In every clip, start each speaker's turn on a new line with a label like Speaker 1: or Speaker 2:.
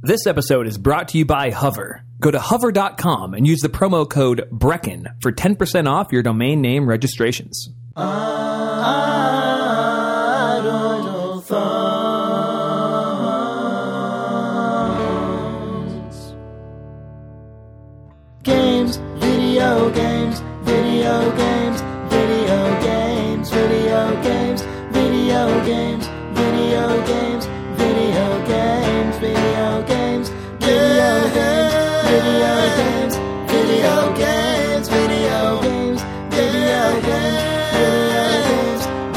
Speaker 1: This episode is brought to you by Hover. Go to hover.com and use the promo code BRECKON for 10% off your domain name registrations.
Speaker 2: games, video games, video games, video games, video games, video games, video games, video games, video games, video games, video games, video games, video games,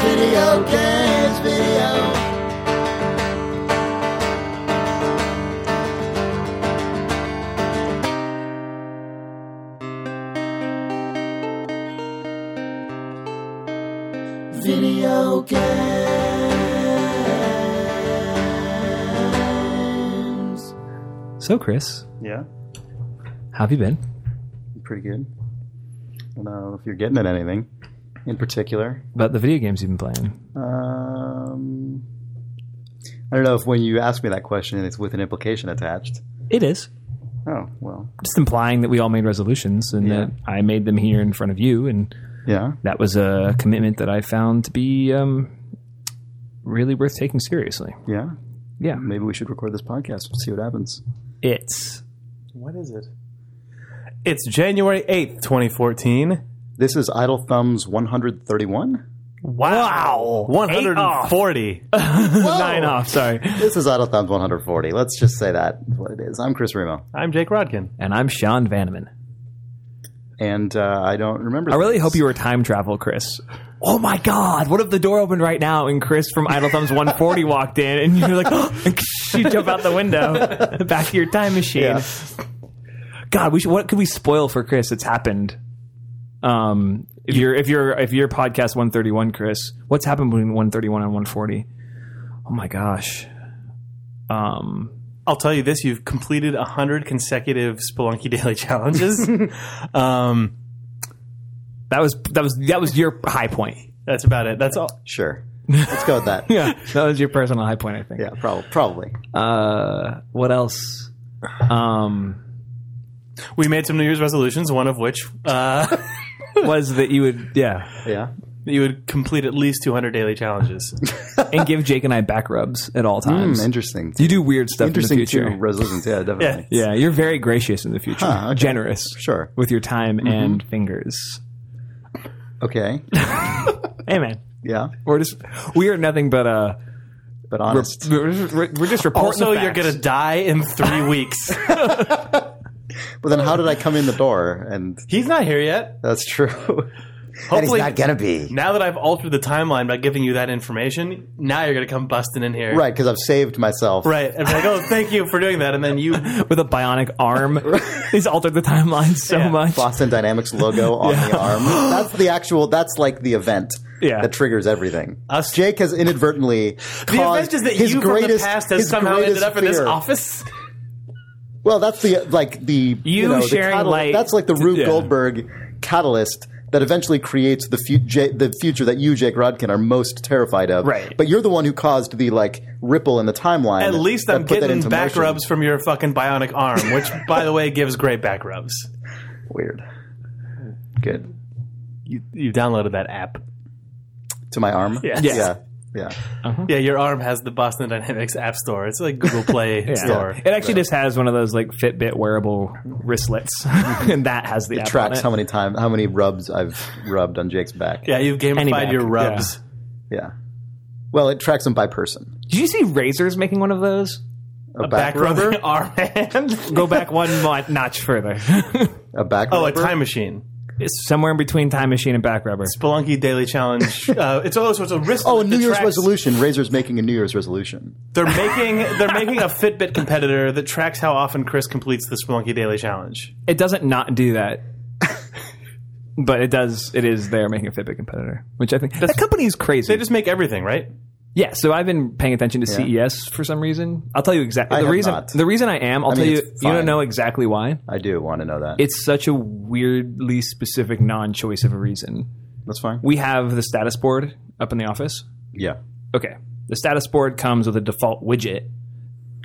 Speaker 2: video games, video games, video. Video games.
Speaker 1: So, Chris,
Speaker 3: Yeah,
Speaker 1: how have you been?
Speaker 3: pretty good. I don't know if you're getting at anything in particular.
Speaker 1: About the video games you've been playing.
Speaker 3: Um, I don't know if when you ask me that question, it's with an implication attached.
Speaker 1: It is.
Speaker 3: Oh well,
Speaker 1: Just implying that we all made resolutions and
Speaker 3: Yeah.
Speaker 1: that I made them here in front of you. And
Speaker 3: yeah,
Speaker 1: that was a commitment that I found to be um, really worth taking seriously.
Speaker 3: yeah.
Speaker 1: Yeah.
Speaker 3: Maybe we should record this podcast and see what happens.
Speaker 1: It's.
Speaker 3: What is it?
Speaker 4: It's January 8th, 2014.
Speaker 3: This is Idle Thumbs 131.
Speaker 4: Wow. 140.
Speaker 1: Nine off, oh, sorry.
Speaker 3: This is Idle Thumbs 140. Let's just say that is what it is. I'm Chris Remo,
Speaker 4: I'm Jake Rodkin.
Speaker 1: And I'm Sean Vanneman.
Speaker 3: and uh, I don't remember.
Speaker 1: I really hope you were time travel, Chris. Oh my God! What if the door opened right now and Chris from Idle Thumbs 140 walked in and you're like, you jump out the window, back to your time machine.
Speaker 3: Yeah.
Speaker 1: God, we should, what could we spoil for Chris that's happened? Um, if you're if you're if you're podcast 131, Chris, what's happened between 131 and 140? Oh my gosh. Um,
Speaker 4: I'll tell you this you've completed 100 consecutive Spelunky Daily Challenges. um,
Speaker 1: that was that was that was your high point.
Speaker 4: that's about it. That's all.
Speaker 3: Sure. Let's go with that.
Speaker 1: Yeah, that was your personal high point, I think.
Speaker 3: Yeah, prob- probably.
Speaker 1: Uh, what else? Um.
Speaker 4: We made some New Year's resolutions, one of which uh,
Speaker 1: was that you would yeah
Speaker 3: Yeah.
Speaker 4: you would complete at least 200 daily challenges.
Speaker 1: and give Jake and I back rubs at all times.
Speaker 3: Hmm, interesting.
Speaker 1: you do weird stuff in the
Speaker 3: Interesting
Speaker 1: future.
Speaker 3: too. Resolutions. Yeah, definitely.
Speaker 1: yeah, you're very gracious in the future,
Speaker 3: Huh, okay.
Speaker 1: generous
Speaker 3: Sure. Mm-hmm.
Speaker 1: with your time and fingers.
Speaker 3: Okay.
Speaker 1: Hey man,
Speaker 3: Yeah.
Speaker 1: we're just we are nothing but uh
Speaker 3: But
Speaker 1: we're,
Speaker 3: honest.
Speaker 1: we're, we're- we're just reporting.
Speaker 4: also,
Speaker 1: the
Speaker 4: you're
Speaker 1: facts.
Speaker 4: going to die in three weeks.
Speaker 3: But then how did I come in the door? And
Speaker 4: He's not here yet.
Speaker 3: that's true.
Speaker 4: Hopefully,
Speaker 3: gonna be.
Speaker 4: now that I've altered the timeline by giving you that information, now you're going to come busting in here.
Speaker 3: Right, because I've saved myself.
Speaker 4: Right. I'm like, oh, thank you for doing that. And then you,
Speaker 1: with a bionic arm. He's altered the timeline so
Speaker 4: Yeah.
Speaker 1: much.
Speaker 3: Boston Dynamics logo on the arm. That's the actual. That's like the event
Speaker 1: Yeah.
Speaker 3: that triggers everything.
Speaker 4: Us-
Speaker 3: Jake has inadvertently
Speaker 4: the
Speaker 3: caused
Speaker 4: event is that
Speaker 3: his
Speaker 4: you
Speaker 3: greatest
Speaker 4: from the past has
Speaker 3: his
Speaker 4: somehow ended
Speaker 3: greatest
Speaker 4: up in this
Speaker 3: fear.
Speaker 4: office.
Speaker 3: Well, that's the like the you, know, the
Speaker 1: sharing
Speaker 3: catal-
Speaker 1: light-
Speaker 3: That's like the Rube
Speaker 1: Yeah.
Speaker 3: Goldberg catalyst that eventually creates the fu- J- the future that you, Jake Rodkin, are most terrified of.
Speaker 1: Right.
Speaker 3: But you're the one who caused the like ripple in the timeline.
Speaker 4: At least
Speaker 3: that
Speaker 4: I'm
Speaker 3: put that
Speaker 4: getting
Speaker 3: into
Speaker 4: back
Speaker 3: motion.
Speaker 4: rubs from your fucking bionic arm, which, by the way, gives great back rubs.
Speaker 3: Weird.
Speaker 4: Hmm.
Speaker 3: Good.
Speaker 4: You, you downloaded that app.
Speaker 3: To my arm.
Speaker 4: Yes.
Speaker 1: Yes.
Speaker 3: Yeah. Yeah.
Speaker 4: Yeah, your arm has the Boston Dynamics App Store. It's like Google Play Store.
Speaker 1: It actually just has one of those like Fitbit wearable wristlets, and that has the app on
Speaker 3: Tracks
Speaker 1: it.
Speaker 3: how many times, how many rubs I've rubbed on Jake's back.
Speaker 4: Yeah, you've
Speaker 1: Any
Speaker 4: gamified
Speaker 1: back,
Speaker 4: your rubs.
Speaker 3: Yeah. Well, it tracks them by person.
Speaker 1: Did you see Razor's making one of those?
Speaker 3: A,
Speaker 4: Back rubber,
Speaker 3: rubber?
Speaker 4: arm hand.
Speaker 1: Go back one mo- notch further.
Speaker 3: A back
Speaker 4: Oh, a
Speaker 3: rubber?
Speaker 4: time machine.
Speaker 1: It's somewhere in between Time Machine and Back Rubber.
Speaker 4: Spelunky Daily Challenge. Uh, it's also it's a wrist.
Speaker 3: Oh, a New Year's
Speaker 4: resolution.
Speaker 3: resolution. Razor's making a New Year's resolution.
Speaker 4: They're making they're making a Fitbit competitor that tracks how often Chris completes the Spelunky Daily Challenge.
Speaker 1: It doesn't not do that. but it does it is there making a Fitbit competitor, which I think that company is crazy.
Speaker 4: They just make everything, right?
Speaker 1: yeah, so I've been paying attention to CES for some reason. I'll tell you exactly
Speaker 3: I
Speaker 1: the
Speaker 3: have
Speaker 1: reason
Speaker 3: not.
Speaker 1: the reason I am, I'll
Speaker 3: I
Speaker 1: tell
Speaker 3: mean,
Speaker 1: you
Speaker 3: it's
Speaker 1: you don't
Speaker 3: fine.
Speaker 1: know exactly why.
Speaker 3: I do want to know that.
Speaker 1: It's such a weirdly specific non-choice of a reason.
Speaker 3: That's fine.
Speaker 1: We have the status board up in the office.
Speaker 3: yeah.
Speaker 1: Okay. The status board comes with a default widget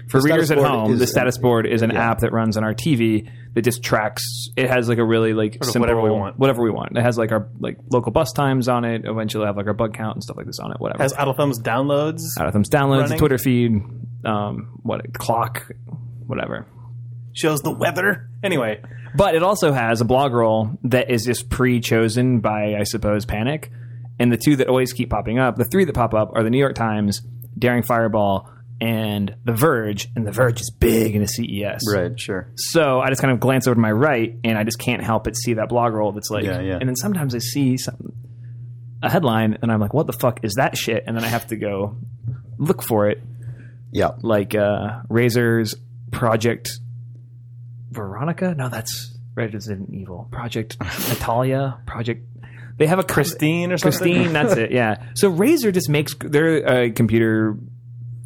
Speaker 1: For
Speaker 3: The
Speaker 1: readers
Speaker 3: status
Speaker 1: at
Speaker 3: board
Speaker 1: home,
Speaker 3: is
Speaker 1: the
Speaker 3: an-
Speaker 1: status board is an app that runs on our TV that just tracks. It has like a really like
Speaker 4: of
Speaker 1: simple,
Speaker 4: whatever we want.
Speaker 1: Whatever we want. It has like our like local bus times on it. Eventually, it'll have like our bug count and stuff like this on it. Whatever.
Speaker 4: Has Idle Thumbs downloads.
Speaker 3: Oh.
Speaker 1: Out of thumbs downloads,
Speaker 4: running.
Speaker 1: Twitter feed, um, what clock, whatever.
Speaker 4: Shows the weather. Anyway,
Speaker 1: But it also has a blog roll that is just pre-chosen by, I suppose, Panic. And the two that always keep popping up, the three that pop up are the New York Times, Daring Fireball, and The Verge. And The Verge is big in a CES.
Speaker 3: Right, sure.
Speaker 1: So I just kind of glance over to my right, and I just can't help but see that blog roll that's like,
Speaker 3: Yeah, yeah.
Speaker 1: and then sometimes I see some, a headline, and I'm like, what the fuck is that shit? And then I have to go look for it,
Speaker 3: Yeah.
Speaker 1: like uh, Razor's Project Veronica. No, that's Resident Evil. Project Natalia. Project. They have a
Speaker 4: Christine or something.
Speaker 1: Christine. That's it. Yeah. So Razor just makes they're a computer.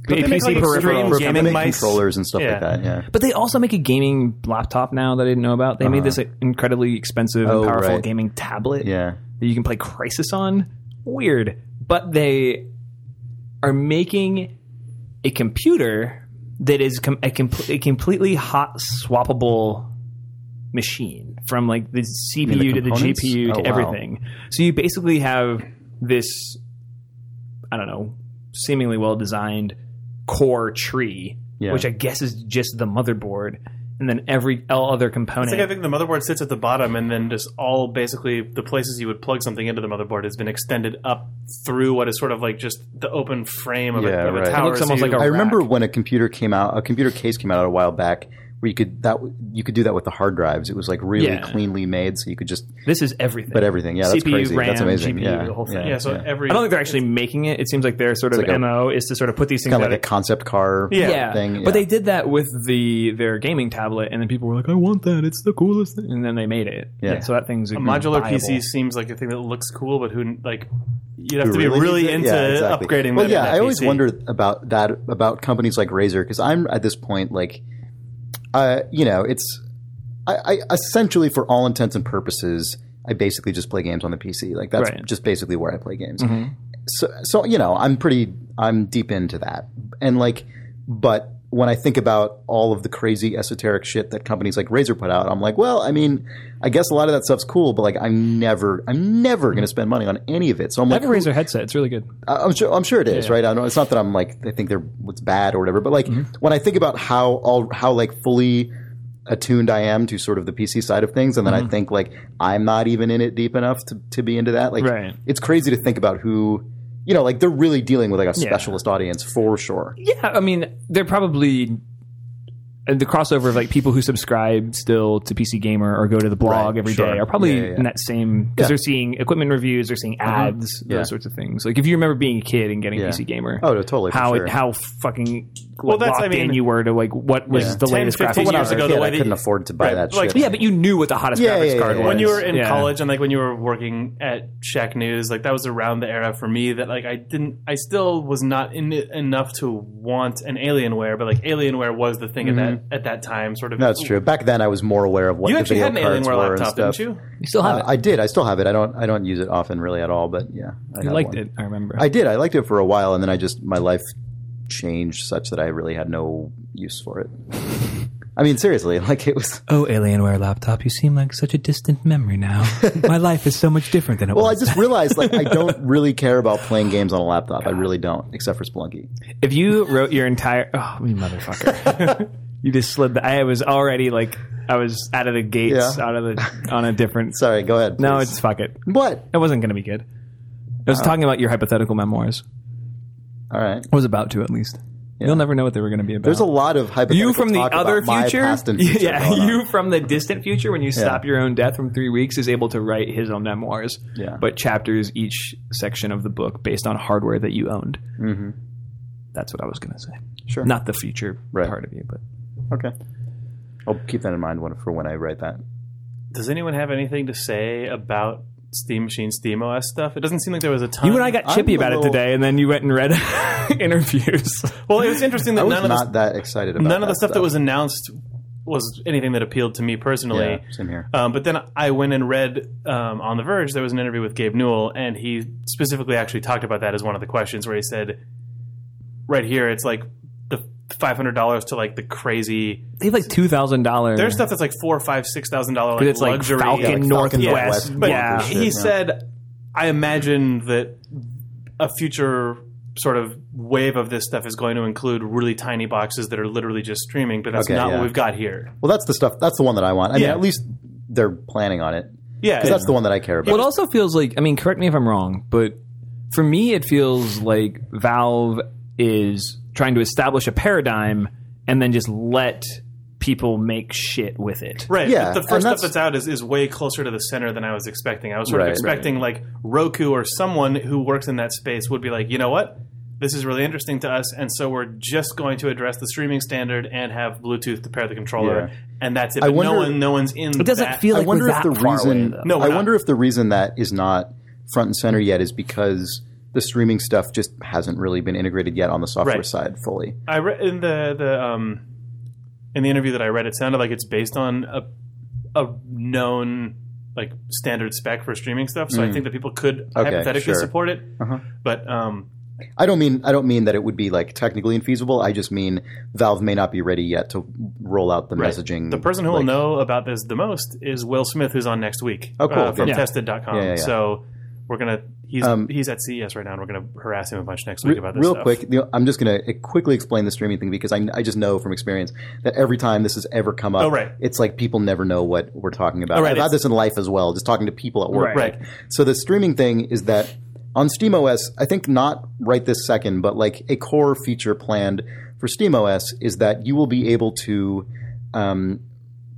Speaker 4: they
Speaker 1: a
Speaker 4: make,
Speaker 1: PC
Speaker 4: like,
Speaker 1: peripheral.
Speaker 4: extreme
Speaker 3: They
Speaker 4: gaming
Speaker 3: make
Speaker 4: mice.
Speaker 3: controllers and stuff
Speaker 4: Yeah.
Speaker 3: like that. Yeah.
Speaker 1: But they also make a gaming laptop now that I didn't know about. They made
Speaker 4: Uh-huh.
Speaker 1: this like, incredibly expensive
Speaker 3: Oh,
Speaker 1: and powerful
Speaker 3: right.
Speaker 1: gaming tablet
Speaker 3: Yeah.
Speaker 1: that you can play Crisis on. Weird. But they are making a computer that is com- a, comp- a completely hot swappable machine from like the CPU to the
Speaker 3: components?
Speaker 1: GPU
Speaker 3: Oh,
Speaker 1: to
Speaker 3: wow.
Speaker 1: everything. So you basically have this I don't know, seemingly well designed core tree,
Speaker 3: Yeah.
Speaker 1: which I guess is just the motherboard, and then every all other component.
Speaker 4: It's like I think the motherboard sits at the bottom, and then just all basically the places you would plug something into the motherboard has been extended up through what is sort of like just the open frame of,
Speaker 3: Yeah,
Speaker 4: a, of
Speaker 3: right.
Speaker 4: a
Speaker 3: It
Speaker 4: tower.
Speaker 1: looks almost
Speaker 4: you-
Speaker 1: like a-
Speaker 3: I remember
Speaker 1: rack.
Speaker 3: when a computer came out, a computer case came out a while back where you could that you could do that with the hard drives. It was like really
Speaker 1: Yeah.
Speaker 3: cleanly made, so you could just
Speaker 1: this is everything.
Speaker 3: but everything. Yeah, that's
Speaker 1: CPU,
Speaker 3: crazy.
Speaker 1: RAM,
Speaker 3: that's amazing.
Speaker 1: GPU,
Speaker 3: yeah,
Speaker 1: the whole thing.
Speaker 3: yeah,
Speaker 4: yeah. So
Speaker 3: yeah.
Speaker 4: every
Speaker 1: I don't think they're actually making it. It seems like their sort of
Speaker 3: It's like a-
Speaker 1: MO is to sort of put these things
Speaker 3: kind of like
Speaker 1: out
Speaker 3: a concept car
Speaker 4: Yeah.
Speaker 1: yeah.
Speaker 3: thing.
Speaker 1: But
Speaker 3: yeah.
Speaker 1: they did that with the their gaming tablet, and then people were like, "I want that! It's the coolest thing!" And then they made it.
Speaker 3: Yeah.
Speaker 1: So that thing's
Speaker 4: a modular
Speaker 1: viable.
Speaker 4: PC seems like a thing that looks cool, but who like you'd have
Speaker 3: Who
Speaker 4: to be really,
Speaker 3: needs it?
Speaker 4: into
Speaker 3: Yeah, exactly.
Speaker 4: upgrading.
Speaker 3: Well,
Speaker 4: that
Speaker 3: yeah,
Speaker 4: that
Speaker 3: I always
Speaker 4: PC.
Speaker 3: wonder about that about companies like Razer because I'm at this point like, uh, you know, it's I, I essentially for all intents and purposes, I basically just play games on the PC. Like that's
Speaker 1: Right.
Speaker 3: just basically where I play games.
Speaker 4: Mm-hmm.
Speaker 3: So, so you know, I'm pretty I'm deep into that, and like, but when I think about all of the crazy esoteric shit that companies like Razer put out, I'm like, well, I mean, I guess a lot of that stuff's cool, but like, I'm never, I'm never going to spend money on any of it. So I'm
Speaker 1: I
Speaker 3: like,
Speaker 1: have a Razer headset. It's really good.
Speaker 3: I- I'm sure. I'm sure it is, right? I don't, it's not that I'm like I think they're what's bad or whatever, but like
Speaker 4: Mm-hmm.
Speaker 3: when I think about how all how like fully attuned I am to sort of the PC side of things, and then
Speaker 4: Mm-hmm.
Speaker 3: I think like I'm not even in it deep enough to to be into that. Like
Speaker 1: Right.
Speaker 3: it's crazy to think about who you know, like they're really dealing with like a specialist audience for sure.
Speaker 1: Yeah, I mean, they're probably and the crossover of like people who subscribe still to PC Gamer or go to the blog
Speaker 3: Right,
Speaker 1: every day
Speaker 3: sure.
Speaker 1: are probably
Speaker 3: Yeah, yeah, yeah.
Speaker 1: in that same because
Speaker 3: Yeah. Mm-hmm.
Speaker 1: they're seeing equipment reviews, they're seeing ads,
Speaker 3: Yeah.
Speaker 1: those sorts of things. Like if you remember being a kid and getting
Speaker 3: Yeah.
Speaker 1: PC Gamer,
Speaker 3: Oh, no, totally. for
Speaker 1: how
Speaker 3: sure.
Speaker 1: it, how fucking
Speaker 4: Well, that's-
Speaker 1: locked
Speaker 4: I mean-
Speaker 1: in you were to like what was
Speaker 3: Yeah.
Speaker 1: the
Speaker 4: 10,
Speaker 1: latest
Speaker 4: 15
Speaker 1: graphics
Speaker 3: When I
Speaker 4: years
Speaker 3: was a
Speaker 1: card.
Speaker 4: ago, the
Speaker 3: kid,
Speaker 4: way
Speaker 3: I
Speaker 4: that
Speaker 3: couldn't
Speaker 4: you-
Speaker 3: afford to buy
Speaker 4: right,
Speaker 3: that
Speaker 4: like,
Speaker 3: shit.
Speaker 1: Yeah, but you knew what the hottest
Speaker 3: Yeah,
Speaker 1: graphics
Speaker 3: yeah,
Speaker 1: card
Speaker 3: yeah,
Speaker 1: was
Speaker 3: yeah.
Speaker 4: when you were in
Speaker 1: Yeah.
Speaker 4: college and like when you were working at Shack News, like that was around the era for me that like I didn't, I still was not in it enough to want an Alienware, but like Alienware was the thing at
Speaker 1: Mm-hmm.
Speaker 4: that at that time, sort of.
Speaker 3: No, that's true. Back then, I was more aware of what
Speaker 4: You
Speaker 3: the
Speaker 4: actually
Speaker 3: video
Speaker 4: had an
Speaker 3: cards
Speaker 4: Alienware
Speaker 3: were and
Speaker 4: laptop,
Speaker 3: stuff.
Speaker 4: didn't you?
Speaker 1: You still have
Speaker 3: Uh,
Speaker 1: it.
Speaker 3: I did. I still have it. I don't. I don't use it often, really, at all. But yeah, I
Speaker 1: You
Speaker 3: have
Speaker 1: liked
Speaker 3: one.
Speaker 1: it, I remember.
Speaker 3: I did. I liked it for a while, and then I just my life changed such that I really had no use for it. I mean, seriously, like it was.
Speaker 1: oh, Alienware laptop, you seem like such a distant memory now. My life is so much different than it
Speaker 3: Well, I just realized like I don't really care about playing games on a laptop. I really don't, except for Splunky.
Speaker 1: If you wrote your entire oh you motherfucker, you just slid. The, I was already like I was out of the gates,
Speaker 3: Yeah.
Speaker 1: out of the on a different.
Speaker 3: Sorry, go ahead.
Speaker 1: no,
Speaker 3: please.
Speaker 1: it's fuck it.
Speaker 3: what?
Speaker 1: It wasn't going to be good. I was talking about your hypothetical memoirs.
Speaker 3: All right.
Speaker 1: I was about to at least. You'll never know what they were going to be about.
Speaker 3: There's a lot of hypothetical
Speaker 1: you from the
Speaker 3: talk
Speaker 1: other
Speaker 3: about my
Speaker 1: future,
Speaker 3: past and future
Speaker 1: yeah.
Speaker 3: going on.
Speaker 1: You from the distant future, when you stop your own death from three weeks, is able to write his own memoirs.
Speaker 3: Yeah.
Speaker 1: but chapters each section of the book based on hardware that you owned. Mm-hmm. That's what I was going to say.
Speaker 3: Sure.
Speaker 1: not the future
Speaker 3: Right.
Speaker 1: part of you, but
Speaker 3: Okay. I'll Oh, keep that in mind when, for when I write that.
Speaker 4: Does anyone have anything to say about Steam Machine, Steam OS stuff? It doesn't seem like there was a ton.
Speaker 1: You and I got chippy
Speaker 3: I'm a
Speaker 1: about it
Speaker 3: little-
Speaker 1: today, and then you went and read interviews.
Speaker 4: well, it was interesting
Speaker 3: I
Speaker 4: that
Speaker 3: was
Speaker 4: none of the,
Speaker 3: not that excited about
Speaker 4: none of
Speaker 3: that
Speaker 4: the stuff, that was announced was anything that appealed to me personally.
Speaker 3: Yeah, same here.
Speaker 4: Um, but then I went and read um, on The Verge, there was an interview with Gabe Newell, and he specifically actually talked about that as one of the questions where he said, right here, it's like the five hundred dollars to like the crazy.
Speaker 1: They have like two thousand dollars.
Speaker 4: There's stuff that's like four, five, six thousand dollar like
Speaker 1: It's like
Speaker 4: luxury.
Speaker 1: Falcon
Speaker 4: like,
Speaker 1: Northwest.
Speaker 3: Falcon
Speaker 4: Yes,
Speaker 3: Northwest
Speaker 4: but
Speaker 1: Yeah.
Speaker 3: bullshit,
Speaker 4: he
Speaker 3: yeah.
Speaker 4: said, I imagine that a future sort of wave of this stuff is going to include really tiny boxes that are literally just streaming, but that's
Speaker 3: Okay,
Speaker 4: not
Speaker 3: yeah.
Speaker 4: what we've got here.
Speaker 3: Well, that's the stuff. That's the one that I want. I mean,
Speaker 4: Yeah.
Speaker 3: at least they're planning on it
Speaker 4: Yeah,
Speaker 3: because that's the one that I care
Speaker 1: Well, it
Speaker 3: about.
Speaker 1: also feels like I mean, correct me if I'm wrong, but for me, it feels like Valve is trying to establish a paradigm and then just let people make shit with it.
Speaker 4: Right.
Speaker 3: Yeah,
Speaker 4: but the
Speaker 3: and
Speaker 4: first stuff
Speaker 3: that's-
Speaker 4: that's out is, is way closer to the center than I was expecting. I was sort of
Speaker 3: Right.
Speaker 4: expecting like Roku or someone who works in that space would be like, you know what? This is really interesting to us, and so we're just going to address the streaming standard and have Bluetooth to pair the controller,
Speaker 3: Yeah.
Speaker 4: and that's it.
Speaker 3: I
Speaker 4: But no
Speaker 3: wonder-
Speaker 4: one, no one's in.
Speaker 1: It doesn't
Speaker 4: that.
Speaker 1: feel like
Speaker 3: I wonder
Speaker 1: we're
Speaker 3: if
Speaker 1: that
Speaker 3: the
Speaker 1: far away,
Speaker 3: reason.
Speaker 1: though.
Speaker 4: No, we're
Speaker 3: I
Speaker 4: not.
Speaker 3: wonder if the reason that is not front and center yet is because the streaming stuff just hasn't really been integrated yet on the software
Speaker 4: Right.
Speaker 3: side fully.
Speaker 4: I read in the the um in the interview that I read, it sounded like it's based on a a known like standard spec for streaming stuff. So I think that people could
Speaker 3: Hmm. Okay,
Speaker 4: hypothetically
Speaker 3: sure. Uh-huh.
Speaker 4: support it, but um,
Speaker 3: I don't mean I don't mean that it would be like technically infeasible. I just mean Valve may not be ready yet to roll out the
Speaker 4: Right.
Speaker 3: messaging.
Speaker 4: The person who
Speaker 3: like-
Speaker 4: will know about this the most is Will Smith, who's on next week.
Speaker 3: Oh, cool.
Speaker 4: uh, from
Speaker 1: Yeah.
Speaker 4: tested.com.
Speaker 3: Yeah, yeah, yeah.
Speaker 4: So we're gonna he's
Speaker 3: Um,
Speaker 4: he's at CES right now, and we're gonna harass him a bunch next week
Speaker 3: Re-
Speaker 4: about this.
Speaker 3: real
Speaker 4: stuff.
Speaker 3: quick, the, I'm just going to quickly explain the streaming thing because I, I just know from experience that every time this has ever come up,
Speaker 4: Oh, right.
Speaker 3: it's like people never know what we're talking about.
Speaker 4: Oh, right,
Speaker 3: I've had
Speaker 4: it's-
Speaker 3: this in life as well, just talking to people at work.
Speaker 4: Right.
Speaker 3: Like, So the streaming thing is that on SteamOS, I think not right this second, but like a core feature planned for SteamOS is that you will be able to um,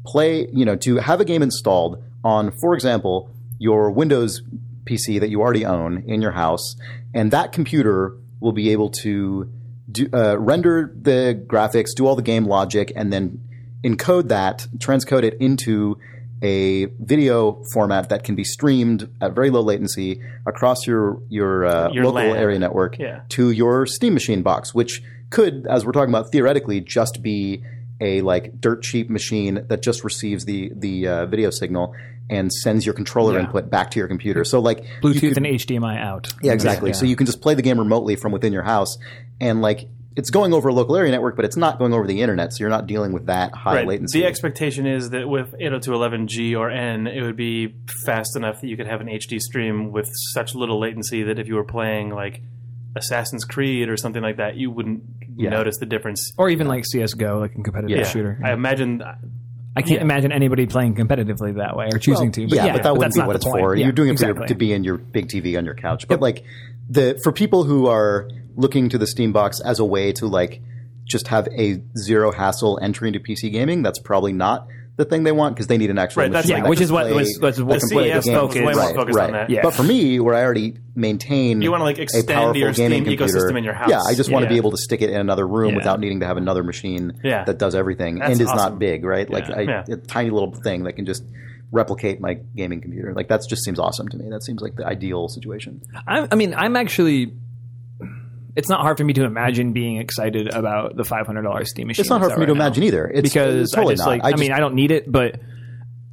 Speaker 3: play, you know, to have a game installed on, for example, your Windows PC that you already own in your house, and that computer will be able to do, uh, render the graphics, do all the game logic, and then encode that, transcode it into a video format that can be streamed at very low latency across your your, uh,
Speaker 4: Your
Speaker 3: local
Speaker 4: LAN.
Speaker 3: area network
Speaker 4: Yeah.
Speaker 3: to your Steam Machine box, which could, as we're talking about, theoretically just be a like dirt cheap machine that just receives the the uh, video signal and sends your controller input back to your computer. So like you
Speaker 1: Bluetooth
Speaker 3: could-
Speaker 1: and HDMI out.
Speaker 3: yeah, exactly. So you can just play the game remotely from within your house, and like it's going over a local area network, but it's not going over the internet, so you're not dealing with that high
Speaker 4: Right.
Speaker 3: latency.
Speaker 4: The expectation is that with 802.11g or n, it would be fast enough that you could have an HD stream with such little latency that if you were playing like Assassin's Creed or something like that, you wouldn't
Speaker 3: Yeah.
Speaker 4: notice the difference.
Speaker 1: or even like CS:GO, like a competitive
Speaker 4: Yeah.
Speaker 1: shooter.
Speaker 4: I imagine uh,
Speaker 1: I can't imagine anybody playing competitively that way or choosing to. But
Speaker 3: yeah,
Speaker 1: yeah,
Speaker 3: but that wouldn't
Speaker 1: that's
Speaker 3: be
Speaker 1: not
Speaker 3: what
Speaker 1: the
Speaker 3: it's
Speaker 1: point.
Speaker 3: for.
Speaker 1: Yeah,
Speaker 3: You're doing it for your,
Speaker 1: exactly.
Speaker 3: to be in your big TV on your couch. But like the for people who are looking to the Steam Box as a way to like just have a zero hassle entry into PC gaming, that's probably not the thing they want because they need an actual
Speaker 4: Right, that's-
Speaker 3: machine
Speaker 4: yeah,
Speaker 3: that
Speaker 1: which
Speaker 3: can
Speaker 1: is what
Speaker 3: play-
Speaker 1: was- was
Speaker 3: that
Speaker 1: what
Speaker 3: can play
Speaker 1: CES
Speaker 3: the game.
Speaker 1: focus was way
Speaker 4: more focused on that.
Speaker 1: Yeah.
Speaker 3: But for me, where I already maintain
Speaker 4: You wanna, like,
Speaker 3: a
Speaker 4: extend
Speaker 3: powerful
Speaker 4: your Steam
Speaker 3: gaming computer,
Speaker 4: ecosystem in your house.
Speaker 3: Yeah, I just want
Speaker 4: Yeah.
Speaker 3: to be able to stick it in another room
Speaker 1: Yeah.
Speaker 3: without needing to have another machine
Speaker 4: Yeah.
Speaker 3: that does everything
Speaker 4: That's
Speaker 3: and is
Speaker 4: awesome.
Speaker 3: not big, right? Like
Speaker 4: Yeah.
Speaker 3: I,
Speaker 4: Yeah.
Speaker 3: a tiny little thing that can just replicate my gaming computer. Like that just seems awesome to me. That seems like the ideal situation.
Speaker 1: I'm, I mean, I'm actually. It's not hard for me to imagine being excited about the $500 Steam machine.
Speaker 3: It's not hard
Speaker 1: that's
Speaker 3: for me
Speaker 1: out
Speaker 3: to
Speaker 1: right now.
Speaker 3: imagine either. It's,
Speaker 1: because
Speaker 3: it's totally
Speaker 1: I just
Speaker 3: not.
Speaker 1: like. I,
Speaker 3: I, just,
Speaker 1: mean, I don't need it, but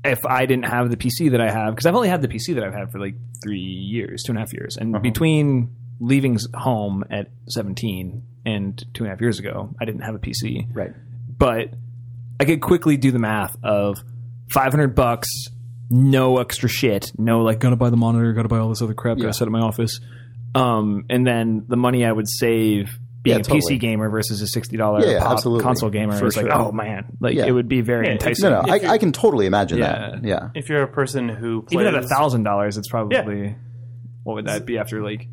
Speaker 1: if I didn't have the PC that I have, because I've only had the PC that I've had for like three years, two and a half years,
Speaker 3: Uh-huh.
Speaker 1: and between leaving s- home at 17 and two and a half years ago, I didn't have a PC.
Speaker 3: right.
Speaker 1: but I could quickly do the math of 500 bucks, no extra shit, no like gotta buy the monitor, gotta buy all this other crap,
Speaker 3: Yeah.
Speaker 1: gotta set up my office, um, and then the money I would save being
Speaker 3: Yeah,
Speaker 1: a
Speaker 3: totally.
Speaker 1: PC gamer versus a sixty dollar
Speaker 3: Yeah, yeah, absolutely.
Speaker 1: console gamer
Speaker 3: For
Speaker 1: is like
Speaker 3: sure.
Speaker 1: oh man, like
Speaker 3: Yeah.
Speaker 1: it would be very
Speaker 4: Yeah,
Speaker 1: enticing.
Speaker 3: No, no, I, I can totally imagine
Speaker 1: Yeah.
Speaker 3: that. Yeah.
Speaker 4: if you're a person who plays
Speaker 1: Even at thousand dollars, it's probably what would that be after like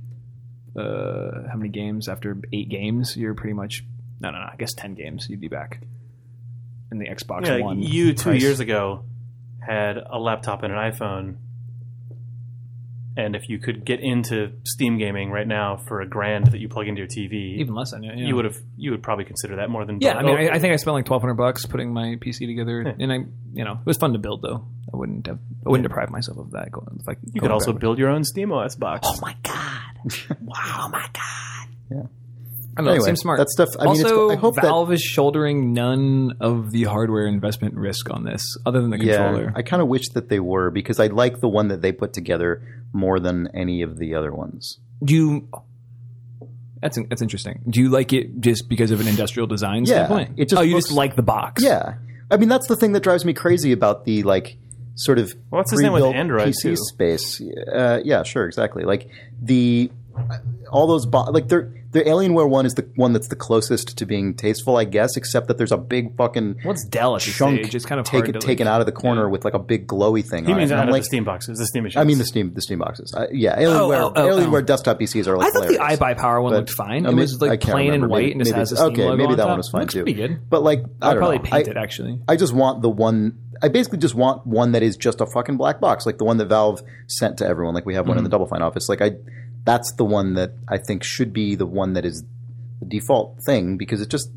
Speaker 1: uh, how many games? After eight games, you're pretty much no, no, no. I guess ten games, you'd be back in the Xbox
Speaker 4: Yeah, like,
Speaker 1: One.
Speaker 4: you two
Speaker 1: price.
Speaker 4: years ago had a laptop and an iPhone, and if you could get into Steam gaming right now for a grand that you plug into your TV,
Speaker 1: even less than it. Yeah.
Speaker 4: you would have you would probably consider that more than
Speaker 1: Yeah,
Speaker 3: Oh.
Speaker 1: I mean, I, I think I spent like twelve hundred bucks putting my PC together, and I, you know, it was fun to build though. I wouldn't have, I wouldn't deprive myself of that. Going, if I
Speaker 4: you could also build your own Steam OS box.
Speaker 1: Oh, I don't know,
Speaker 3: Anyway,
Speaker 1: it seems smart.
Speaker 3: that stuff- I mean,
Speaker 1: also,
Speaker 3: it's- I hope that-
Speaker 1: Valve is shouldering none of the hardware investment risk on this, other than the controller.
Speaker 3: Yeah, I kind of wish that they were because I like the one that they put together more than any of the other ones.
Speaker 1: Do you? That's that's interesting. Do you like it just because of an industrial design
Speaker 3: Yeah,
Speaker 1: standpoint?
Speaker 3: it just
Speaker 1: oh, you
Speaker 3: looks-
Speaker 1: just like the box.
Speaker 3: Yeah, I mean that's the thing that drives me crazy about the like sort of
Speaker 4: Well, what's his name with
Speaker 3: pre-built
Speaker 4: Android,
Speaker 3: PC
Speaker 4: too?
Speaker 3: space. Uh, yeah, sure, exactly. Like the uh, all those bo- like they're. The Alienware one is the one that's the closest to being tasteful, I guess, except that there's a big fucking
Speaker 1: What's Dell at this
Speaker 3: chunk
Speaker 1: stage? It's kind of
Speaker 3: take-
Speaker 1: hard to,
Speaker 3: taken out of the corner with like a big glowy thing.
Speaker 4: He
Speaker 3: on
Speaker 4: means
Speaker 3: it. And
Speaker 4: out
Speaker 3: I'm
Speaker 4: of
Speaker 3: like,
Speaker 4: the Steam boxes, the Steam machines.
Speaker 3: I mean the Steam the Steam boxes. I, yeah, Alienware
Speaker 1: oh, oh,
Speaker 3: Alienware
Speaker 1: oh.
Speaker 3: desktop PCs are like.
Speaker 1: I thought the
Speaker 3: hilarious.
Speaker 1: iBuy Power one
Speaker 3: But-
Speaker 1: looked fine.
Speaker 3: I
Speaker 1: it
Speaker 3: mean,
Speaker 1: was
Speaker 3: I
Speaker 1: like
Speaker 3: can't
Speaker 1: plain
Speaker 3: remember.
Speaker 1: and white
Speaker 3: Maybe-
Speaker 1: and just
Speaker 3: maybe
Speaker 1: has a
Speaker 3: it's-
Speaker 1: Steam
Speaker 3: okay,
Speaker 1: logo
Speaker 3: maybe
Speaker 1: on
Speaker 3: that one
Speaker 1: top.
Speaker 3: was fine,
Speaker 1: Looks
Speaker 3: too.
Speaker 1: pretty good.
Speaker 3: But like, I
Speaker 1: I
Speaker 3: don't
Speaker 1: probably
Speaker 3: know.
Speaker 1: painted
Speaker 3: I,
Speaker 1: actually.
Speaker 3: I just want the one. I basically just want one that is just a fucking black box, like the one that Valve sent to everyone. Like we have one
Speaker 1: Mm-hmm.
Speaker 3: in the Double Fine office. Like I, that's the one that I think should be the one that is the default thing because it just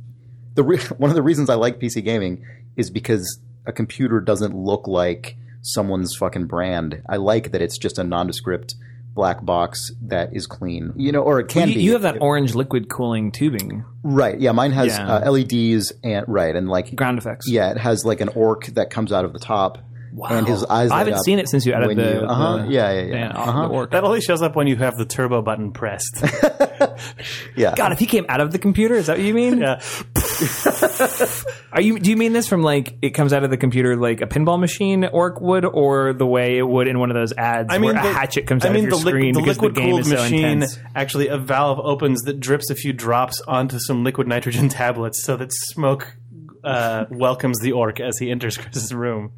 Speaker 3: the re- one of the reasons I like PC gaming is because a computer doesn't look like someone's fucking brand. I like that it's just a nondescript black box that is clean, you know, or it can
Speaker 1: You,
Speaker 3: be.
Speaker 1: you have that orange liquid cooling tubing
Speaker 3: right? Yeah, mine has
Speaker 1: Yeah.
Speaker 3: Uh, LEDs and right and like
Speaker 1: ground effects.
Speaker 3: yeah, it has like an orc that comes out of the top,
Speaker 1: Wow.
Speaker 3: and his eyes.
Speaker 1: I
Speaker 3: light
Speaker 1: haven't
Speaker 3: up
Speaker 1: seen it since you added
Speaker 3: when
Speaker 1: the,
Speaker 3: you- uh-huh,
Speaker 1: the-
Speaker 3: yeah, yeah, yeah.
Speaker 1: yeah, off
Speaker 3: uh-huh.
Speaker 1: the orc.
Speaker 4: that only shows up when you have the turbo button pressed.
Speaker 3: yeah.
Speaker 1: God, if he came out of the computer, is that what you mean?
Speaker 4: yeah.
Speaker 1: Are you? Do you mean this from like it comes out of the computer like a pinball machine orc would, or the way it would in one of those ads
Speaker 4: I mean,
Speaker 1: where
Speaker 4: the,
Speaker 1: a hatchet comes
Speaker 4: I
Speaker 1: out
Speaker 4: mean,
Speaker 1: of your
Speaker 4: the, liq-
Speaker 1: screen
Speaker 4: the
Speaker 1: because the
Speaker 4: liquid
Speaker 1: game
Speaker 4: cooled
Speaker 1: is so
Speaker 4: machine
Speaker 1: intense?
Speaker 4: actually a valve opens that drips a few drops onto some liquid nitrogen tablets so that smoke uh, welcomes the orc as he enters Chris's room.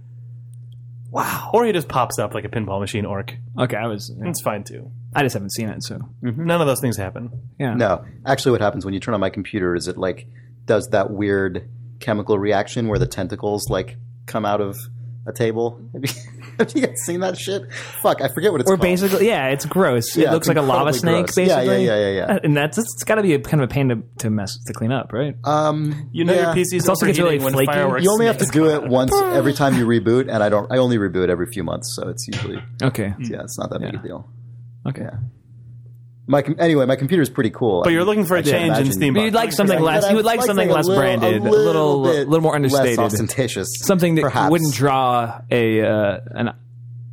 Speaker 1: Wow.
Speaker 4: Or he just pops up like a pinball machine orc.
Speaker 1: Okay, I was.
Speaker 4: It's fine too.
Speaker 1: I just haven't seen it, so
Speaker 4: None of those things happen.
Speaker 1: yeah.
Speaker 3: No, actually, what happens when you turn on my computer is it like does that weird chemical reaction where the tentacles like come out of a table. Have you, have you guys seen that shit? Fuck, I forget what it's
Speaker 1: Or
Speaker 3: called.
Speaker 1: basically, yeah, it's gross.
Speaker 3: Yeah,
Speaker 1: it looks like
Speaker 3: it's
Speaker 1: a lava
Speaker 3: incredibly
Speaker 1: snake,
Speaker 3: gross. Yeah, yeah,
Speaker 1: basically.
Speaker 3: yeah, yeah, yeah.
Speaker 1: And that's it's got to be a, kind of a pain to, to mess to clean up, right?
Speaker 3: um,
Speaker 4: You know
Speaker 3: yeah.
Speaker 4: your PC's
Speaker 1: It also gets really
Speaker 4: overheating when
Speaker 1: flaky.
Speaker 4: fireworks.
Speaker 3: You only have to do it once every time you reboot, and I don't. I only reboot every few months, so it's usually
Speaker 1: Okay,
Speaker 3: yeah, it's not that big a deal.
Speaker 1: okay.
Speaker 3: My com- anyway, my computer's pretty cool.
Speaker 4: But you're looking for a
Speaker 3: can't
Speaker 4: change in
Speaker 3: imagine.
Speaker 4: Steam.
Speaker 1: But you'd like something
Speaker 3: But
Speaker 1: less.
Speaker 3: I
Speaker 1: You would like something less branded, a little, a
Speaker 3: bit
Speaker 1: little more understated,
Speaker 3: less ostentatious,
Speaker 1: something that
Speaker 3: perhaps.
Speaker 1: wouldn't draw a uh, an,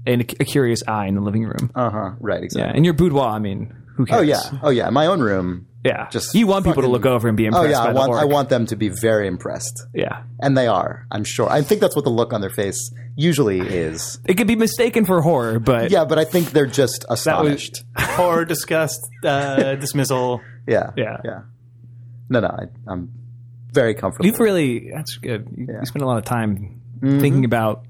Speaker 1: an a curious eye in the living room.
Speaker 3: Uh huh. Right.
Speaker 1: Yeah,
Speaker 3: Exactly.
Speaker 1: in your boudoir. I mean, who cares?
Speaker 3: Oh yeah. Oh yeah. My own room.
Speaker 1: yeah.
Speaker 3: Just
Speaker 1: you want people to
Speaker 3: fucking-
Speaker 1: look over and be
Speaker 3: Oh
Speaker 1: impressed
Speaker 3: yeah.
Speaker 1: by
Speaker 3: I
Speaker 1: the
Speaker 3: want.
Speaker 1: orc.
Speaker 3: I want them to be very impressed,
Speaker 1: yeah,
Speaker 3: and they are. I'm sure. I think that's what the look on their face usually is.
Speaker 1: it could be mistaken for horror, but
Speaker 3: Yeah, but I think they're just astonished.
Speaker 4: horror, disgust, uh, dismissal.
Speaker 3: yeah.
Speaker 1: Yeah.
Speaker 3: Yeah. No, no. I, I'm very comfortable.
Speaker 1: you've really that's good. You, you spend a lot of time
Speaker 3: Mm-hmm.
Speaker 1: thinking about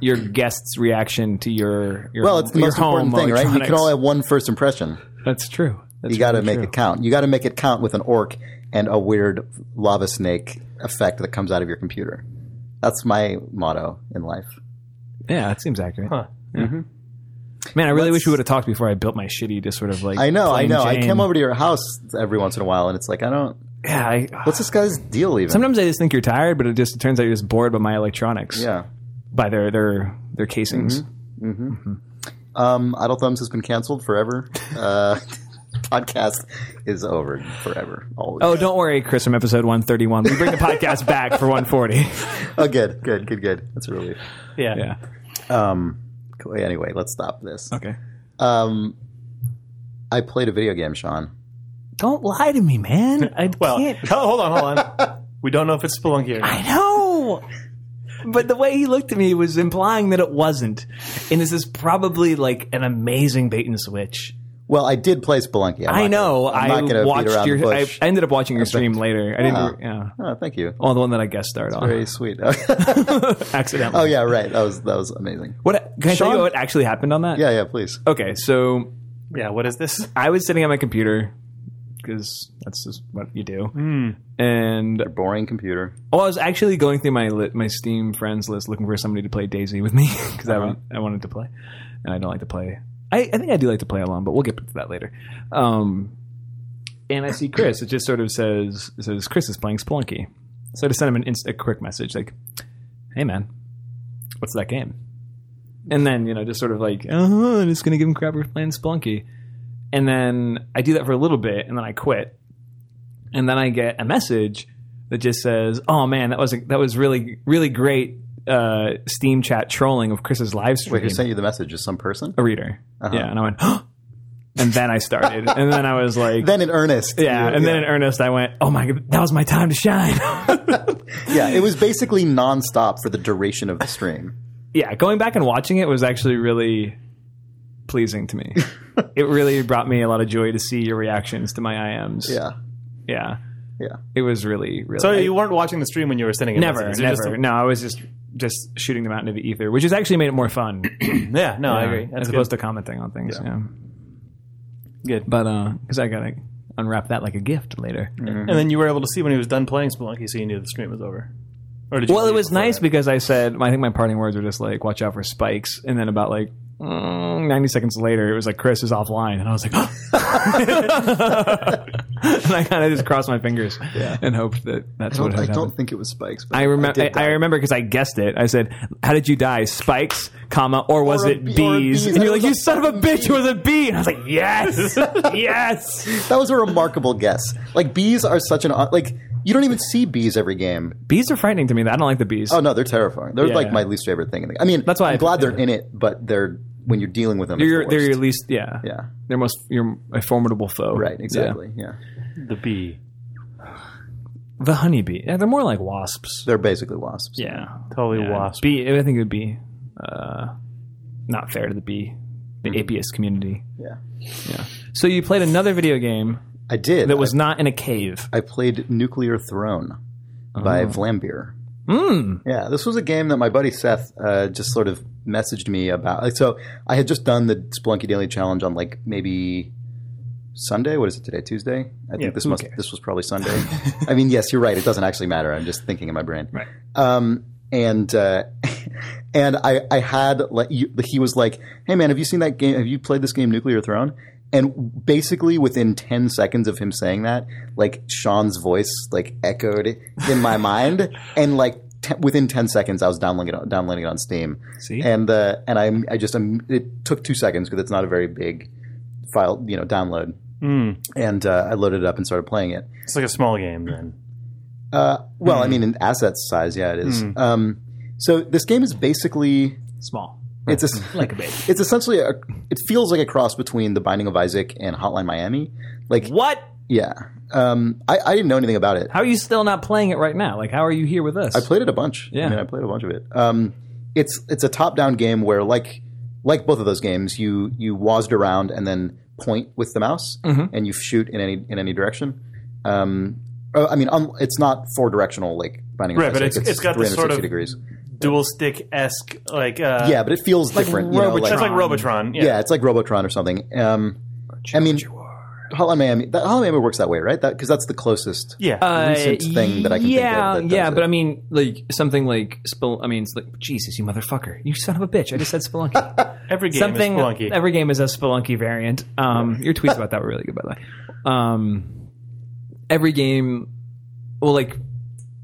Speaker 1: your guest's reaction to your, your
Speaker 3: well, it's the
Speaker 1: your
Speaker 3: most
Speaker 1: home
Speaker 3: important thing, right? You can
Speaker 1: electronics.
Speaker 3: all have one first impression.
Speaker 1: that's true. That's
Speaker 3: you got to
Speaker 1: really
Speaker 3: make
Speaker 1: true.
Speaker 3: it count. You got to make it count with an orc and a weird lava snake effect that comes out of your computer. That's my motto in life.
Speaker 1: Yeah, that seems accurate.
Speaker 4: Huh.
Speaker 1: Yeah. Man, I really
Speaker 3: Mm-hmm. Let's-
Speaker 1: wish we would have talked before I built my shitty to sort of like.
Speaker 3: I know, I
Speaker 1: plain
Speaker 3: know. I
Speaker 1: Jane.
Speaker 3: come over to your house every once in a while, and it's like I don't.
Speaker 1: Yeah, I, uh,
Speaker 3: What's this guy's deal even?
Speaker 1: sometimes I just think you're tired, but it just it turns out you're just bored by my electronics.
Speaker 3: yeah. Mm-hmm.
Speaker 1: by their their their casings.
Speaker 3: Um, Idle Thumbs has been canceled forever. Uh, podcast is over forever. Always.
Speaker 1: Oh, don't worry, Chris. From episode one thirty one, we bring the podcast back for one forty.
Speaker 3: Oh, good, good, good, good. That's a relief.
Speaker 4: Yeah.
Speaker 1: Yeah.
Speaker 3: Um, cool. anyway, let's stop this.
Speaker 1: Okay.
Speaker 3: Um, I played a video game, Sean.
Speaker 1: Don't lie to me, man. I
Speaker 4: Well,
Speaker 1: can't.
Speaker 4: oh, hold on, hold on. we don't know if it's Spelunky or not.
Speaker 1: I know. But the way he looked at me was implying that it wasn't, and this is probably like an amazing bait and switch.
Speaker 3: Well, I did play Spelunky. I'm
Speaker 1: I
Speaker 3: not
Speaker 1: know.
Speaker 3: Gonna, I'm
Speaker 1: I
Speaker 3: not going to beat
Speaker 1: watched
Speaker 3: around
Speaker 1: your.
Speaker 3: the bush.
Speaker 1: I ended up watching your stream later. I
Speaker 3: Yeah.
Speaker 1: didn't. Yeah.
Speaker 3: oh, thank you.
Speaker 1: Oh, the one that I guest starred on
Speaker 3: Very sweet.
Speaker 1: accidentally.
Speaker 3: oh yeah, right. That was that was amazing.
Speaker 1: What can I tell
Speaker 3: Oh, Sean?
Speaker 1: you? What actually happened on that?
Speaker 3: Yeah, yeah. Please.
Speaker 1: Okay, so
Speaker 4: Yeah, what is this?
Speaker 1: I was sitting at my computer because that's just what you do. And
Speaker 3: Boring computer.
Speaker 1: oh, I was actually going through my li- my Steam friends list looking for somebody to play Daisy with me because I, I wanted to play, and I don't like to play. I, I think I do like to play alone, but we'll get to that later. Um, and I see Chris. It just sort of says it says Chris is playing Spelunky, so I just sent him an inst- a quick message like, "Hey man, what's that game?" And then you know just sort of like, "Uh-huh," I'm just gonna give him crap. We're playing Spelunky, and then I do that for a little bit, and then I quit, and then I get a message that just says, "Oh man, that was a, that was really really great uh, Steam chat trolling of Chris's live stream."
Speaker 3: Wait, who sent you the message? Just some person?
Speaker 1: a reader, yeah, and I went. and then I started, and then I was like,
Speaker 3: Then in earnest.
Speaker 1: yeah, and then in earnest, I went, oh my, god, that was my time to shine.
Speaker 3: yeah, it was basically nonstop for the duration of the stream.
Speaker 1: yeah, going back and watching it was actually really pleasing to me. it really brought me a lot of joy to see your reactions to my IMs.
Speaker 3: Yeah,
Speaker 1: yeah,
Speaker 3: yeah.
Speaker 1: it was really, really.
Speaker 4: So you weren't watching the stream when you were sitting. in
Speaker 1: never,
Speaker 4: lessons. You're just-
Speaker 1: never. No, I was just just shooting them out into the ether, which has actually made it more fun. uh,
Speaker 4: yeah, no, I agree.
Speaker 1: as
Speaker 4: That's
Speaker 1: opposed
Speaker 4: good.
Speaker 1: to commenting on things. Yeah.
Speaker 4: Good.
Speaker 1: But uh, because I gotta unwrap that like a gift later.
Speaker 4: And then you were able to see when he was done playing Spelunky, so you knew the stream was over. Or did you
Speaker 1: Well, it
Speaker 4: leave
Speaker 1: was
Speaker 4: before
Speaker 1: nice
Speaker 4: that?
Speaker 1: because I said I think my parting words were just like "watch out for spikes," and then about like mm, ninety seconds later, it was like Chris is offline, and I was like, and I kind of just crossed my fingers and hoped that that's
Speaker 3: I
Speaker 1: what
Speaker 3: don't,
Speaker 1: had
Speaker 3: I
Speaker 1: happened.
Speaker 3: don't think it was spikes. But
Speaker 1: I remember. I,
Speaker 3: did
Speaker 1: I
Speaker 3: die.
Speaker 1: remember because I guessed it. I said, "How did you die? Spikes, comma, or was
Speaker 3: Or a
Speaker 1: it
Speaker 3: bee-
Speaker 1: bees?"
Speaker 3: or a bees.
Speaker 1: And
Speaker 3: It
Speaker 1: you're like,
Speaker 3: was
Speaker 1: "You
Speaker 3: a
Speaker 1: son of a
Speaker 3: fucking
Speaker 1: bitch!
Speaker 3: bee."
Speaker 1: It was a bee!" And I was like, "Yes, yes."
Speaker 3: that was a remarkable guess. Like bees are such an like you don't even see bees every game.
Speaker 1: Bees are frightening to me. I don't like the bees.
Speaker 3: Oh no, they're terrifying. They're
Speaker 1: Yeah,
Speaker 3: like
Speaker 1: yeah.
Speaker 3: my least favorite thing. In the, I mean,
Speaker 1: That's why
Speaker 3: I'm
Speaker 1: I-
Speaker 3: glad they're
Speaker 1: yeah.
Speaker 3: in it, but they're when you're dealing with them.
Speaker 1: they're
Speaker 3: it's
Speaker 1: your,
Speaker 3: the
Speaker 1: they're your
Speaker 3: worst.
Speaker 1: least. Yeah,
Speaker 3: yeah,
Speaker 1: They're most your a formidable foe.
Speaker 3: right,
Speaker 1: Yeah.
Speaker 3: exactly. Yeah.
Speaker 4: the bee,
Speaker 1: The honeybee. Yeah, they're more like wasps.
Speaker 3: they're basically wasps.
Speaker 1: Yeah.
Speaker 4: totally
Speaker 1: yeah.
Speaker 4: wasp.
Speaker 1: Bee. I think it would be uh, not fair to the bee, the apiest community.
Speaker 3: yeah.
Speaker 1: Yeah. So you played another video game
Speaker 3: I did.
Speaker 1: that was not in a cave.
Speaker 3: I played Nuclear Throne by
Speaker 1: Oh.
Speaker 3: Vlambeer.
Speaker 1: Mm.
Speaker 3: Yeah, this was a game that my buddy Seth uh, just sort of messaged me about. Like, So I had just done the Splunky Daily Challenge on like maybe Sunday. What is it today? Tuesday. I think this must this was probably Sunday. I mean, yes, you're right. It doesn't actually matter. I'm just thinking in my brain. Right. Um, and uh, and I I had like you, he was like, hey man, have you seen that game? Have you played this game, Nuclear Throne? And basically within ten seconds of him saying that, like Sean's voice like echoed in my mind, and like te- within ten seconds I was downloading it, downloading it on Steam.
Speaker 1: See?
Speaker 3: and uh, and I I just um, it took two seconds because it's not a very big file, you know, download.
Speaker 4: Mm.
Speaker 3: And uh, I loaded it up and started playing it.
Speaker 4: It's like a small game then.
Speaker 3: Uh, well, I mean, in asset size, yeah, it is.
Speaker 4: Hmm.
Speaker 3: Um, so this game is basically
Speaker 1: Small.
Speaker 3: it's a,
Speaker 1: Like a baby.
Speaker 3: It's essentially a. It feels like a cross between The Binding of Isaac and Hotline Miami. Like,
Speaker 1: What?
Speaker 3: yeah, um, I, I didn't know anything about it.
Speaker 1: How are you still not playing it right now? Like, how are you here with us?
Speaker 3: I played it a bunch.
Speaker 1: Yeah.
Speaker 3: I mean, I played a bunch of it. Um, it's it's a top down game where like like both of those games, you you wazzed around and then point with the mouse
Speaker 4: Mm-hmm.
Speaker 3: and you shoot in any in any direction. Um, uh, I mean, un- it's not four directional like Binding
Speaker 4: Right,
Speaker 3: of
Speaker 4: but
Speaker 3: Isaac.
Speaker 4: it's- it's got this sort
Speaker 3: 360
Speaker 4: of-
Speaker 3: degrees.
Speaker 4: Dual stick esque, like uh,
Speaker 3: Yeah, but it feels different. you know, like-
Speaker 4: That's like Robotron. Yeah.
Speaker 3: yeah. it's like Robotron or something. Um, I mean, Hotline Miami. That, Hotline Miami works that way, right? That because that's the closest.
Speaker 4: Yeah.
Speaker 1: Uh,
Speaker 3: recent thing that I can think of
Speaker 1: yeah,
Speaker 3: that does
Speaker 1: yeah,
Speaker 3: it.
Speaker 1: but I mean, like something like Spel- I mean, it's like Jesus, you motherfucker, you son of a bitch! I just said Spelunky.
Speaker 4: Every game
Speaker 1: something
Speaker 4: is Spelunky.
Speaker 1: every game is a spelunky variant um your tweets about that were really good by the way um every game well like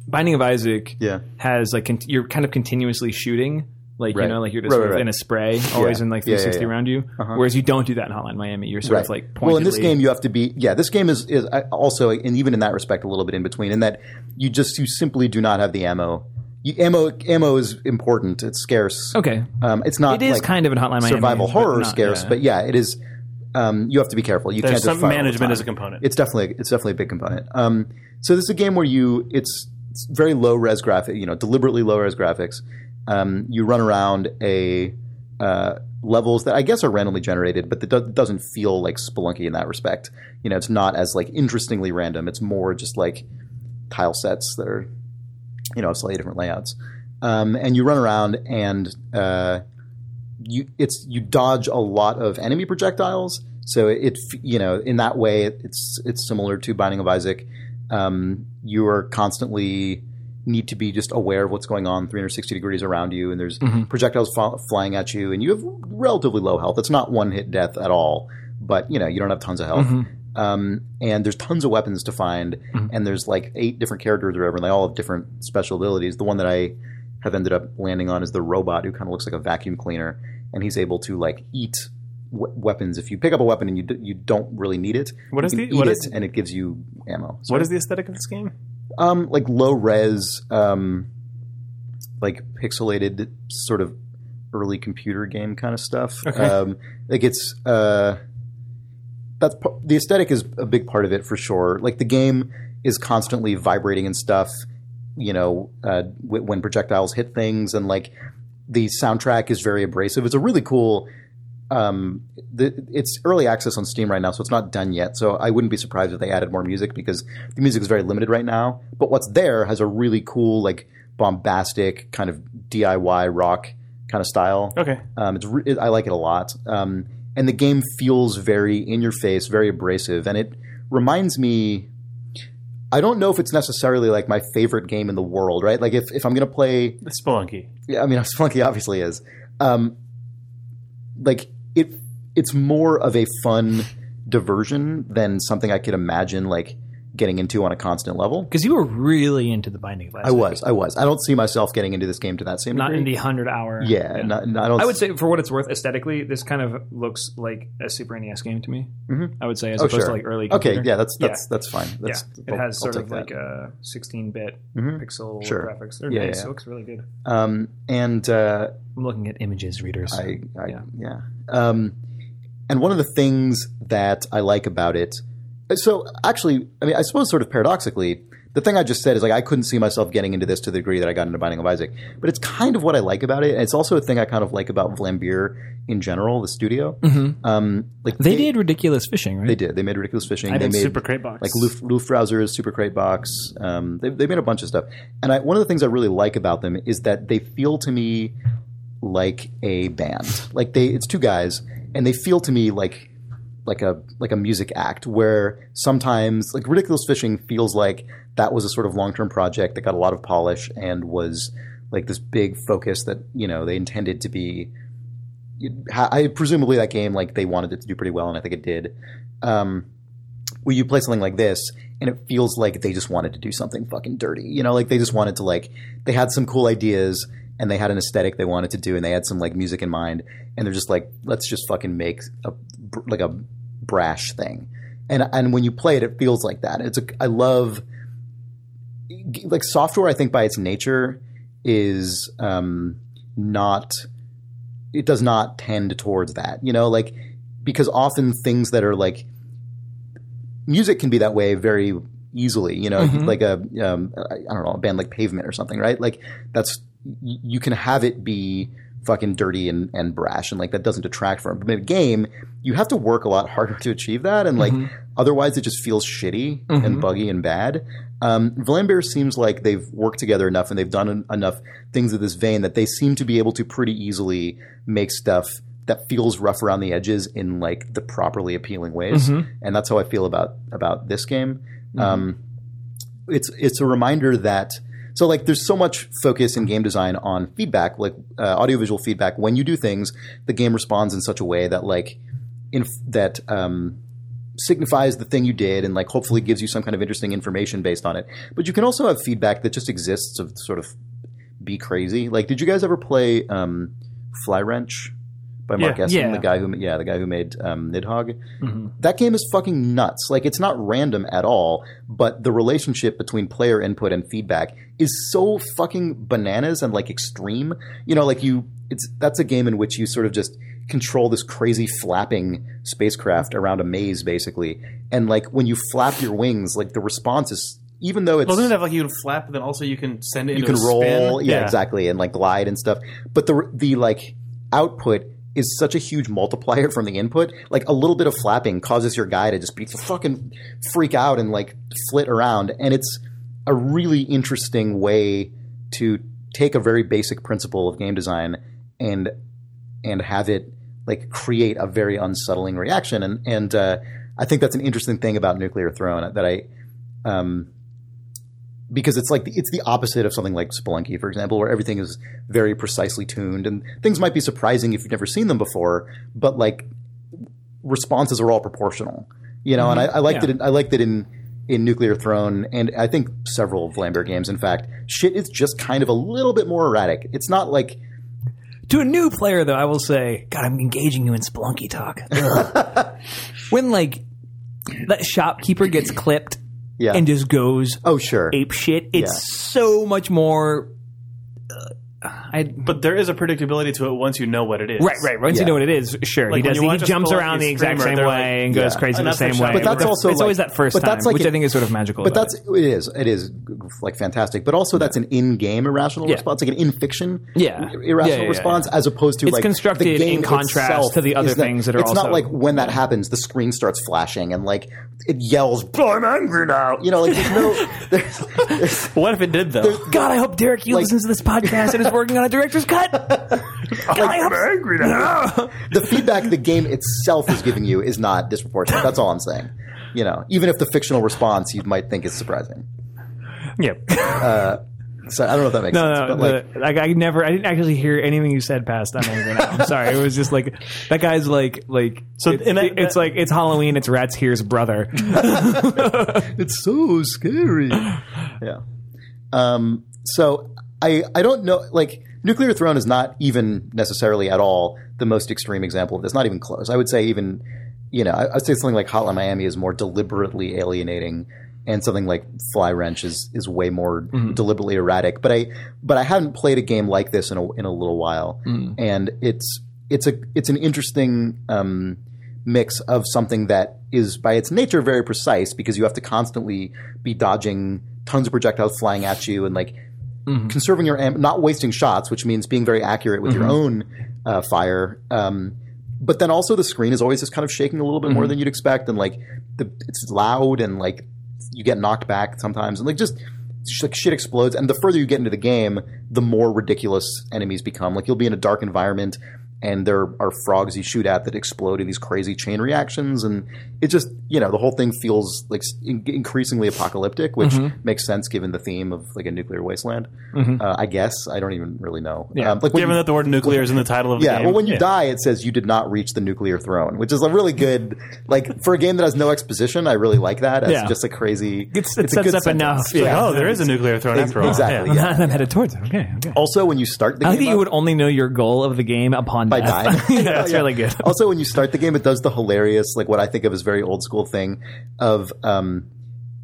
Speaker 1: binding of isaac
Speaker 3: Yeah.
Speaker 1: has like con- you're kind of continuously shooting like
Speaker 3: Right.
Speaker 1: you know like you're just
Speaker 3: Right,
Speaker 1: sort
Speaker 3: right,
Speaker 1: of
Speaker 3: right.
Speaker 1: in a spray always
Speaker 3: Yeah.
Speaker 1: in like
Speaker 3: Yeah, yeah,
Speaker 1: 360
Speaker 3: yeah. Uh-huh.
Speaker 1: around you whereas you don't do that in hotline miami you're sort of like pointedly,
Speaker 3: well, in this game, you have to be. Yeah, this game is is I- also, and even in that respect, a little bit in between. In that you just you simply do not have the ammo. You, ammo ammo is important. It's scarce.
Speaker 1: okay
Speaker 3: Um, it's not.
Speaker 1: it is
Speaker 3: like
Speaker 1: kind of in hotline miami
Speaker 3: survival
Speaker 1: but
Speaker 3: horror
Speaker 1: not-
Speaker 3: scarce,
Speaker 1: yeah.
Speaker 3: but yeah, it is. Um, you have to be careful. You
Speaker 4: There's
Speaker 3: can't
Speaker 4: some
Speaker 3: just fire all the
Speaker 4: management as
Speaker 3: time.
Speaker 4: a component.
Speaker 3: It's definitely it's definitely a big component. Um, so this is a game where you it's, it's very low res graphic, you know, deliberately low res graphics. Um, you run around a uh, levels that I guess are randomly generated, but that do- doesn't feel like Spelunky in that respect. You know, it's not as like interestingly random. It's more just like tile sets that are you know slightly different layouts. Um, and you run around and uh, you it's you dodge a lot of enemy projectiles. So it, f you know in that way it, it's it's similar to Binding of Isaac. Um, you are constantly need to be just aware of what's going on 360 degrees around you, and there's projectiles fa- flying at you, and you have relatively low health. It's not one hit death at all, but you know you don't have tons of health. Um, and there's tons of weapons to find,
Speaker 4: Mm-hmm.
Speaker 3: and there's like eight different characters or whatever, and they all have different special abilities. The one that I have ended up landing on is the robot who kind of looks like a vacuum cleaner, and he's able to like eat we- weapons. If you pick up a weapon and you d- you don't really need it,
Speaker 4: What
Speaker 3: you
Speaker 4: is
Speaker 3: can
Speaker 4: the-
Speaker 3: eat
Speaker 4: what
Speaker 3: it
Speaker 4: is-
Speaker 3: and it gives you ammo.
Speaker 4: What is the aesthetic of this game?
Speaker 3: Um, like low res, um, like pixelated sort of early computer game kind of stuff.
Speaker 4: Okay.
Speaker 3: Um, like it's uh, that's p- the aesthetic is a big part of it for sure. Like the game is constantly vibrating and stuff. You know, uh, w- when projectiles hit things, and like the soundtrack is very abrasive. It's a really cool. Um, the, it's early access on Steam right now, so it's not done yet. So I wouldn't be surprised if they added more music because the music is very limited right now. But what's there has a really cool, like bombastic kind of DIY rock kind of style.
Speaker 4: Okay.
Speaker 3: Um, it's re- it, I like it a lot. Um, and the game feels very in your face, very abrasive, and it reminds me. I don't know if it's necessarily like my favorite game in the world, right? Like if, if I'm gonna play,
Speaker 4: Spelunky.
Speaker 3: yeah, I mean, Spelunky obviously is. Um, like it, it's more of a fun diversion than something I could imagine like getting into on a constant level.
Speaker 5: Because you were really into the Binding of Isaac.
Speaker 3: I was, I was. I don't see myself getting into this game to that same
Speaker 5: Not in
Speaker 3: degree.
Speaker 5: the 100 hour.
Speaker 3: yeah, Not, I don't.
Speaker 1: I would say, for what it's worth, aesthetically, this kind of looks like a Super NES game to me.
Speaker 3: Mhm.
Speaker 1: I would say, as
Speaker 3: Oh,
Speaker 1: opposed to
Speaker 3: sure.
Speaker 1: like early.
Speaker 3: Okay,
Speaker 1: computer.
Speaker 3: yeah, that's
Speaker 1: Yeah.
Speaker 3: that's that's fine. That's,
Speaker 1: yeah. It
Speaker 3: I'll-
Speaker 1: has
Speaker 3: I'll
Speaker 1: sort of
Speaker 3: take
Speaker 1: like a
Speaker 3: that.
Speaker 1: 16-bit
Speaker 3: Mhm.
Speaker 1: pixel
Speaker 3: Sure.
Speaker 1: graphics. They're
Speaker 3: Yeah,
Speaker 1: nice.
Speaker 3: yeah.
Speaker 1: It looks really good.
Speaker 3: um, and uh,
Speaker 5: I'm looking at images, readers.
Speaker 3: I, I yeah.
Speaker 1: Yeah.
Speaker 3: Um, and one of the things that I like about it, so actually, I mean, I suppose sort of paradoxically, the thing I just said is like I couldn't see myself getting into this to the degree that I got into Binding of Isaac, but it's kind of what I like about it, and it's also a thing I kind of like about Flambeer in general, the studio. Um, like
Speaker 5: Mm-hmm. they did ridiculous fishing, right?
Speaker 3: they did, they made ridiculous fishing.
Speaker 4: I
Speaker 3: they
Speaker 4: think
Speaker 3: made
Speaker 4: Super Crate Box.
Speaker 3: like Luf- Lufrauser's Super Crate Box. Um, they, they made a bunch of stuff. And I, one of the things I really like about them is that they feel to me like a band. Like they, it's two guys, and they feel to me like like a like a music act where sometimes like ridiculous fishing feels like that was a sort of long-term project that got a lot of polish and was like this big focus that you know they intended to be you'd ha- I presumably that game like they wanted it to do pretty well and I think it did um where you play something like this and it feels like they just wanted to do something fucking dirty you know like they just wanted to like they had some cool ideas and they had an aesthetic they wanted to do and they had some like music in mind and they're just like let's just fucking make a br- like a brash thing and and when you play it it feels like that it's a, I love like software I think by its nature is um not it does not tend towards that you know like because often things that are like music can be that way very easily you know like a um, i don't know a band like pavement or something right like that's y- you can have it be fucking dirty and, and brash and like that doesn't detract from it but in a game you have to work a lot harder to achieve that and like otherwise it just feels shitty and buggy and bad um, Vlambeer seems like they've worked together enough and they've done en- enough things of this vein that they seem to be able to pretty easily make stuff that feels rough around the edges in like the properly appealing ways, and that's how I feel about about this game. Um, it's it's a reminder that so like there's so much focus in game design on feedback, like uh, audiovisual feedback. When you do things, the game responds in such a way that like in that um, signifies the thing you did and like hopefully gives you some kind of interesting information based on it. But you can also have feedback that just exists of sort of be crazy. Like, did you guys ever play um, Fly Wrench by Mark
Speaker 4: Yeah.
Speaker 3: Eston,
Speaker 5: Yeah.
Speaker 3: the guy who yeah the guy who made um, Nidhogg? That game is fucking nuts. Like, it's not random at all, but the relationship between player input and feedback is so fucking bananas and like extreme. You know, like you it's that's a game in which you sort of just control this crazy flapping spacecraft around a maze basically and like when you flap your wings like the response is even though it's
Speaker 4: Well, doesn't it have like you can flap, but then also you can send
Speaker 3: you
Speaker 4: it.
Speaker 3: can
Speaker 4: into a spin?
Speaker 3: roll yeah, exactly and like glide and stuff but the the like output is such a huge multiplier from the input like a little bit of flapping causes your guy to just be fucking freak out and like flit around and it's a really interesting way to take a very basic principle of game design and and have it like create a very unsettling reaction and and uh, I think that's an interesting thing about Nuclear Throne that I um, because it's like it's the opposite of something like Spelunky, for example, where everything is very precisely tuned and things might be surprising if you've never seen them before, but like responses are all proportional, you know. And I, I liked it. In, I liked it in in Nuclear Throne, and I think several of Lambert games. In fact, shit is just kind of a little bit more erratic. It's not like
Speaker 5: To a new player, though, I will say, God, I'm engaging you in Spelunky talk. Ugh. when, like, that shopkeeper gets clipped
Speaker 3: yeah.
Speaker 5: and just goes
Speaker 3: oh sure.
Speaker 5: ape shit, it's so much more uh, I
Speaker 4: But there is a predictability to it once you know what it is.
Speaker 1: Right, right. Once
Speaker 3: Yeah.
Speaker 1: you know what it is, sure. he
Speaker 4: Like, when
Speaker 1: does.
Speaker 4: you
Speaker 1: He
Speaker 4: watch a
Speaker 1: jumps
Speaker 4: Spelunky
Speaker 1: around the exact
Speaker 4: streamer,
Speaker 1: same way
Speaker 4: they're like,
Speaker 1: and goes
Speaker 3: yeah,
Speaker 1: crazy the
Speaker 4: enough
Speaker 1: same
Speaker 4: for
Speaker 1: way.
Speaker 4: shot. But
Speaker 3: that's
Speaker 1: It's
Speaker 3: also
Speaker 1: it's
Speaker 3: like-
Speaker 1: always that first
Speaker 3: but
Speaker 1: time,
Speaker 3: that's like
Speaker 1: which
Speaker 3: a-
Speaker 1: I think is sort of magical.
Speaker 3: But
Speaker 1: about
Speaker 3: that's it is it is like fantastic. But also that's an in-game irrational
Speaker 1: Yeah.
Speaker 3: response, like an in-fiction
Speaker 1: Yeah.
Speaker 3: ir-
Speaker 1: Yeah, yeah,
Speaker 3: irrational
Speaker 1: yeah,
Speaker 3: response, as opposed to
Speaker 1: It's
Speaker 3: like
Speaker 1: constructed
Speaker 3: the game
Speaker 1: in contrast
Speaker 3: itself
Speaker 1: to the other
Speaker 3: is that-
Speaker 1: things that are
Speaker 3: It's not
Speaker 1: also-
Speaker 3: like when that happens, the screen starts flashing and like it yells, "I'm angry now." You know, like there's no. There's, there's,
Speaker 4: What if it did though?
Speaker 5: God, I hope Derek you
Speaker 3: Like-
Speaker 5: listens to this podcast and is working on a director's cut. God, I hope
Speaker 3: angry now. the feedback the game itself is giving you is not disproportionate. That's all I'm saying. You know, even if the fictional response you might think is surprising.
Speaker 1: it. yeah.
Speaker 3: So I don't know if that makes
Speaker 1: No,
Speaker 3: sense,
Speaker 1: no,
Speaker 3: but like.
Speaker 1: the- like I never, I didn't actually hear anything you said past I'm angry now. I'm sorry, it was just like that guy's like, like so.
Speaker 4: and that-
Speaker 1: it's
Speaker 4: that-
Speaker 1: like it's Halloween. It's Rat's Here's brother.
Speaker 3: It's so scary. yeah. Um, so I I don't know like Nuclear Throne is not even necessarily at all the most extreme example of this. Not even close. I would say even you know I, I would say something like Hotline Miami is more deliberately alienating, and something like Fly Wrench is is way more deliberately erratic. But I but I haven't played a game like this in a in a little while, and it's it's a it's an interesting. Um, mix of something that is by its nature very precise because you have to constantly be dodging tons of projectiles flying at you and like conserving your am- not wasting shots which means being very accurate with your own uh, fire um, but then also the screen is always just kind of shaking a little bit
Speaker 4: Mm-hmm.
Speaker 3: more than you'd expect and like the, it's loud and like you get knocked back sometimes and like just sh- like shit explodes and the further you get into the game the more ridiculous enemies become like you'll be in a dark environment and there are frogs you shoot at that explode in these crazy chain reactions and it just you know the whole thing feels like s- in- increasingly apocalyptic which
Speaker 4: Mm-hmm.
Speaker 3: makes sense given the theme of like a nuclear wasteland uh, i guess i don't even really know yeah. um, like when
Speaker 4: Given
Speaker 3: you-
Speaker 4: that the word nuclear is in the title of
Speaker 3: yeah,
Speaker 4: the game.
Speaker 3: well, when you die, it says you did not reach the nuclear throne, which is a really good, like, for a game that has no exposition. I really like that. It's
Speaker 1: Yeah.
Speaker 3: just a crazy.
Speaker 1: It's, it
Speaker 3: it's a
Speaker 1: sets
Speaker 3: good
Speaker 1: up enough.
Speaker 3: sentence.
Speaker 1: Yeah.
Speaker 4: oh, there is a nuclear threat after all.
Speaker 3: Exactly.
Speaker 4: Yeah.
Speaker 3: yeah.
Speaker 1: I'm headed towards it. Okay. okay.
Speaker 3: Also, when you start the
Speaker 1: Uh-huh. I
Speaker 3: game,
Speaker 1: think you
Speaker 3: up-
Speaker 1: would only know your goal of the game upon
Speaker 3: by
Speaker 1: death.
Speaker 3: dying.
Speaker 1: yeah, that's really good.
Speaker 3: also, when you start the game, it does the hilarious, like what I think of as very old school thing of um,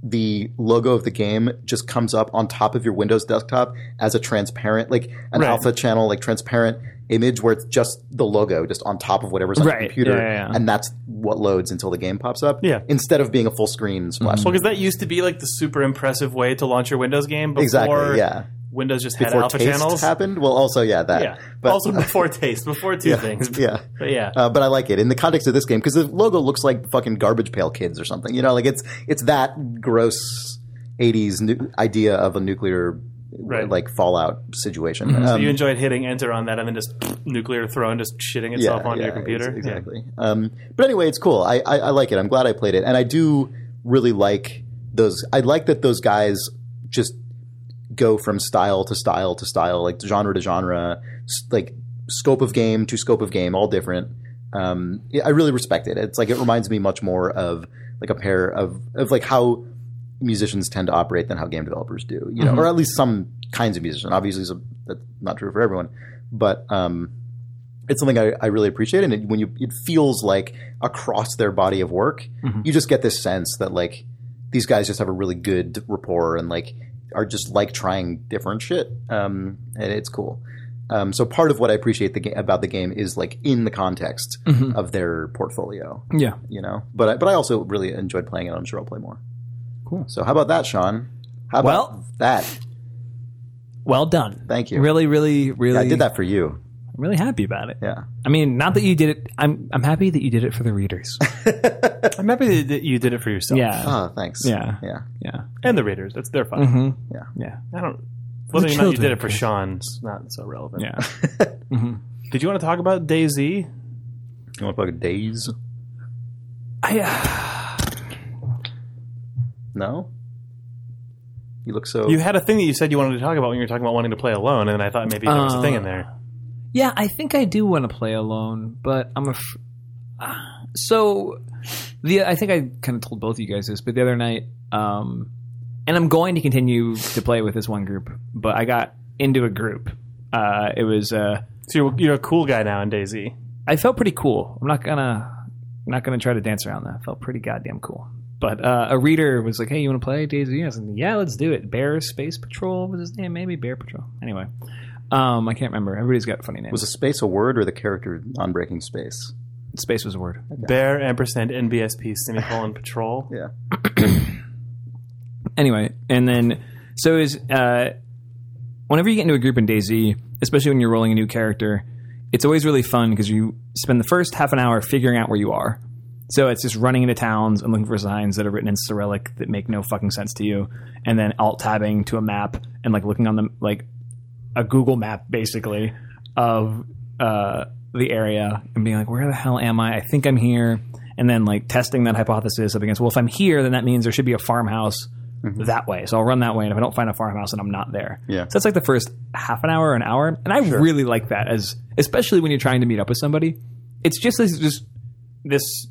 Speaker 3: the logo of the game just comes up on top of your Windows desktop as a transparent, like an alpha channel, like transparent image where it's just the logo just on top of whatever's on
Speaker 1: Right.
Speaker 3: your computer.
Speaker 1: Yeah, yeah, yeah.
Speaker 3: And that's what loads until the game pops up.
Speaker 4: Yeah.
Speaker 3: Instead of being a full
Speaker 1: Mm-hmm.
Speaker 3: screen splash.
Speaker 4: Well, because that used to be like the super impressive way to launch your Windows game before
Speaker 3: Exactly. Yeah.
Speaker 4: Windows just had
Speaker 3: Before
Speaker 4: alpha
Speaker 3: taste
Speaker 4: channels.
Speaker 3: happened. Well, also, yeah, that.
Speaker 4: Yeah.
Speaker 3: But,
Speaker 4: also before taste, before two things.
Speaker 3: yeah.
Speaker 4: But yeah.
Speaker 3: Uh, but I like it in the context of this game because the logo looks like fucking garbage pail kids or something. You know, like it's it's that gross '80s nu- idea of a nuclear
Speaker 4: Right. Mm-hmm.
Speaker 3: like fallout situation.
Speaker 4: so
Speaker 3: Um,
Speaker 4: you enjoyed hitting enter on that and then just nuclear throne just shitting
Speaker 3: yeah,
Speaker 4: itself onto
Speaker 3: yeah,
Speaker 4: your computer.
Speaker 3: ex- exactly. Um, but anyway, it's cool. I, I I like it. I'm glad I played it, and I do really like those. I like that those guys just go from style to style to style, like genre to genre, s- like scope of game to scope of game, all different. Um, yeah, I really respect it. It's like it reminds me much more of like a pair of of like how musicians tend to operate than how game developers do, you
Speaker 4: Mm-hmm.
Speaker 3: know, or at least some kinds of musicians. Obviously, some, that's not true for everyone, but um, it's something I, I really appreciate. And it, when you, it feels like across their body of work,
Speaker 5: Mm-hmm.
Speaker 3: you just get this sense that like these guys just have a really good rapport and like are just like trying different shit, um, and it's cool. Um, so part of what I appreciate the ga- about the game is like in the context
Speaker 5: Mm-hmm.
Speaker 3: of their portfolio,
Speaker 1: Yeah.
Speaker 3: you know. But I, but I also really enjoyed playing it. I'm sure I'll play more.
Speaker 1: Cool.
Speaker 3: So how about that, Sean? How about
Speaker 5: Well-
Speaker 3: that?
Speaker 5: well done.
Speaker 3: Thank you.
Speaker 5: Really, really, really.
Speaker 3: I did that for you.
Speaker 5: I'm really happy about it.
Speaker 3: Yeah.
Speaker 5: I mean, not that you did it. I'm I'm happy that you did it for the readers.
Speaker 4: I'm happy that you did it for yourself.
Speaker 5: Yeah,
Speaker 3: Oh, thanks.
Speaker 5: Yeah.
Speaker 3: Yeah.
Speaker 5: yeah.
Speaker 4: And the readers. That's their fun.
Speaker 3: Mm-hmm.
Speaker 4: I don't whether or not you did it for Sean's not so relevant.
Speaker 1: Yeah.
Speaker 4: Did you want to talk about Daisy?
Speaker 3: You want to plug days?
Speaker 5: I, uh,
Speaker 3: No. You look so.
Speaker 4: You had a thing that you said you wanted to talk about when you were talking about wanting to play alone, and I thought maybe there was a thing in there.
Speaker 5: yeah, I think I do want to play alone, but I'm a. F- Ah, so, the I think I kind of told both of you guys this, but the other night, um, and I'm going to continue to play with this one group, but I got into a group. Uh, it was uh,
Speaker 4: So you're, you're a cool guy now in Daisy.
Speaker 5: I felt pretty cool. I'm not gonna I'm not gonna try to dance around that. I felt pretty goddamn cool. But uh, a reader was like, "Hey, you want to play Days of Us?" And yeah, let's do it. Bear Space Patrol was his name, maybe Bear Patrol. Anyway,
Speaker 1: Um, I can't remember. Everybody's got funny names.
Speaker 3: Was a space a word or the character non breaking space?
Speaker 1: Space was a word.
Speaker 4: Bear ampersand NBSP semicolon patrol.
Speaker 3: Yeah.
Speaker 1: anyway, and then so is uh, whenever you get into a group in DayZ, especially when you're rolling a new character, it's always really fun because you spend the first half an hour figuring out where you are. So it's just running into towns and looking for signs that are written in Cyrillic that make no fucking sense to you, and then alt tabbing to a map and like looking on the like a Google map basically of uh, the area and being like, where the hell am I? I think I'm here. And then like testing that hypothesis up against, well, if I'm here, then that means there should be a farmhouse that way. So I'll run that way. And if I don't find a farmhouse and I'm not there.
Speaker 3: Yeah.
Speaker 1: So that's like the first half an hour, an hour. And I really like that as, especially when you're trying to meet up with somebody. It's just this, just this,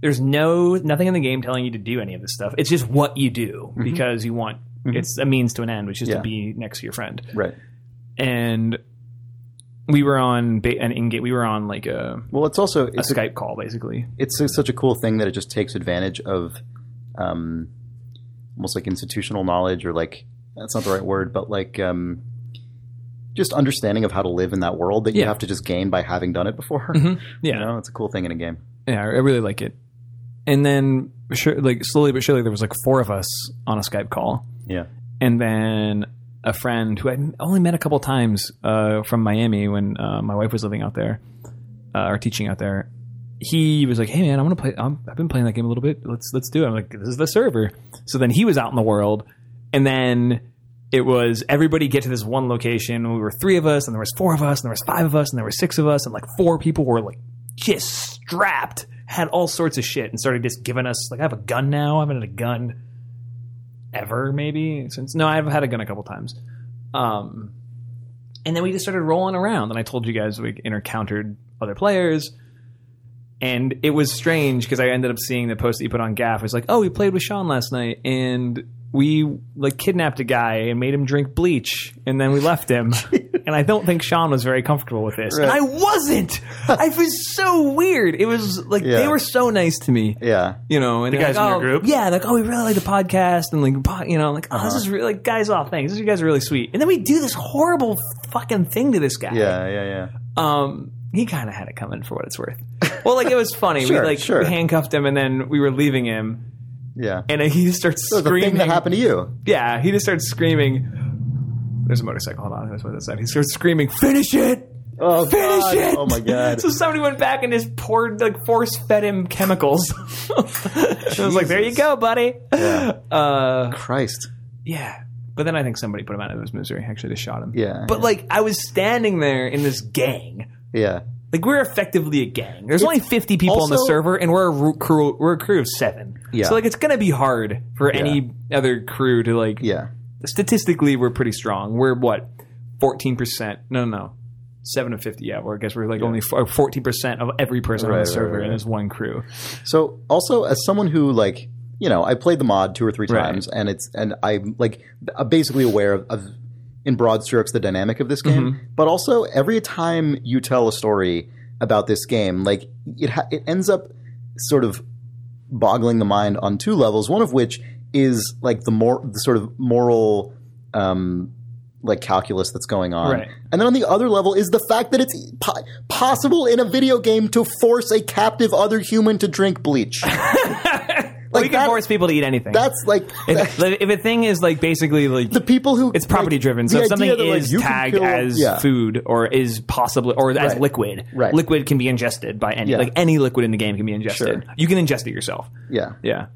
Speaker 1: there's no, nothing in the game telling you to do any of this stuff. It's just what you do because you want, it's a means to an end, which is
Speaker 3: Yeah.
Speaker 1: to be next to your friend
Speaker 3: Right.
Speaker 1: and we were on ba- an in we were on like a,
Speaker 3: Well, it's also
Speaker 1: a
Speaker 3: it's,
Speaker 1: Skype call basically.
Speaker 3: it's a- such a cool thing that it just takes advantage of um, almost like institutional knowledge or like that's not the right word, but like um, just understanding of how to live in that world that you
Speaker 1: Yeah. Mm-hmm.
Speaker 3: have to just gain by having done it before.
Speaker 1: Yeah,
Speaker 3: You know, it's a cool thing in a game.
Speaker 1: yeah, I really like it. And then sure, like slowly but surely, there was like four of us on a Skype call,
Speaker 3: Yeah.
Speaker 1: and then a friend who I only met a couple times uh, from Miami when uh, my wife was living out there uh, or teaching out there. He was like, "Hey man, I want to play. I'm, I've been playing that game a little bit. Let's let's do it." I'm like, "This is the server." So then he was out in the world, and then it was everybody get to this one location. We were three of us, and there was four of us, and there was five of us, and there were six of us, and like four people were like just strapped, had all sorts of shit, and started just giving us like I have a gun now. I haven't had a gun ever, maybe since no, I've had a gun a couple times. Um, and then we just started rolling around, and I told you guys we encountered other players. And it was strange because I ended up seeing the post that you put on Gaff. It was like, oh, we played with Sean last night, and we like kidnapped a guy and made him drink bleach, and then we left him. and I don't think Sean was very comfortable with this. And I
Speaker 3: Right.
Speaker 1: wasn't. I was so weird. It was like they
Speaker 3: Yeah.
Speaker 1: were so nice to me
Speaker 3: Yeah.
Speaker 1: you know, and the
Speaker 4: guys
Speaker 1: like,
Speaker 4: in your
Speaker 1: oh,
Speaker 4: group?
Speaker 1: yeah, like oh, we really like the podcast, and like po- you know, like oh, this
Speaker 3: Uh-huh.
Speaker 1: is really, like guys, off thanks, this, you guys are really sweet, and then we do this horrible fucking thing to this guy.
Speaker 3: Yeah. Yeah. Yeah.
Speaker 1: um, he kind of had it coming for what it's worth. Well, like it was funny.
Speaker 3: Sure,
Speaker 1: we like
Speaker 3: sure.
Speaker 1: we handcuffed him, and then we were leaving him,
Speaker 3: Yeah.
Speaker 1: and he just starts
Speaker 3: So the
Speaker 1: screaming.
Speaker 3: thing that happened to you.
Speaker 1: Yeah, he just starts screaming. There's a motorcycle. Hold on, that's what that said. He starts screaming, "Finish it!
Speaker 3: Oh,
Speaker 1: Finish
Speaker 3: God.
Speaker 1: it!"
Speaker 3: Oh my god.
Speaker 1: So somebody went back and just poured, like, force fed him chemicals. I was like, "There you go, buddy."
Speaker 3: Yeah.
Speaker 1: Uh,
Speaker 3: Christ.
Speaker 1: Yeah. But then I think somebody put him out of his misery. Actually, just shot him.
Speaker 3: Yeah.
Speaker 1: But like, I was standing there in this gang.
Speaker 3: yeah.
Speaker 1: Like, we're effectively a gang. There's only 50 people on the
Speaker 3: also-
Speaker 1: server, and we're a ru- crew. We're a crew of seven.
Speaker 3: Yeah.
Speaker 1: So like, it's gonna be hard for any other crew to like.
Speaker 3: Yeah.
Speaker 1: Statistically, we're pretty strong. We're what, 14 percent? No, no, no. Seven of 50. Yeah. We're I guess we're like only 14 percent of every person on
Speaker 3: Right,
Speaker 1: the
Speaker 3: right,
Speaker 1: server
Speaker 3: right,
Speaker 1: in this one crew.
Speaker 3: So also as someone who like you know I played the mod two or three
Speaker 1: Right.
Speaker 3: times and it's and I'm like b- basically aware of, of in broad strokes the dynamic of this game, but also every time you tell a story about this game, like it ha- it ends up sort of boggling the mind on two levels. One of which is like the more the sort of moral. Um, like calculus that's going on,
Speaker 1: Right.
Speaker 3: and then on the other level is the fact that it's po- possible in a video game to force a captive other human to drink bleach.
Speaker 1: Like, we can
Speaker 3: that-
Speaker 1: force people to eat anything.
Speaker 3: That's like
Speaker 1: if, if a thing is like basically like
Speaker 3: the people who
Speaker 1: it's property
Speaker 3: like,
Speaker 1: driven.
Speaker 3: the
Speaker 1: So if
Speaker 3: idea
Speaker 1: something
Speaker 3: that, like,
Speaker 1: is
Speaker 3: you can
Speaker 1: tagged
Speaker 3: kill-
Speaker 1: as
Speaker 3: yeah.
Speaker 1: food or is possibly or as
Speaker 3: Right.
Speaker 1: liquid,
Speaker 3: Right.
Speaker 1: liquid can be ingested by any
Speaker 3: Yeah.
Speaker 1: like any liquid in the game can be ingested.
Speaker 3: Sure.
Speaker 1: You can ingest it yourself.
Speaker 3: Yeah.
Speaker 1: Yeah.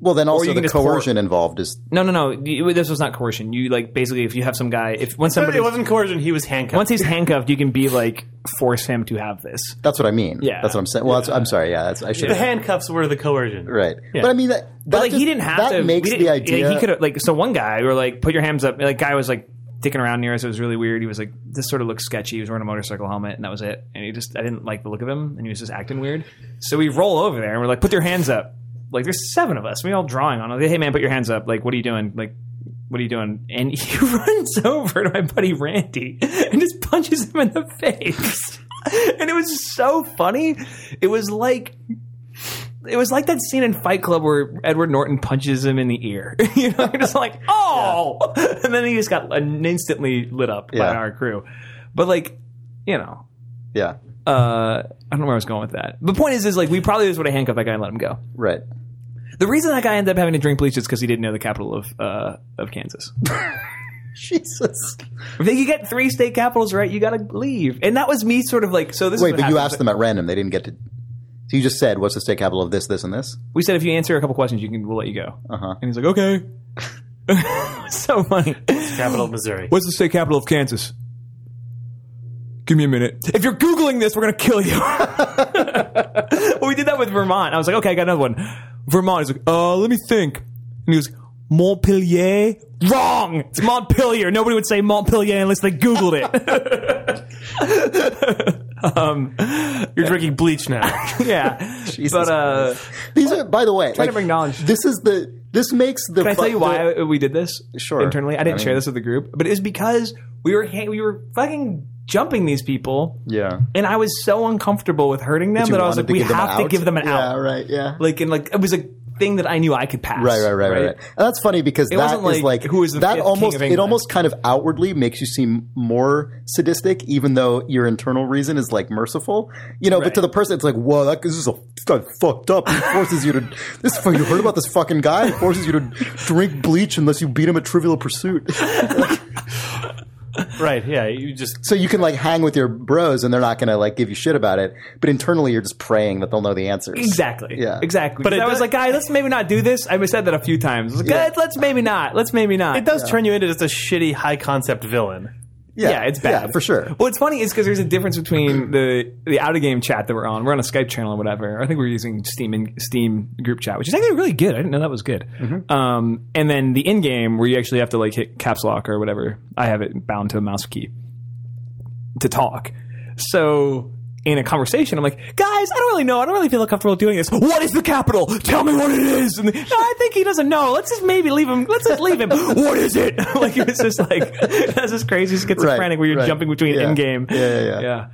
Speaker 3: Well, then also
Speaker 1: you can
Speaker 3: the
Speaker 1: just pour-
Speaker 3: coercion involved is
Speaker 1: No, no, no. You- This was not coercion. You like basically if you have some guy if once
Speaker 4: But
Speaker 1: somebody
Speaker 4: it wasn't coercion. He was handcuffed.
Speaker 1: once he's handcuffed, you can be like force him to have this.
Speaker 3: that's what I mean.
Speaker 1: Yeah.
Speaker 3: That's what I'm saying. Well, that's, I'm sorry. Yeah, that's, I should.
Speaker 4: the handcuffs were the coercion.
Speaker 3: Right. But I mean that. that
Speaker 1: But like
Speaker 3: just-
Speaker 1: he didn't have
Speaker 3: that
Speaker 1: to. we
Speaker 3: makes
Speaker 1: didn't-
Speaker 3: the idea.
Speaker 1: Like, he could have like so one guy were like put your hands up. Like guy was like dicking around near us. It was really weird. He was like this sort of looked sketchy. He was wearing a motorcycle helmet and that was it. And he just I didn't like the look of him and he was just acting weird. So we roll over there and we're like put your hands up. Like there's seven of us. We all drawing on. it. Like, hey man, put your hands up. Like what are you doing? Like what are you doing? And he runs over to my buddy Randy and just punches him in the face. and it was so funny. It was like it was like that scene in Fight Club where Edward Norton punches him in the ear. you know, you're just like, oh, and then he just got instantly lit up
Speaker 3: Yeah.
Speaker 1: by our crew. But like, you know,
Speaker 3: Yeah.
Speaker 1: uh, I don't know where I was going with that. The point is, is like we probably just would have handcuffed that guy and let him go.
Speaker 3: Right.
Speaker 1: The reason that guy ended up having to drink bleach is because he didn't know the capital of uh, of Kansas.
Speaker 3: Jesus.
Speaker 1: if you get three state capitals right, you got to leave. And that was me, sort of like so. This
Speaker 3: Wait,
Speaker 1: is what
Speaker 3: but you
Speaker 1: happens.
Speaker 3: asked them at random. They didn't get to. So you just said, "What's the state capital of this, this, and this?"
Speaker 1: We said if you answer a couple questions, you can we'll let you go.
Speaker 3: Uh-huh.
Speaker 1: And he's like, okay. so funny.
Speaker 4: Capital of Missouri.
Speaker 1: What's the state capital of Kansas? Give me a minute. If you're Googling this, we're going to kill you. well, we did that with Vermont. I was like, okay, I got another one. Vermont. He's like, uh, let me think. And he was, Montpelier? Wrong! It's Montpelier. Nobody would say Montpelier unless they Googled it. um,
Speaker 4: You're drinking bleach now.
Speaker 1: yeah.
Speaker 3: Jesus
Speaker 1: but, uh,
Speaker 3: These are, by the way,
Speaker 1: trying to
Speaker 3: like,
Speaker 1: bring knowledge.
Speaker 3: This is the. This makes the.
Speaker 1: Can I tell you why we did this?
Speaker 3: Sure.
Speaker 1: Internally, I didn't
Speaker 3: I mean-
Speaker 1: share this with the group, but it was because we were ha- we were fucking jumping these people,
Speaker 3: Yeah.
Speaker 1: and I was so uncomfortable with hurting them
Speaker 3: You
Speaker 1: that, I was
Speaker 3: wanted
Speaker 1: like, we
Speaker 3: give them
Speaker 1: have
Speaker 3: an
Speaker 1: to
Speaker 3: out?
Speaker 1: give them an
Speaker 3: yeah,
Speaker 1: out.
Speaker 3: Right. Yeah.
Speaker 1: Like and like it was a thing that I knew I could pass.
Speaker 3: Right, right, right, right, right. And that's funny because that is
Speaker 1: wasn't like,
Speaker 3: like
Speaker 1: who is the
Speaker 3: that
Speaker 1: fifth king
Speaker 3: almost
Speaker 1: of
Speaker 3: it
Speaker 1: England?
Speaker 3: almost kind of outwardly makes you seem more sadistic, even though your internal reason is like merciful. You know, but to the person, it's like, whoa, that this is a this guy fucked up. He forces you to this. fu- You heard about this fucking guy? He forces you to drink bleach unless you beat him at Trivial Pursuit.
Speaker 4: right, yeah. You just
Speaker 3: so you can like hang with your bros, and they're not gonna like give you shit about it. But internally, you're just praying that they'll know the answers.
Speaker 1: Exactly.
Speaker 3: Yeah.
Speaker 1: Exactly.
Speaker 4: But
Speaker 1: But
Speaker 4: it
Speaker 1: I was
Speaker 4: does-
Speaker 1: like, guys, let's maybe not do this. I've said that a few times. I was like,
Speaker 3: Yeah.
Speaker 1: "Guys, let's maybe not. Let's maybe not.
Speaker 4: it does turn you into just a shitty high concept villain.
Speaker 1: Yeah, it's bad
Speaker 3: Yeah, for sure.
Speaker 1: Well, what's funny is because there's a difference between the the out of game chat that we're on. We're on a Skype channel or whatever. I think we're using Steam and Steam group chat, which is actually really good. I didn't know that was good.
Speaker 3: Mm-hmm.
Speaker 1: Um, and then the in game where you actually have to like hit caps lock or whatever. I have it bound to a mouse key to talk. So in a conversation, I'm like, guys, I don't really know. I don't really feel comfortable doing this. What is the capital? Tell me what it is. And no, I think he doesn't know. Let's just maybe leave him. Let's just leave him. what is it? like it was just like that's just crazy schizophrenic
Speaker 3: Right,
Speaker 1: where you're
Speaker 3: right.
Speaker 1: jumping between
Speaker 3: Yeah.
Speaker 1: in game.
Speaker 3: Yeah, yeah, yeah.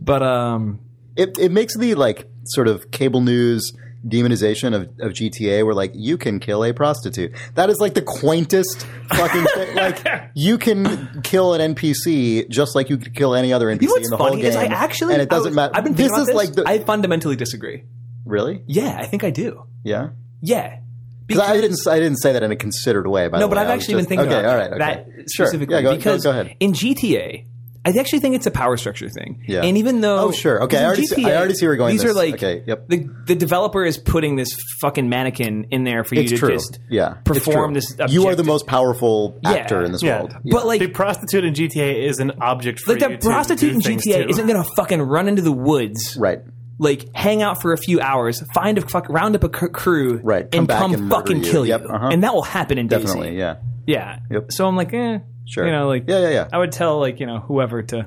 Speaker 1: But um,
Speaker 3: it, it makes the like sort of cable news demonization of, of GTA where like you can kill a prostitute. That is like the quaintest fucking thing. Like you can kill an NPC just like you could kill any other NPC
Speaker 1: you know what's
Speaker 3: in the whole
Speaker 1: funny
Speaker 3: game.
Speaker 1: is I actually
Speaker 3: and it
Speaker 1: I
Speaker 3: doesn't
Speaker 1: was-
Speaker 3: matter.
Speaker 1: I've been
Speaker 3: this
Speaker 1: thinking about
Speaker 3: is like the
Speaker 1: I fundamentally disagree.
Speaker 3: really
Speaker 1: Yeah, I think I do.
Speaker 3: yeah.
Speaker 1: Yeah.
Speaker 3: Because I didn't I didn't say that in a considered way. By
Speaker 1: No,
Speaker 3: the way,
Speaker 1: but I've
Speaker 3: I was
Speaker 1: actually
Speaker 3: just-
Speaker 1: been thinking
Speaker 3: okay,
Speaker 1: about
Speaker 3: all right,
Speaker 1: that
Speaker 3: okay. Sure.
Speaker 1: specifically
Speaker 3: Yeah, go- go-
Speaker 1: because
Speaker 3: go ahead.
Speaker 1: in GTA, I actually think it's a power structure thing.
Speaker 3: Yeah.
Speaker 1: And even though,
Speaker 3: Oh, sure. Okay,
Speaker 1: because
Speaker 3: I
Speaker 1: in
Speaker 3: already see- I already see where you're going
Speaker 1: These
Speaker 3: with
Speaker 1: are
Speaker 3: this.
Speaker 1: like
Speaker 3: Okay, yep.
Speaker 1: the the developer is putting this fucking mannequin in there for you
Speaker 3: It's
Speaker 1: to
Speaker 3: true.
Speaker 1: just
Speaker 3: yeah, it's
Speaker 1: perform
Speaker 3: true.
Speaker 1: this.
Speaker 3: You are the
Speaker 1: objective.
Speaker 3: most powerful
Speaker 1: Yeah.
Speaker 3: actor in this
Speaker 4: Yeah.
Speaker 3: world.
Speaker 4: But
Speaker 1: but
Speaker 4: the
Speaker 1: like.
Speaker 4: prostitute in GTA is an object for
Speaker 1: Like
Speaker 4: you
Speaker 1: that
Speaker 4: to
Speaker 1: prostitute
Speaker 4: do
Speaker 1: in
Speaker 4: things
Speaker 1: GTA
Speaker 4: to.
Speaker 1: isn't gonna fucking run into the woods,
Speaker 3: right,
Speaker 1: like hang out for a few hours, find a fuck, round up a c- crew,
Speaker 3: Right, come
Speaker 1: and
Speaker 3: back
Speaker 1: come
Speaker 3: and murder
Speaker 1: fucking
Speaker 3: you.
Speaker 1: kill you,
Speaker 3: Yep, uh-huh.
Speaker 1: and that will happen in Daisy.
Speaker 3: definitely. Yeah,
Speaker 1: Yeah.
Speaker 3: Yep.
Speaker 1: So I'm like, eh,
Speaker 3: sure.
Speaker 1: You know, like
Speaker 3: yeah, yeah, yeah.
Speaker 1: I would tell like you know whoever to, you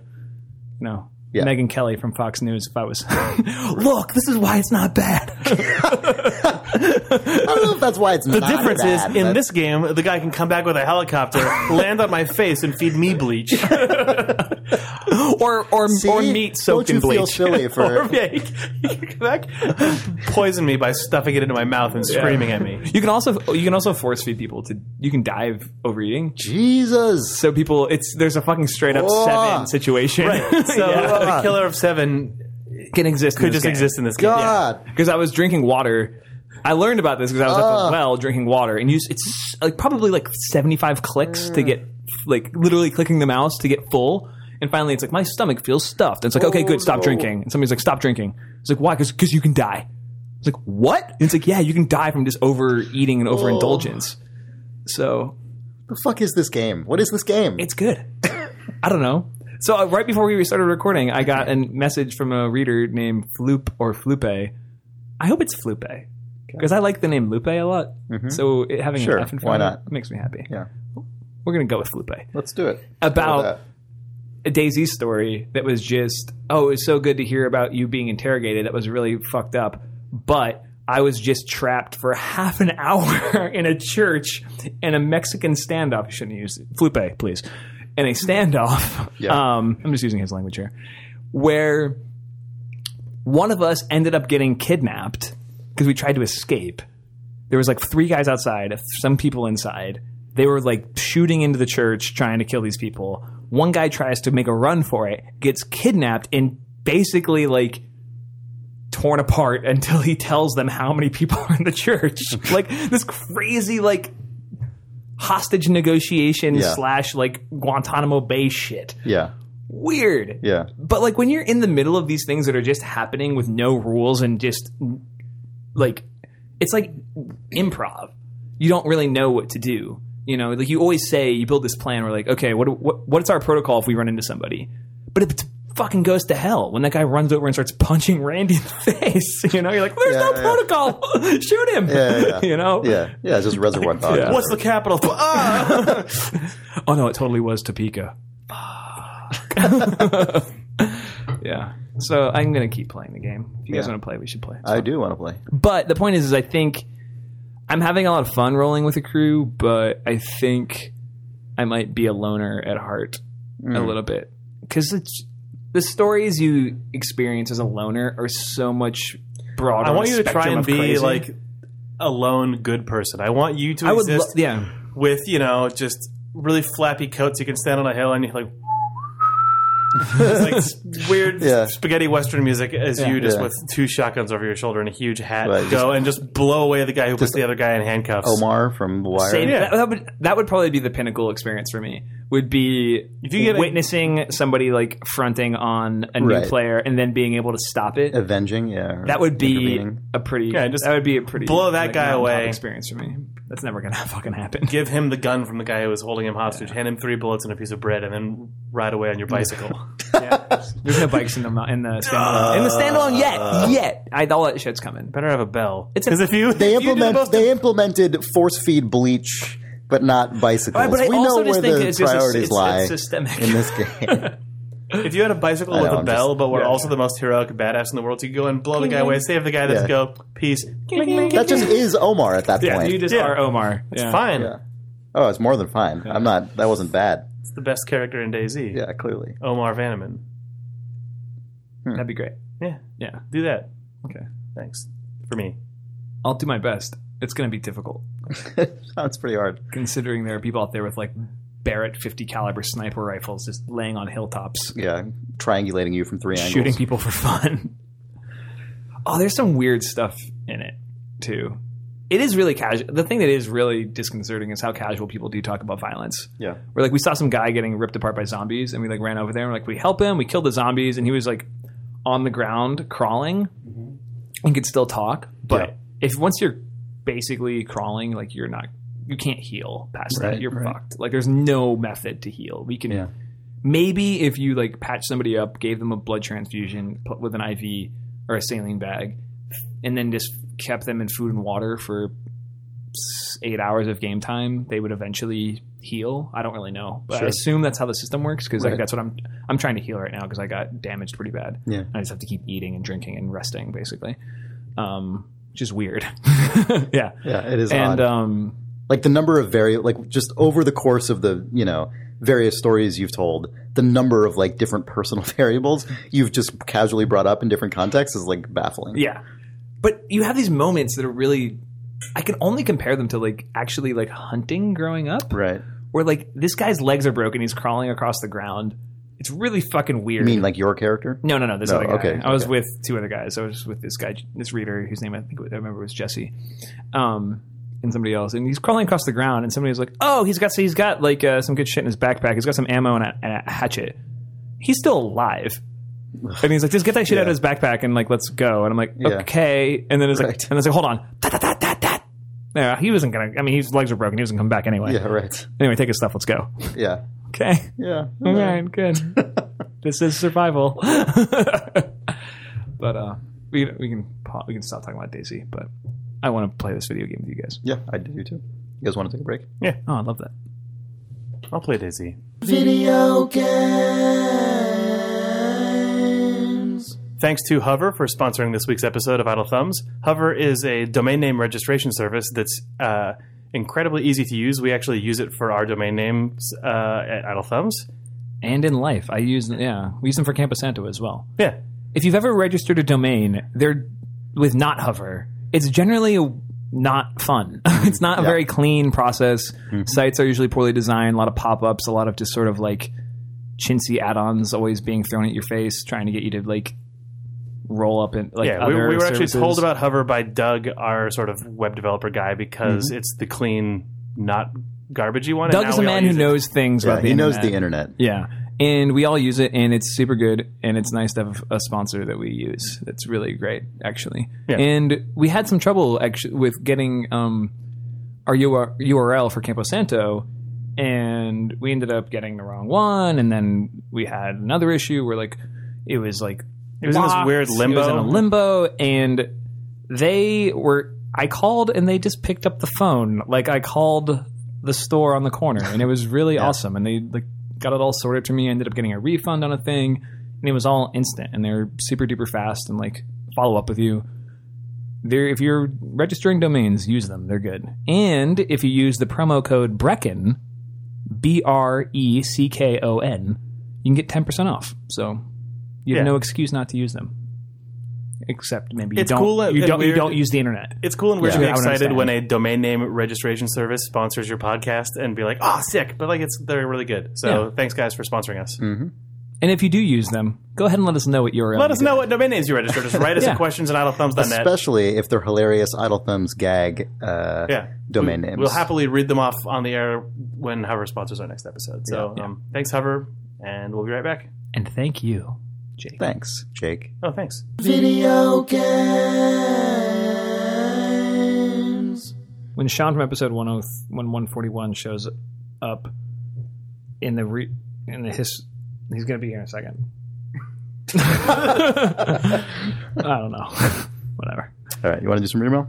Speaker 1: know,
Speaker 3: Yeah.
Speaker 1: Megan Kelly from Fox News if I was. Look, this is why it's not bad.
Speaker 3: I don't know if that's why it's
Speaker 4: The
Speaker 3: not
Speaker 4: difference
Speaker 3: bad,
Speaker 4: is in
Speaker 3: but-
Speaker 4: this game, the guy can come back with a helicopter, land on my face, and feed me bleach.
Speaker 1: or or
Speaker 3: See?
Speaker 1: or meat soaked
Speaker 3: Don't you
Speaker 1: in bleach.
Speaker 3: feel silly
Speaker 4: or
Speaker 3: for
Speaker 4: yeah, he can he can come back, and poison me by stuffing it into my mouth and screaming at me.
Speaker 1: you can also you can also force feed people to you can dive overeating.
Speaker 3: Jesus?
Speaker 1: So people, it's there's a fucking straight up
Speaker 3: Oh.
Speaker 1: seven situation.
Speaker 4: So uh,
Speaker 1: Yeah.
Speaker 4: the killer of seven
Speaker 1: it can exist.
Speaker 4: could just exist in this game.
Speaker 3: God,
Speaker 1: because I was drinking water. I learned about this because I was at the well drinking water, and use it's like probably like seventy five clicks to get like literally clicking the mouse to get full, and finally it's like my stomach feels stuffed. And it's like okay, good, stop drinking. And somebody's like, stop drinking. It's like why? Because you can die. It's like what? And it's like yeah, you can die from just overeating and overindulgence. So
Speaker 3: the fuck is this game? What is this game?
Speaker 1: it's good. I don't know. So uh, right before we started recording, I got a message from a reader named Floop or Flupe. I hope it's Flupe because I like the name Lupe a lot. So it, having
Speaker 3: Mm-hmm. Sure,
Speaker 1: an F in front
Speaker 3: why
Speaker 1: of
Speaker 3: not?
Speaker 1: it makes me happy.
Speaker 3: Yeah.
Speaker 1: We're gonna go with Flupe.
Speaker 3: Let's do it.
Speaker 1: About-
Speaker 3: Let's do
Speaker 1: A Daisy story that was just oh, it was so good to hear about you being interrogated. That was really fucked up, but. I was just trapped for half an hour in a church and a Mexican standoff. You shouldn't use it. Flupe, please. And a standoff.
Speaker 3: Yeah.
Speaker 1: Um, I'm just using his language here. Where one of us ended up getting kidnapped because we tried to escape. There was like three guys outside, some people inside. They were like shooting into the church trying to kill these people. One guy tries to make a run for it, gets kidnapped and basically like torn apart until he tells them how many people are in the church. like this crazy like hostage negotiation
Speaker 3: Yeah.
Speaker 1: slash like Guantanamo Bay shit.
Speaker 3: Yeah.
Speaker 1: Weird.
Speaker 3: Yeah.
Speaker 1: But like when you're in the middle of these things that are just happening with no rules and just like it's like improv. You don't really know what to do. You know, like you always say, you build this plan. We're like, okay, what, what what's our protocol if we run into somebody? But it fucking goes to hell when that guy runs over and starts punching Randy in the face. You know, you're like, there's
Speaker 3: Yeah,
Speaker 1: no
Speaker 3: yeah.
Speaker 1: protocol. Shoot him.
Speaker 3: Yeah, yeah, yeah.
Speaker 1: you know.
Speaker 3: Yeah. Yeah. It's just reservoir dogs.
Speaker 1: Yeah.
Speaker 4: What's the capital? Ah!
Speaker 1: Oh no, it totally was Topeka. Fuck. yeah. So I'm gonna keep playing the game. If you guys
Speaker 3: Yeah. Uh,
Speaker 1: want to play, we should play.
Speaker 3: I do want to play.
Speaker 1: But the point is, is I think I'm having a lot of fun rolling with a crew, but I think I might be a loner at heart a little bit because it's the stories you experience as a loner are so much broader.
Speaker 4: I want
Speaker 1: on
Speaker 4: you
Speaker 1: the
Speaker 4: to try
Speaker 1: spectrum
Speaker 4: and
Speaker 1: of
Speaker 4: be
Speaker 1: crazy.
Speaker 4: like a lone good person. I want you to
Speaker 1: I would, lo-
Speaker 4: exist
Speaker 1: yeah.
Speaker 4: with you know just really flappy coats. You can stand on a hill and you like. it's like s- weird
Speaker 3: Yeah.
Speaker 4: spaghetti western music as you just
Speaker 3: Yeah.
Speaker 4: with two shotguns over your shoulder and a huge hat
Speaker 3: Right,
Speaker 4: go and just blow away the guy who puts the other guy in handcuffs.
Speaker 3: Omar from The Wire.
Speaker 1: Same-
Speaker 4: Yeah.
Speaker 1: that, that would that would probably be the pinnacle experience for me. Would be
Speaker 4: If you get a-
Speaker 1: witnessing somebody like fronting on a
Speaker 3: Right.
Speaker 1: new player and then being able to stop it.
Speaker 3: Avenging. Yeah. or
Speaker 1: that would be
Speaker 3: intervening.
Speaker 1: a pretty
Speaker 4: Yeah, just
Speaker 1: that would be a pretty
Speaker 4: blow that guy
Speaker 1: mountaintop
Speaker 4: away.
Speaker 1: experience for me. That's never gonna fucking happen.
Speaker 4: Give him the gun from the guy who was holding him hostage. Hand him three bullets and a piece of bread, and then ride away on your bicycle.
Speaker 1: Yeah. There's no bikes in the mo- in the
Speaker 3: Uh,
Speaker 1: standalone in the standalone yet yet. I all that shit's coming. But
Speaker 4: Better have a bell.
Speaker 1: It's a-
Speaker 4: Because if you
Speaker 3: They
Speaker 4: if you do
Speaker 3: implement.
Speaker 4: most of-
Speaker 3: they implemented force feed bleach, but not bicycles.
Speaker 1: but I
Speaker 3: we
Speaker 1: also
Speaker 3: know
Speaker 1: just
Speaker 3: where
Speaker 1: think
Speaker 3: the
Speaker 1: it's just
Speaker 3: priorities
Speaker 1: it's,
Speaker 3: lie
Speaker 1: it's systemic.
Speaker 3: in this game.
Speaker 4: If you had a bicycle
Speaker 3: I
Speaker 4: with
Speaker 3: know,
Speaker 4: a
Speaker 3: I'm
Speaker 4: bell, but were
Speaker 1: yeah.
Speaker 4: also the most heroic badass in the world, you could go and blow the guy away, save the guy, then
Speaker 3: Yeah.
Speaker 4: go peace.
Speaker 3: that just is Omar at that
Speaker 1: yeah,
Speaker 3: point.
Speaker 1: you just
Speaker 4: Yeah.
Speaker 1: are Omar.
Speaker 4: It's
Speaker 1: Yeah.
Speaker 4: fine.
Speaker 3: Yeah. Oh, it's more than fine. I'm not. That wasn't bad.
Speaker 4: It's the best character in DayZ.
Speaker 3: Yeah, clearly.
Speaker 4: Omar Vanneman.
Speaker 1: That'd be great.
Speaker 4: Yeah,
Speaker 1: Yeah.
Speaker 4: do that.
Speaker 1: Okay.
Speaker 4: Thanks for me.
Speaker 1: I'll do my best. It's gonna be difficult.
Speaker 3: Sounds pretty hard.
Speaker 1: considering there are people out there with like Barrett 50 caliber sniper rifles just laying on hilltops
Speaker 3: Yeah, triangulating you from three angles.
Speaker 1: shooting people for fun. Oh, there's some weird stuff in it too. It is really casual. The thing that is really disconcerting is how casual people do talk about violence.
Speaker 3: Yeah.
Speaker 1: We're like, we saw some guy getting ripped apart by zombies, and we like ran over there and we're like, we help him. We killed the zombies, and he was like on the ground crawling and could still talk. But
Speaker 4: Yeah.
Speaker 1: if once you're basically crawling, like you're not, you can't heal past
Speaker 3: Right,
Speaker 1: that. You're
Speaker 3: right.
Speaker 1: fucked. Like there's no method to heal. We can
Speaker 3: Yeah.
Speaker 1: maybe if you like patch somebody up, gave them a blood transfusion put with an IV or a saline bag, and then just kept them in food and water for s- eight hours of game time, they would eventually heal. I don't really know, but I
Speaker 3: Sure.
Speaker 1: assume that's how the system works because
Speaker 3: Right.
Speaker 1: like, that's what I'm I'm trying to heal right now because I got damaged pretty bad.
Speaker 3: Yeah.
Speaker 1: I just have to keep eating and drinking and resting basically, um, which is weird. yeah,
Speaker 3: Yeah, it is
Speaker 1: and
Speaker 3: odd.
Speaker 1: um,
Speaker 3: like the number of very like just over the course of the you know various stories you've told, the number of like different personal variables you've just casually brought up in different contexts is like baffling.
Speaker 1: Yeah. But you have these moments that are really I can only compare them to like actually like hunting growing up
Speaker 3: Right.
Speaker 1: where like this guy's legs are broken, he's crawling across the ground. It's really fucking
Speaker 3: You
Speaker 1: weird.
Speaker 3: mean like your character?
Speaker 1: no, no, no. This
Speaker 3: No,
Speaker 1: other guy.
Speaker 3: okay,
Speaker 1: I was
Speaker 3: okay.
Speaker 1: with two other guys. I was with this guy, this reader, whose name I think I remember was Jesse, um, and somebody else. And he's crawling across the ground, and somebody was like, "Oh, he's got so he's got like uh, some good shit in his backpack. He's got some ammo and a, and a hatchet. He's still alive." And he's like, just get that shit out of his backpack and like, let's go. And I'm like,
Speaker 3: Yeah.
Speaker 1: okay. And then it's
Speaker 3: Right.
Speaker 1: like, and it's like, hold on. Da, da, da, da, da. No, he wasn't gonna. I mean, his legs were broken. He wasn't coming back anyway.
Speaker 3: Yeah. Right.
Speaker 1: Anyway, take his stuff. Let's go.
Speaker 3: Yeah.
Speaker 1: Okay.
Speaker 3: Yeah.
Speaker 1: All right, good. this is survival. but uh, we we can pa- we can stop talking about Daisy. But I want to play this video game with you guys.
Speaker 3: Yeah. I do too. You guys want to take a break?
Speaker 1: Oh, I love that.
Speaker 4: I'll play Daisy.
Speaker 2: Video games.
Speaker 4: Thanks to Hover for sponsoring this week's episode of Idle Thumbs. Hover is a domain name registration service that's uh, incredibly easy to use. We actually use it for our domain names uh, at Idle Thumbs.
Speaker 1: And in life, I use yeah, we use them for Camposanto as well.
Speaker 4: Yeah,
Speaker 1: If you've ever registered a domain, they're with not hover. it's generally a, not fun. it's not a
Speaker 3: Yeah.
Speaker 1: very clean process.
Speaker 4: Mm-hmm.
Speaker 1: Sites are usually poorly designed. A lot of pop ups. A lot of just sort of like chintzy add ons always being thrown at your face, trying to get you to like roll up and like
Speaker 4: yeah, we,
Speaker 1: other
Speaker 4: we were actually
Speaker 1: services.
Speaker 4: told about Hover by Doug, our sort of web developer guy, because it's the clean, not garbagey one.
Speaker 1: Mm-hmm.
Speaker 4: and
Speaker 1: Doug
Speaker 4: now
Speaker 1: is a
Speaker 4: we all
Speaker 1: man who
Speaker 4: use it.
Speaker 1: knows things
Speaker 3: Yeah,
Speaker 1: about the
Speaker 3: he knows
Speaker 1: internet.
Speaker 3: the internet.
Speaker 1: Yeah. And we all use it, and it's super good, and it's nice to have a sponsor that we use. That's really great, actually.
Speaker 4: Yeah.
Speaker 1: And we had some trouble actually with getting um, our uh, UR- URL for Campo Santo, and we ended up getting the wrong one, and then we had another issue where like it was like
Speaker 4: It was in this
Speaker 1: locked,
Speaker 4: weird
Speaker 1: It was in a
Speaker 4: limbo.
Speaker 1: limbo, and they were. I called, and they just picked up the phone. Like I called the store on the corner, and it was really awesome. And they like got it all sorted to me. I ended up getting a refund on a thing, and it was all instant. And they're super duper fast and like follow up with you. They're, if you're registering domains, use them. They're good. And if you use the promo code Brecken, B R E C K O N, you can get ten percent off. So you have
Speaker 4: Yeah.
Speaker 1: no excuse not to use them. Except maybe you
Speaker 4: It's
Speaker 1: don't.
Speaker 4: cool and-
Speaker 1: you
Speaker 4: and
Speaker 1: don't. You
Speaker 4: weird-
Speaker 1: don't use the internet.
Speaker 4: It's cool and weird
Speaker 1: Yeah.
Speaker 4: to be
Speaker 1: Yeah, I would
Speaker 4: excited
Speaker 1: understand.
Speaker 4: when a domain name registration service sponsors your podcast and be like, "Oh, sick!" But like, it's they're really good. So thanks, guys, for sponsoring us.
Speaker 1: Mm-hmm. And if you do use them, go ahead and let us know what URL.
Speaker 4: Let
Speaker 1: you
Speaker 4: us
Speaker 1: did.
Speaker 4: know what domain names you registered. Just write us
Speaker 1: Yeah.
Speaker 4: at questions at idlethumbs.net.
Speaker 3: Especially if they're hilarious idle thumbs gag uh,
Speaker 4: Yeah,
Speaker 3: domain
Speaker 4: We-
Speaker 3: names.
Speaker 4: We'll happily read them off on the air when Hover sponsors our next episode. So Um, thanks, Hover, and we'll be right back.
Speaker 1: And thank you.
Speaker 3: Thanks, Jake.
Speaker 4: Oh, thanks.
Speaker 2: Video games.
Speaker 1: When Sean from episode oh, 10 when 141 shows up in the re, in the his he's going to be here in a second. I don't know. Whatever.
Speaker 3: All right, you want to do some email?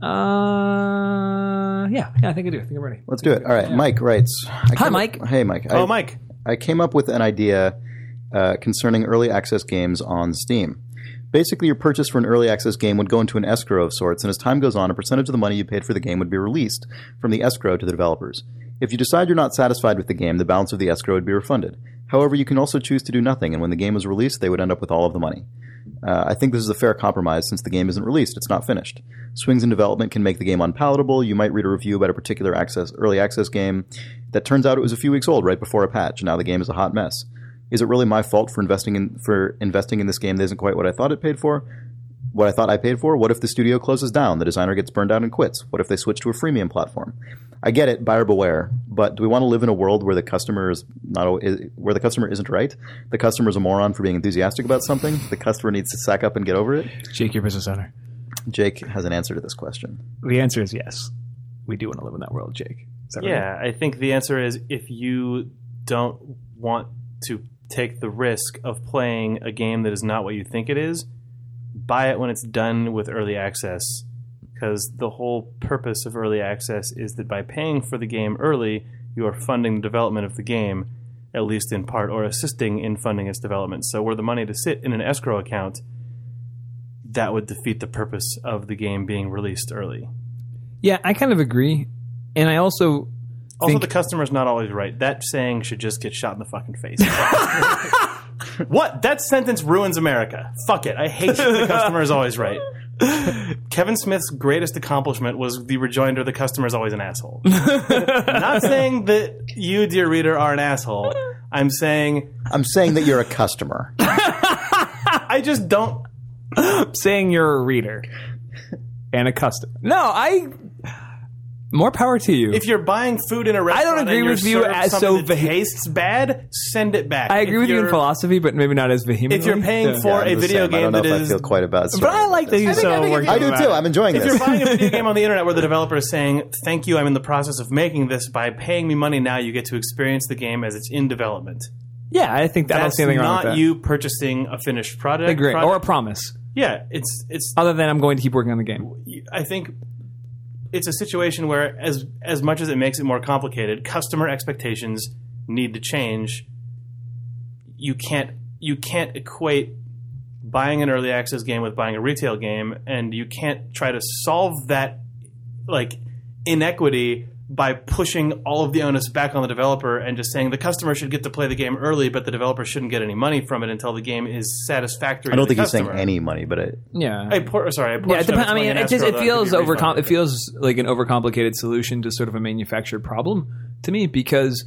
Speaker 1: Uh yeah, yeah, I think I do. I think I'm ready.
Speaker 3: Let's do it. All right, Mike writes. I came up-
Speaker 1: Mike.
Speaker 3: hey, Mike. I,
Speaker 4: Oh, Mike.
Speaker 3: I came up with an idea uh, concerning early access games on Steam. Basically, your purchase for an early access game would go into an escrow of sorts, and as time goes on, a percentage of the money you paid for the game would be released from the escrow to the developers. If you decide you're not satisfied with the game, the balance of the escrow would be refunded. However, you can also choose to do nothing, and when the game is released, they would end up with all of the money. Uh, I think this is a fair compromise since the game isn't released; it's not finished. Swings in development can make the game unpalatable. You might read a review about a particular access early access game that turns out it was a few weeks old right before a patch, and now the game is a hot mess. Is it really my fault for investing in for investing in this game that isn't quite what I thought it paid for? What I thought I paid for? What if the studio closes down, the designer gets burned out and quits? What if they switch to a freemium platform? I get it, buyer beware, but do we want to live in a world where the customer is not al- i- where the customer isn't right? The customer is a moron for being enthusiastic about something. The customer needs to sack up and get over it.
Speaker 1: Jake your business owner.
Speaker 3: Jake has an answer to this question.
Speaker 1: The answer is yes. We do want to live in that world, Jake. Is that right?
Speaker 4: Yeah, I think the answer is if you don't want to take the risk of playing a game that is not what you think it is, buy it when it's done with early access. Because the whole purpose of early access is that by paying for the game early, you are funding the development of the game, at least in part, or assisting in funding its development. So, were the money to sit in an escrow account, that would defeat the purpose of the game being released early.
Speaker 1: Yeah, I kind of agree. And I also
Speaker 4: Also,
Speaker 1: think-
Speaker 4: the customer's not always right. That saying should just get shot in the fucking face. what? That sentence ruins America. Fuck it. I hate that the customer is always right. Kevin Smith's greatest accomplishment was the rejoinder the customer is always an asshole. not saying that you, dear reader, are an asshole. I'm saying
Speaker 3: I'm saying that you're a customer.
Speaker 4: I just don't.
Speaker 1: saying you're a reader and a customer. No, I more power to you.
Speaker 4: If you're buying food in a restaurant, and
Speaker 1: agree
Speaker 4: you're
Speaker 1: with you
Speaker 4: served
Speaker 1: as so
Speaker 4: something that
Speaker 1: vehe-
Speaker 4: tastes bad, send it back.
Speaker 1: I agree
Speaker 4: If
Speaker 1: with you in
Speaker 4: you're-
Speaker 1: philosophy, but maybe not as vehemently.
Speaker 4: If you're paying
Speaker 1: Yeah.
Speaker 4: for
Speaker 3: I'm
Speaker 4: a
Speaker 3: the same.
Speaker 4: video
Speaker 3: I
Speaker 4: game
Speaker 3: don't know
Speaker 4: that is.
Speaker 3: if I feel quite about.
Speaker 1: but I like that you
Speaker 3: I,
Speaker 1: so worked.
Speaker 3: I do
Speaker 1: about
Speaker 3: too.
Speaker 1: it.
Speaker 3: I'm enjoying
Speaker 4: If
Speaker 3: this.
Speaker 4: you're buying a video game on the internet where the developer is saying, "Thank you, I'm in the process of making this. By paying me money now, you get to experience the game as it's in development."
Speaker 1: yeah, I think I don't
Speaker 4: That's
Speaker 1: see anything wrong with
Speaker 4: not
Speaker 1: that.
Speaker 4: you purchasing a finished product.
Speaker 1: I agree, or a
Speaker 4: product-
Speaker 1: promise.
Speaker 4: yeah, it's it's.
Speaker 1: Other than I'm going to keep working on the game.
Speaker 4: I think it's a situation where, as as much as it makes it more complicated, customer expectations need to change. You can't you can't equate buying an early access game with buying a retail game, and you can't try to solve that like inequity by pushing all of the onus back on the developer and just saying the customer should get to play the game early, but the developer shouldn't get any money from it until the game is satisfactory.
Speaker 3: I don't think
Speaker 4: the
Speaker 3: he's saying
Speaker 4: customer.
Speaker 3: any money, but it,
Speaker 1: yeah.
Speaker 4: A por- sorry, a
Speaker 1: yeah, it
Speaker 4: portion of
Speaker 1: depends.
Speaker 4: it's
Speaker 1: I
Speaker 4: going
Speaker 1: mean,
Speaker 4: in
Speaker 1: it just
Speaker 4: escrow,
Speaker 1: it
Speaker 4: though,
Speaker 1: feels
Speaker 4: could be
Speaker 1: overcom-
Speaker 4: refunded.
Speaker 1: it feels like an overcomplicated solution to sort of a manufactured problem to me because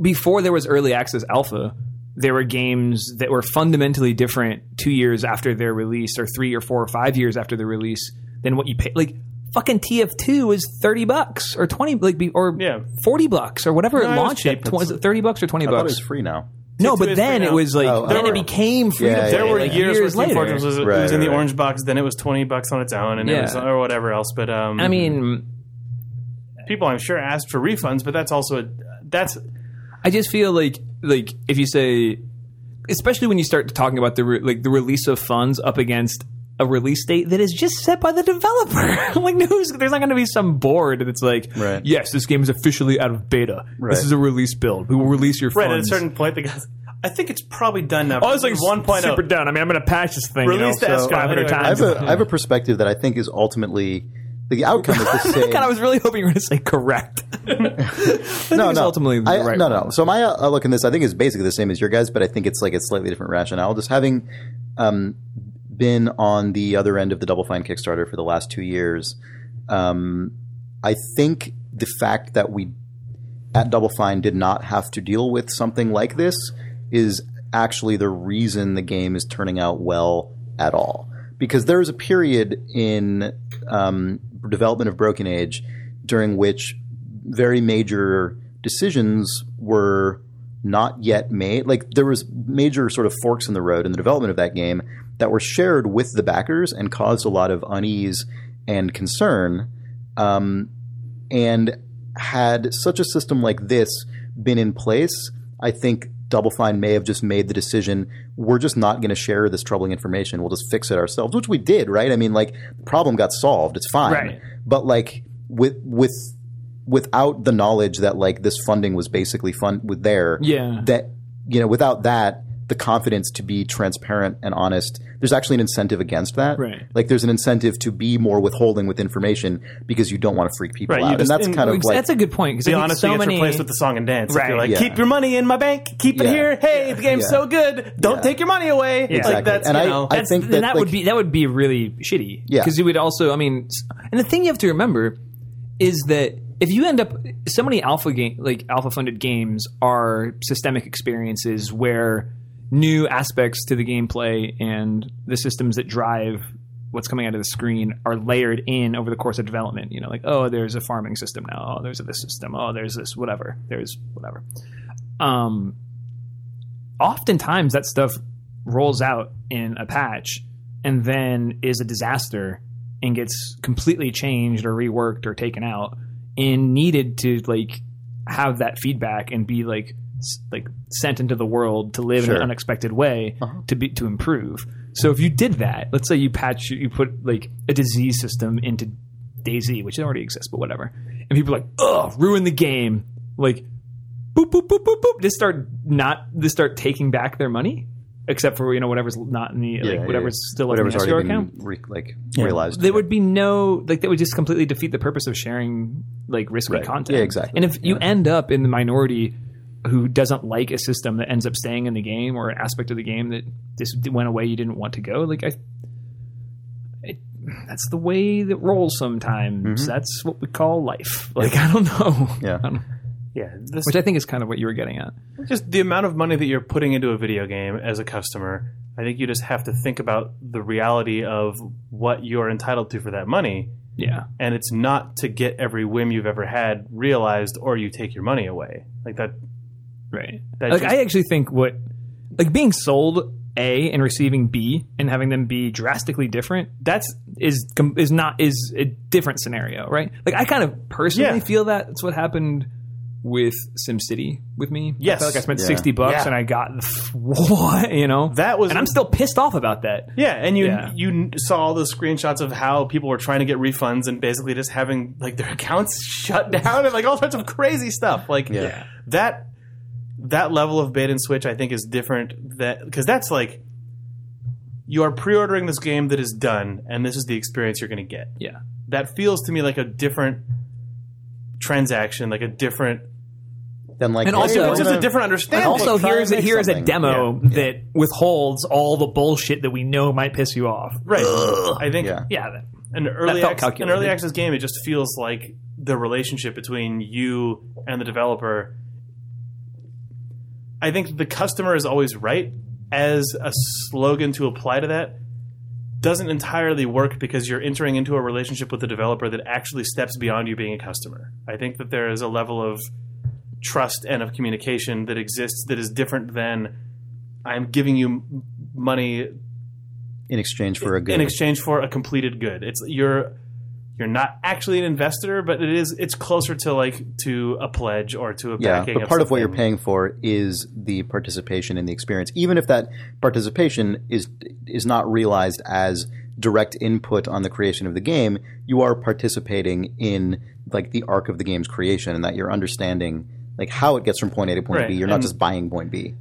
Speaker 1: before there was early access alpha, there were games that were fundamentally different two years after their release, or three or four or five years after the release, than what you pay. Like fucking TF2 is thirty bucks or twenty, like be- or
Speaker 4: Yeah.
Speaker 1: forty bucks or whatever
Speaker 4: No,
Speaker 1: it
Speaker 4: it was
Speaker 1: launched at.
Speaker 4: cheap.
Speaker 1: Tw- was it thirty bucks or twenty
Speaker 3: I thought it was
Speaker 1: bucks?
Speaker 3: free now.
Speaker 1: No,
Speaker 4: TF2
Speaker 1: but
Speaker 4: is
Speaker 1: then
Speaker 4: free
Speaker 1: it
Speaker 4: now.
Speaker 1: was like
Speaker 3: Oh,
Speaker 1: then
Speaker 3: oh.
Speaker 1: it became free.
Speaker 3: Yeah,
Speaker 1: to
Speaker 3: yeah,
Speaker 1: play,
Speaker 4: There were
Speaker 1: like,
Speaker 4: years, where Team
Speaker 1: later.
Speaker 4: Fortress was, it
Speaker 3: Right,
Speaker 4: was in the
Speaker 3: right, right.
Speaker 4: orange box, then it was twenty bucks on its own, and
Speaker 1: Yeah.
Speaker 4: it was or whatever else. But um,
Speaker 1: I mean,
Speaker 4: people I'm sure asked for refunds, but that's also a, that's
Speaker 1: I just feel like like if you say, especially when you start talking about the re- like the release of funds up against a release date that is just set by the developer. like, who's, there's not going to be some board that's like,
Speaker 3: Right.
Speaker 1: yes, this game is officially out of beta.
Speaker 3: Right.
Speaker 1: This is a release build. We will release your
Speaker 4: right at a
Speaker 1: funds.
Speaker 4: certain point. The guys, I think it's probably done now.
Speaker 6: Oh, it's like
Speaker 4: one point
Speaker 6: super down. I mean, I'm going to patch this thing.
Speaker 4: Release
Speaker 6: you know,
Speaker 4: the
Speaker 6: so
Speaker 4: escrow.
Speaker 6: 500
Speaker 4: Anyway,
Speaker 6: times.
Speaker 3: I have a I have a perspective that I think is ultimately the outcome is the same.
Speaker 1: Oh God, I was really hoping you were going to say correct.
Speaker 3: no,
Speaker 1: it's
Speaker 3: no.
Speaker 1: ultimately the
Speaker 3: I,
Speaker 1: right
Speaker 3: no, no. So my outlook in this, I think, is basically the same as your guys, but I think it's like a slightly different rationale. Just having um, been on the other end of the Double Fine Kickstarter for the last two years, um, I think the fact that we at Double Fine did not have to deal with something like this is actually the reason the game is turning out well at all. Because there was a period in um, development of Broken Age during which very major decisions were not yet made. Like there was major sort of forks in the road in the development of that game that were shared with the backers and caused a lot of unease and concern. Um, and had such a system like this been in place, I think Double Fine may have just made the decision we're just not going to share this troubling information. We'll just fix it ourselves, which we did, right? I mean, like the problem got solved. It's fine.
Speaker 4: Right.
Speaker 3: But like with with without the knowledge that like this funding was basically fun with there,
Speaker 1: Yeah.
Speaker 3: that you know without that the confidence to be transparent and honest there's actually an incentive against that
Speaker 1: Right.
Speaker 3: like there's an incentive to be more withholding with information because you don't want to freak people
Speaker 4: Right, you
Speaker 3: out and
Speaker 4: just-
Speaker 3: that's
Speaker 4: and-
Speaker 3: kind of like
Speaker 1: that's a good point because
Speaker 4: The
Speaker 1: I think
Speaker 4: honesty
Speaker 1: so
Speaker 4: gets
Speaker 1: many.
Speaker 4: replaced with the song and dance. If
Speaker 1: Right,
Speaker 4: you're like,
Speaker 3: yeah.
Speaker 4: keep your money in my bank, keep it
Speaker 3: Yeah.
Speaker 4: here. Hey, the game's
Speaker 3: Yeah.
Speaker 4: so good. Don't
Speaker 3: Yeah.
Speaker 4: take your money away.
Speaker 3: Exactly.
Speaker 4: Like that's
Speaker 3: And
Speaker 4: you
Speaker 3: I-
Speaker 4: know.
Speaker 3: I-
Speaker 1: That's-
Speaker 3: think
Speaker 1: then
Speaker 3: that,
Speaker 1: that would
Speaker 3: like-
Speaker 1: be that would be really shitty.
Speaker 3: Yeah.
Speaker 1: because you would also. I mean, s- and the thing you have to remember is that if you end up, so many alpha game like alpha funded games are systemic experiences where new aspects to the gameplay and the systems that drive what's coming out of the screen are layered in over the course of development. You know, like oh, there's a farming system now. Oh, there's this system. Oh, there's this whatever. There's whatever. Um, oftentimes that stuff rolls out in a patch and then is a disaster and gets completely changed or reworked or taken out and needed to like have that feedback and be like s- like sent into the world to live in
Speaker 3: Sure.
Speaker 1: an unexpected way to be to improve. So if you did that, let's say you patch you put like a disease system into Daisy, which already exists, but whatever. And people are like, "Ugh, ruin the game." Like boop boop boop boop boop. Just start not just start taking back their money, except for you know whatever's not in the
Speaker 3: yeah, yeah,
Speaker 1: like, whatever's
Speaker 3: yeah.
Speaker 1: still
Speaker 3: whatever's
Speaker 1: in the escrow
Speaker 3: already
Speaker 1: account.
Speaker 3: been re- like realized
Speaker 1: There would be no like that would just completely defeat the purpose of sharing like risky
Speaker 3: Right.
Speaker 1: content.
Speaker 3: Yeah, exactly.
Speaker 1: And if you end up in the minority who doesn't like a system that ends up staying in the game or an aspect of the game that just went away you didn't want to go, like I it, that's the way that rolls sometimes. That's what we call life. Like I don't know.
Speaker 3: Mm-hmm. Yeah.
Speaker 1: I don't-
Speaker 4: yeah, this
Speaker 1: which I think is kind of what you were getting at.
Speaker 4: just the amount of money that you're putting into a video game as a customer i think you just have to think about the reality of what you're entitled to for that money
Speaker 1: Yeah.
Speaker 4: and it's not to get every whim you've ever had realized or you take your money away like that
Speaker 1: Right.
Speaker 4: that
Speaker 1: like
Speaker 4: just-
Speaker 1: I actually think what like being sold A and receiving B and having them be drastically different that's is com- is not is a different scenario, right? Like I kind of personally
Speaker 4: Yeah.
Speaker 1: feel that that's what happened with SimCity with me. I
Speaker 4: Yes.
Speaker 1: felt like I spent
Speaker 3: Yeah.
Speaker 1: 60 bucks
Speaker 4: Yeah.
Speaker 1: and I got what, you know.
Speaker 4: that was
Speaker 1: and I'm still pissed off about that.
Speaker 4: yeah and you
Speaker 1: Yeah.
Speaker 4: you saw all those screenshots of how people were trying to get refunds and basically just having like their accounts shut down and like all sorts of crazy stuff like
Speaker 3: Yeah.
Speaker 4: that that level of bait and switch I think is different that because that's like you are pre-ordering this game that is done and this is the experience you're going to get.
Speaker 1: Yeah.
Speaker 4: That feels to me like a different transaction, like a different.
Speaker 3: Then like
Speaker 5: And
Speaker 3: like,
Speaker 5: also-
Speaker 3: we're
Speaker 4: It's just a
Speaker 3: gonna-
Speaker 4: different
Speaker 1: And
Speaker 4: understanding.
Speaker 1: also,
Speaker 3: try and
Speaker 1: here's a,
Speaker 3: make
Speaker 1: here's a
Speaker 3: something.
Speaker 1: demo that withholds all the bullshit that we know might piss you off.
Speaker 4: right. I think
Speaker 3: Yeah.
Speaker 1: Yeah, that-
Speaker 4: an early
Speaker 1: felt
Speaker 4: access, an
Speaker 1: calculated.
Speaker 4: early access game, it just feels like the relationship between you and the developer. I think the customer is always right as a slogan to apply to that doesn't entirely work because you're entering into a relationship with the developer that actually steps beyond you being a customer. I think that there is a level of trust and of communication that exists that is different than I'm giving you m- money
Speaker 3: in exchange for a good
Speaker 4: in exchange for a completed good. It's you're you're not actually an investor, but it is it's closer to like to a pledge or to a
Speaker 3: yeah
Speaker 4: backing
Speaker 3: but part of what you're
Speaker 4: something.
Speaker 3: paying for is the participation in the experience even if that participation is is not realized as direct input on the creation of the game you are participating in like the arc of the game's creation and that you're understanding like how it gets from point a to point
Speaker 4: Right,
Speaker 3: b you're not
Speaker 4: and-
Speaker 3: just buying point b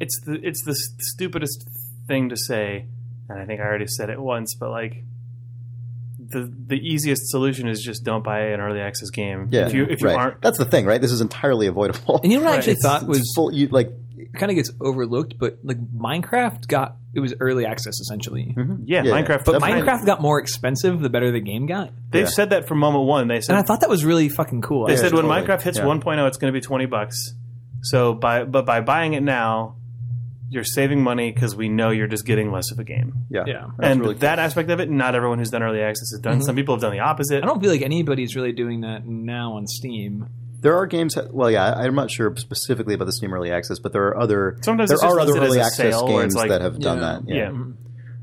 Speaker 4: It's the it's the s- stupidest thing to say, and I think I already said it once, but like the the easiest solution is just don't buy an early access game.
Speaker 3: yeah
Speaker 4: If you if you
Speaker 3: right.
Speaker 4: aren't
Speaker 3: that's the thing right this is entirely avoidable
Speaker 5: And you know what I actually
Speaker 3: It's-
Speaker 5: thought
Speaker 3: it's
Speaker 5: was
Speaker 3: full, you like
Speaker 5: kind of gets overlooked, but like Minecraft got it was early access essentially.
Speaker 4: yeah,
Speaker 3: Yeah,
Speaker 4: Minecraft
Speaker 5: But
Speaker 3: That's
Speaker 4: Minecraft
Speaker 5: Minecraft got more expensive the better the game got.
Speaker 4: they've
Speaker 3: yeah.
Speaker 4: said that from moment one. They
Speaker 5: And I
Speaker 4: said
Speaker 5: thought that was really fucking cool.
Speaker 4: they said when
Speaker 3: totally.
Speaker 4: Minecraft hits
Speaker 3: Yeah.
Speaker 4: 1.0 it's going to be 20 bucks. So by but by buying it now you're saving money because we know you're just getting less of a game.
Speaker 3: yeah
Speaker 5: Yeah.
Speaker 3: That's
Speaker 4: and
Speaker 3: really cool. Mm-hmm.
Speaker 4: that aspect of it, not everyone who's done early access has done. Some people have done the opposite.
Speaker 5: I don't feel like anybody's really doing that now on Steam.
Speaker 3: There are games. Well, yeah, I- I'm not sure specifically about the Steam Early Access, but there are other.
Speaker 4: Sometimes
Speaker 3: there
Speaker 4: it's just
Speaker 3: are other
Speaker 4: listed as
Speaker 3: early
Speaker 4: a
Speaker 3: access
Speaker 4: sale where it's
Speaker 3: games
Speaker 4: like-
Speaker 3: that have done
Speaker 5: Yeah.
Speaker 3: that.
Speaker 4: yeah. Mm-hmm.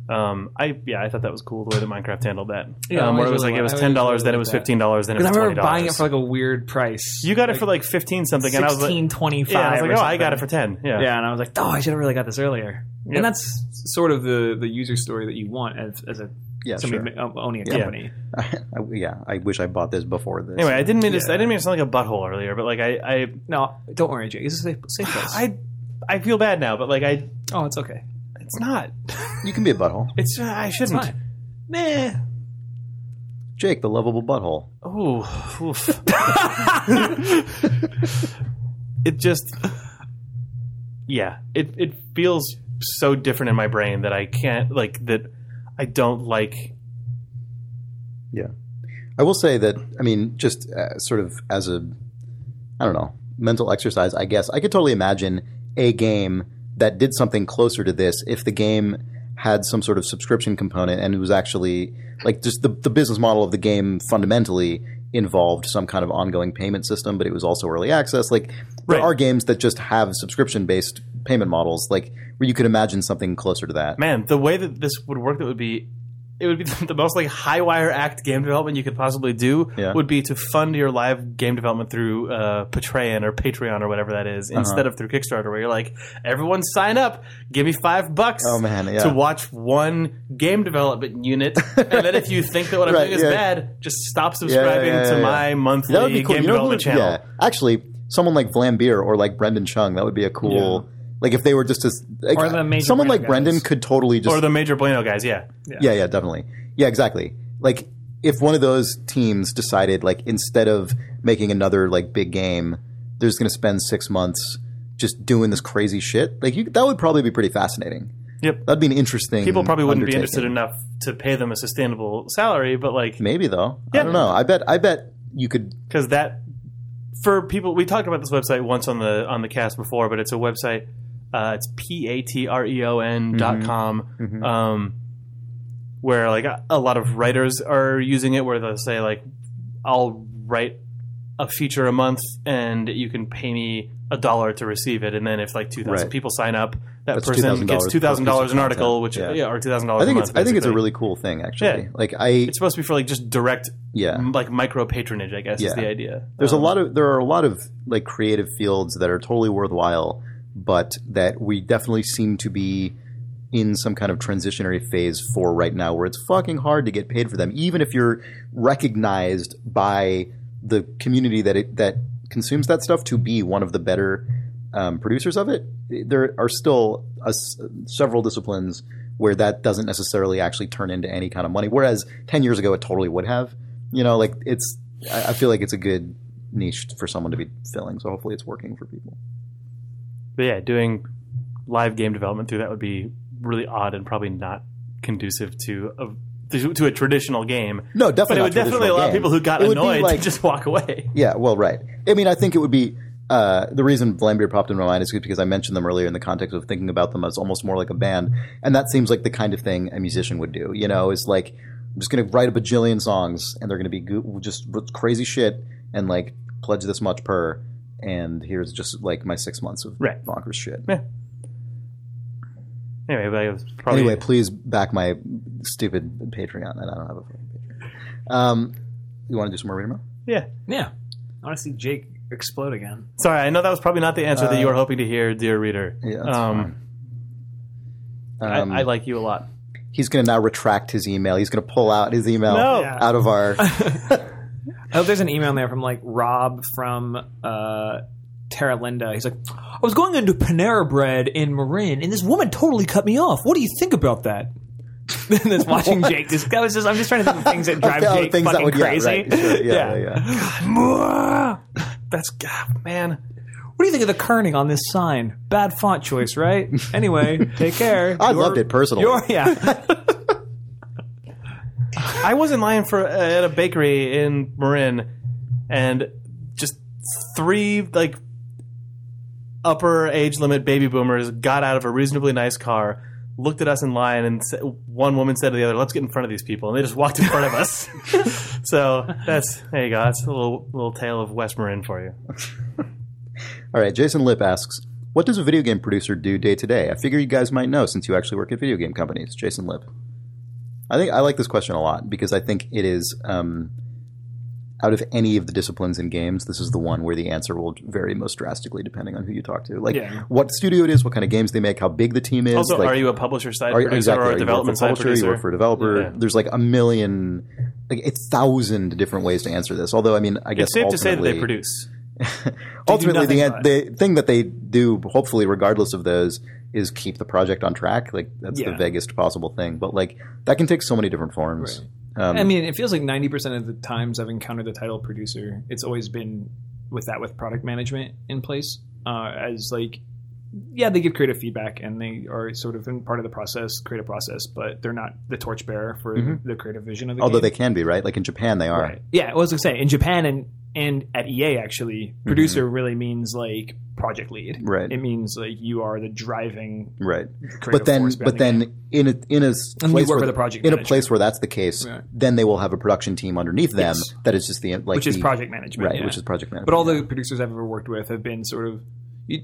Speaker 4: Um, I yeah, I thought that was cool the way that Minecraft handled that.
Speaker 5: Yeah,
Speaker 4: um, where it was
Speaker 5: I
Speaker 4: like it
Speaker 5: really
Speaker 4: was
Speaker 5: like- I
Speaker 4: ten dollars,
Speaker 5: really
Speaker 4: then it
Speaker 5: like
Speaker 4: was
Speaker 5: that.
Speaker 4: fifteen dollars, then it
Speaker 5: Because
Speaker 4: was
Speaker 5: I
Speaker 4: twenty
Speaker 5: remember buying it
Speaker 4: dollars.
Speaker 5: for like a weird price.
Speaker 4: You got it for like fifteen something, and I was like,
Speaker 5: sixteen twenty
Speaker 4: yeah, I
Speaker 5: five.
Speaker 4: was like, oh, I got it for ten. Yeah,
Speaker 1: yeah, and I was like, oh, I should have really got this earlier.
Speaker 4: Yep.
Speaker 5: And that's sort of the the user story that you want as as a
Speaker 3: yeah, sure.
Speaker 5: somebody ma- uh, owning a
Speaker 4: Yeah.
Speaker 5: company.
Speaker 3: I, yeah, I wish I bought this before this.
Speaker 4: Anyway, I didn't mean to. I didn't mean to sound like a butthole earlier, but like I, I,
Speaker 5: No, don't worry, Jake. It's a safe, safe place.
Speaker 4: I, I feel bad now, but like I,
Speaker 5: oh, it's okay.
Speaker 4: it's not.
Speaker 3: you can be a butthole,
Speaker 4: It's uh, I shouldn't.
Speaker 5: fine.
Speaker 4: Nah.
Speaker 3: Jake, the lovable butthole.
Speaker 4: Oh, oof. it just, yeah, it it feels so different in my brain that I can't like that. I don't like.
Speaker 3: Yeah, I will say that. I mean, just uh, sort of as a, I don't know, mental exercise. I guess I could totally imagine a game that did something closer to this if the game had some sort of subscription component and it was actually like just the the business model of the game fundamentally involved some kind of ongoing payment system, but it was also early access. Like there
Speaker 4: Right.
Speaker 3: are games that just have subscription based payment models, like where you could imagine something closer to that.
Speaker 4: Man, the way that this would work, that would be. It would be the most like high wire act game development you could possibly do.
Speaker 3: Yeah.
Speaker 4: Would be to fund your live game development through uh, Patreon or Patreon or whatever that
Speaker 3: Uh-huh.
Speaker 4: is, instead of through Kickstarter, where you're like, everyone sign up, give me five bucks.
Speaker 3: Oh, man, yeah.
Speaker 4: to watch one game development unit, and then if you think that what I'm
Speaker 3: Right,
Speaker 4: doing is
Speaker 3: yeah.
Speaker 4: bad, just stop subscribing
Speaker 3: yeah,
Speaker 4: to
Speaker 3: yeah.
Speaker 4: my monthly
Speaker 3: That would be cool.
Speaker 4: game
Speaker 3: You know who-
Speaker 4: development channel.
Speaker 3: Yeah, actually, someone like Vlambeer or like Brendan Chung, that would be a cool. Like if they were just as like,
Speaker 1: Or the major
Speaker 3: someone
Speaker 1: brand
Speaker 3: like Brendan
Speaker 1: guys.
Speaker 3: could totally just
Speaker 4: Or the Major Bueno guys, yeah.
Speaker 3: yeah. yeah, definitely. Yeah, exactly. Like if one of those teams decided like instead of making another like big game, they're just going to spend 6 months just doing this crazy shit. Like you, that would probably be pretty fascinating.
Speaker 4: Yep.
Speaker 3: That'd be an interesting
Speaker 4: People probably wouldn't be interested
Speaker 3: undertaking.
Speaker 4: enough to pay them a sustainable salary, but like
Speaker 3: Maybe though.
Speaker 4: Yeah.
Speaker 3: I don't know. I bet I bet you could
Speaker 4: because that for people we talked about this website once on the on the cast before, but it's a website. Uh, it's p a t r e o
Speaker 3: Mm-hmm.
Speaker 4: n dot com, um, where like a, a lot of writers are using it, where they'll say like, "I'll write a feature a month, and you can pay me a dollar to receive it." And then if like two thousand
Speaker 3: Right.
Speaker 4: people sign up, that
Speaker 3: That's
Speaker 4: person
Speaker 3: $2,000
Speaker 4: gets
Speaker 3: per
Speaker 4: two thousand dollars
Speaker 3: piece
Speaker 4: an
Speaker 3: of
Speaker 4: article,
Speaker 3: content.
Speaker 4: which
Speaker 3: Yeah.
Speaker 4: yeah, or two thousand dollars.
Speaker 3: I think
Speaker 4: a
Speaker 3: it's
Speaker 4: month,
Speaker 3: I think it's a
Speaker 4: basically.
Speaker 3: really cool thing actually.
Speaker 4: Yeah.
Speaker 3: Like I
Speaker 4: It's supposed to be for like just direct,
Speaker 3: Yeah.
Speaker 4: m- like micro patronage. I guess is
Speaker 3: Yeah.
Speaker 4: the idea.
Speaker 3: There's a lot of there are a lot of like creative fields that are totally worthwhile, but that we definitely seem to be in some kind of transitionary phase for right now, where it's fucking hard to get paid for them, even if you're recognized by the community that it, that consumes that stuff to be one of the better um, producers of it. There are still a s several disciplines where that doesn't necessarily actually turn into any kind of money, whereas ten years ago it totally would have. You know, like it's I, I feel like it's a good niche for someone to be filling. So hopefully, it's working for people.
Speaker 4: But yeah, doing live game development through that would be really odd and probably not conducive to a to, to a traditional game.
Speaker 3: No, definitely.
Speaker 4: But it
Speaker 3: not
Speaker 4: would definitely
Speaker 3: traditional
Speaker 4: allow
Speaker 3: games.
Speaker 4: people who got
Speaker 3: It would be
Speaker 4: annoyed
Speaker 3: like-
Speaker 4: to just walk away.
Speaker 3: Yeah, well, right. I mean, I think it would be uh, the reason Blambeer popped in my mind is because I mentioned them earlier in the context of thinking about them as almost more like a band, and that seems like the kind of thing a musician would do. You know, is like I'm just going to write a bajillion songs, and they're going to be goo- just crazy shit, and like pledge this much per, and here's just like my six months of
Speaker 4: Right.
Speaker 3: bonkers shit.
Speaker 4: Anyway, but I was probably
Speaker 3: Anyway, please back my stupid Patreon, and I don't have a fucking Patreon. Um, you want to do some more reading?
Speaker 4: yeah.
Speaker 1: Yeah. I want to see Jake explode again.
Speaker 4: Sorry, I know that was probably not the answer that you were hoping to hear, dear reader.
Speaker 3: Uh,
Speaker 4: Um,
Speaker 3: Yeah, that's Um,
Speaker 4: I- I, like you a lot.
Speaker 3: he's going to now retract his email. He's going to pull out his email
Speaker 4: No.
Speaker 1: Yeah.
Speaker 3: out of our.
Speaker 1: I hope Oh, there's an email in there from like Rob from uh, Terra Linda. He's like, I was going into Panera Bread in Marin, and this woman totally cut me off. What do you think about that? and then watching Jake. This guy was just. I'm just trying to think of things that drive
Speaker 3: Oh,
Speaker 1: Jake fucking
Speaker 3: yeah,
Speaker 1: crazy.
Speaker 3: right, sure, yeah, yeah. yeah.
Speaker 4: That's God, man.
Speaker 1: What do you think of the kerning on this sign? Bad font choice, right? Anyway, take care.
Speaker 3: I loved it personally.
Speaker 1: You're, yeah.
Speaker 4: I was in line for uh, at a bakery in Marin, and just three like upper age limit baby boomers got out of a reasonably nice car, looked at us in line, and sa- one woman said to the other, "Let's get in front of these people," and they just walked in front of us. so that's there you go. That's a little little tale of West Marin for you.
Speaker 3: All right, Jason Lip asks, "What does a video game producer do day to day?" I figure you guys might know since you actually work at video game companies. Jason Lip. I think I like this question a lot because I think it is um, out of any of the disciplines in games, this is the one where the answer will vary most drastically depending on who you talk to. Like what studio it is, what kind of games they make, how big the team is.
Speaker 4: Also,
Speaker 3: like,
Speaker 4: are you a publisher side
Speaker 3: Are you-
Speaker 4: producer
Speaker 3: exactly.
Speaker 4: or
Speaker 3: Are
Speaker 4: a
Speaker 3: you
Speaker 4: development
Speaker 3: work for
Speaker 4: side
Speaker 3: publisher?
Speaker 4: producer?
Speaker 3: You work for a developer.
Speaker 4: Yeah.
Speaker 3: There's like a million, like a thousand different ways to answer this. Although, I mean, I guess
Speaker 4: it's safe to say that they
Speaker 3: ultimately-
Speaker 4: produce.
Speaker 3: Ultimately, the,
Speaker 1: nothing
Speaker 3: an- the thing that they do, hopefully, regardless of those, is keep the project on track. Like that's the
Speaker 1: Yeah.
Speaker 3: vaguest possible thing. But like that can take so many different forms. Um,
Speaker 1: I mean, it feels like 90% of the times I've encountered the title producer, it's always been with that, with product management in place. Uh, as like, yeah, they give creative feedback and they are sort of in part of the process, creative process, but they're not the torchbearer for the creative vision of the
Speaker 3: Mm-hmm. although
Speaker 1: game.
Speaker 3: they can be right. Like in Japan, they are.
Speaker 1: Right. Yeah, I was gonna say in Japan and and at EA actually, producer really means like project lead.
Speaker 3: Mm-hmm. Right.
Speaker 1: It means like you are the driving
Speaker 3: Right.
Speaker 1: creative
Speaker 3: but then
Speaker 1: force behind
Speaker 3: but
Speaker 1: the game.
Speaker 3: then in a in a s-
Speaker 1: And you
Speaker 3: place
Speaker 1: work
Speaker 3: where
Speaker 1: with a project
Speaker 3: in a
Speaker 1: manager.
Speaker 3: place where that's the case,
Speaker 1: Right.
Speaker 3: then they will have a production team underneath them
Speaker 1: Yes.
Speaker 3: that is just the like
Speaker 1: which is
Speaker 3: the-
Speaker 1: project management.
Speaker 3: E right,
Speaker 1: yeah.
Speaker 3: which is project management.
Speaker 1: but all the producers I've ever worked with have been sort of you,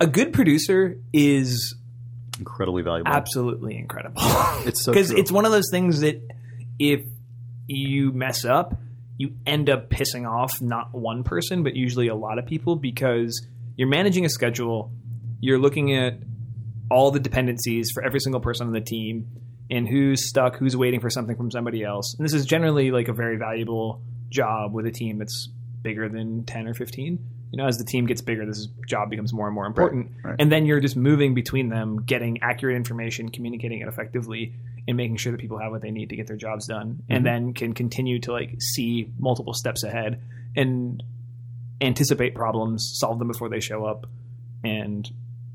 Speaker 1: a good producer is
Speaker 3: incredibly valuable.
Speaker 1: absolutely incredible
Speaker 3: It's so
Speaker 1: because
Speaker 3: true.
Speaker 1: it's one of those things that if you mess up, you end up pissing off not one person but usually a lot of people because you're managing a schedule, you're looking at all the dependencies for every single person on the team and who's stuck, who's waiting for something from somebody else. And this is generally like a very valuable job with a team that's bigger than 10 or 15. You know, as the team gets bigger, this job becomes more and more important.
Speaker 3: right.
Speaker 1: And then you're just moving between them, getting accurate information, communicating it effectively, and making sure that people have what they need to get their jobs done
Speaker 3: Mm-hmm.
Speaker 1: and then can continue to like see multiple steps ahead and anticipate problems, solve them before they show up and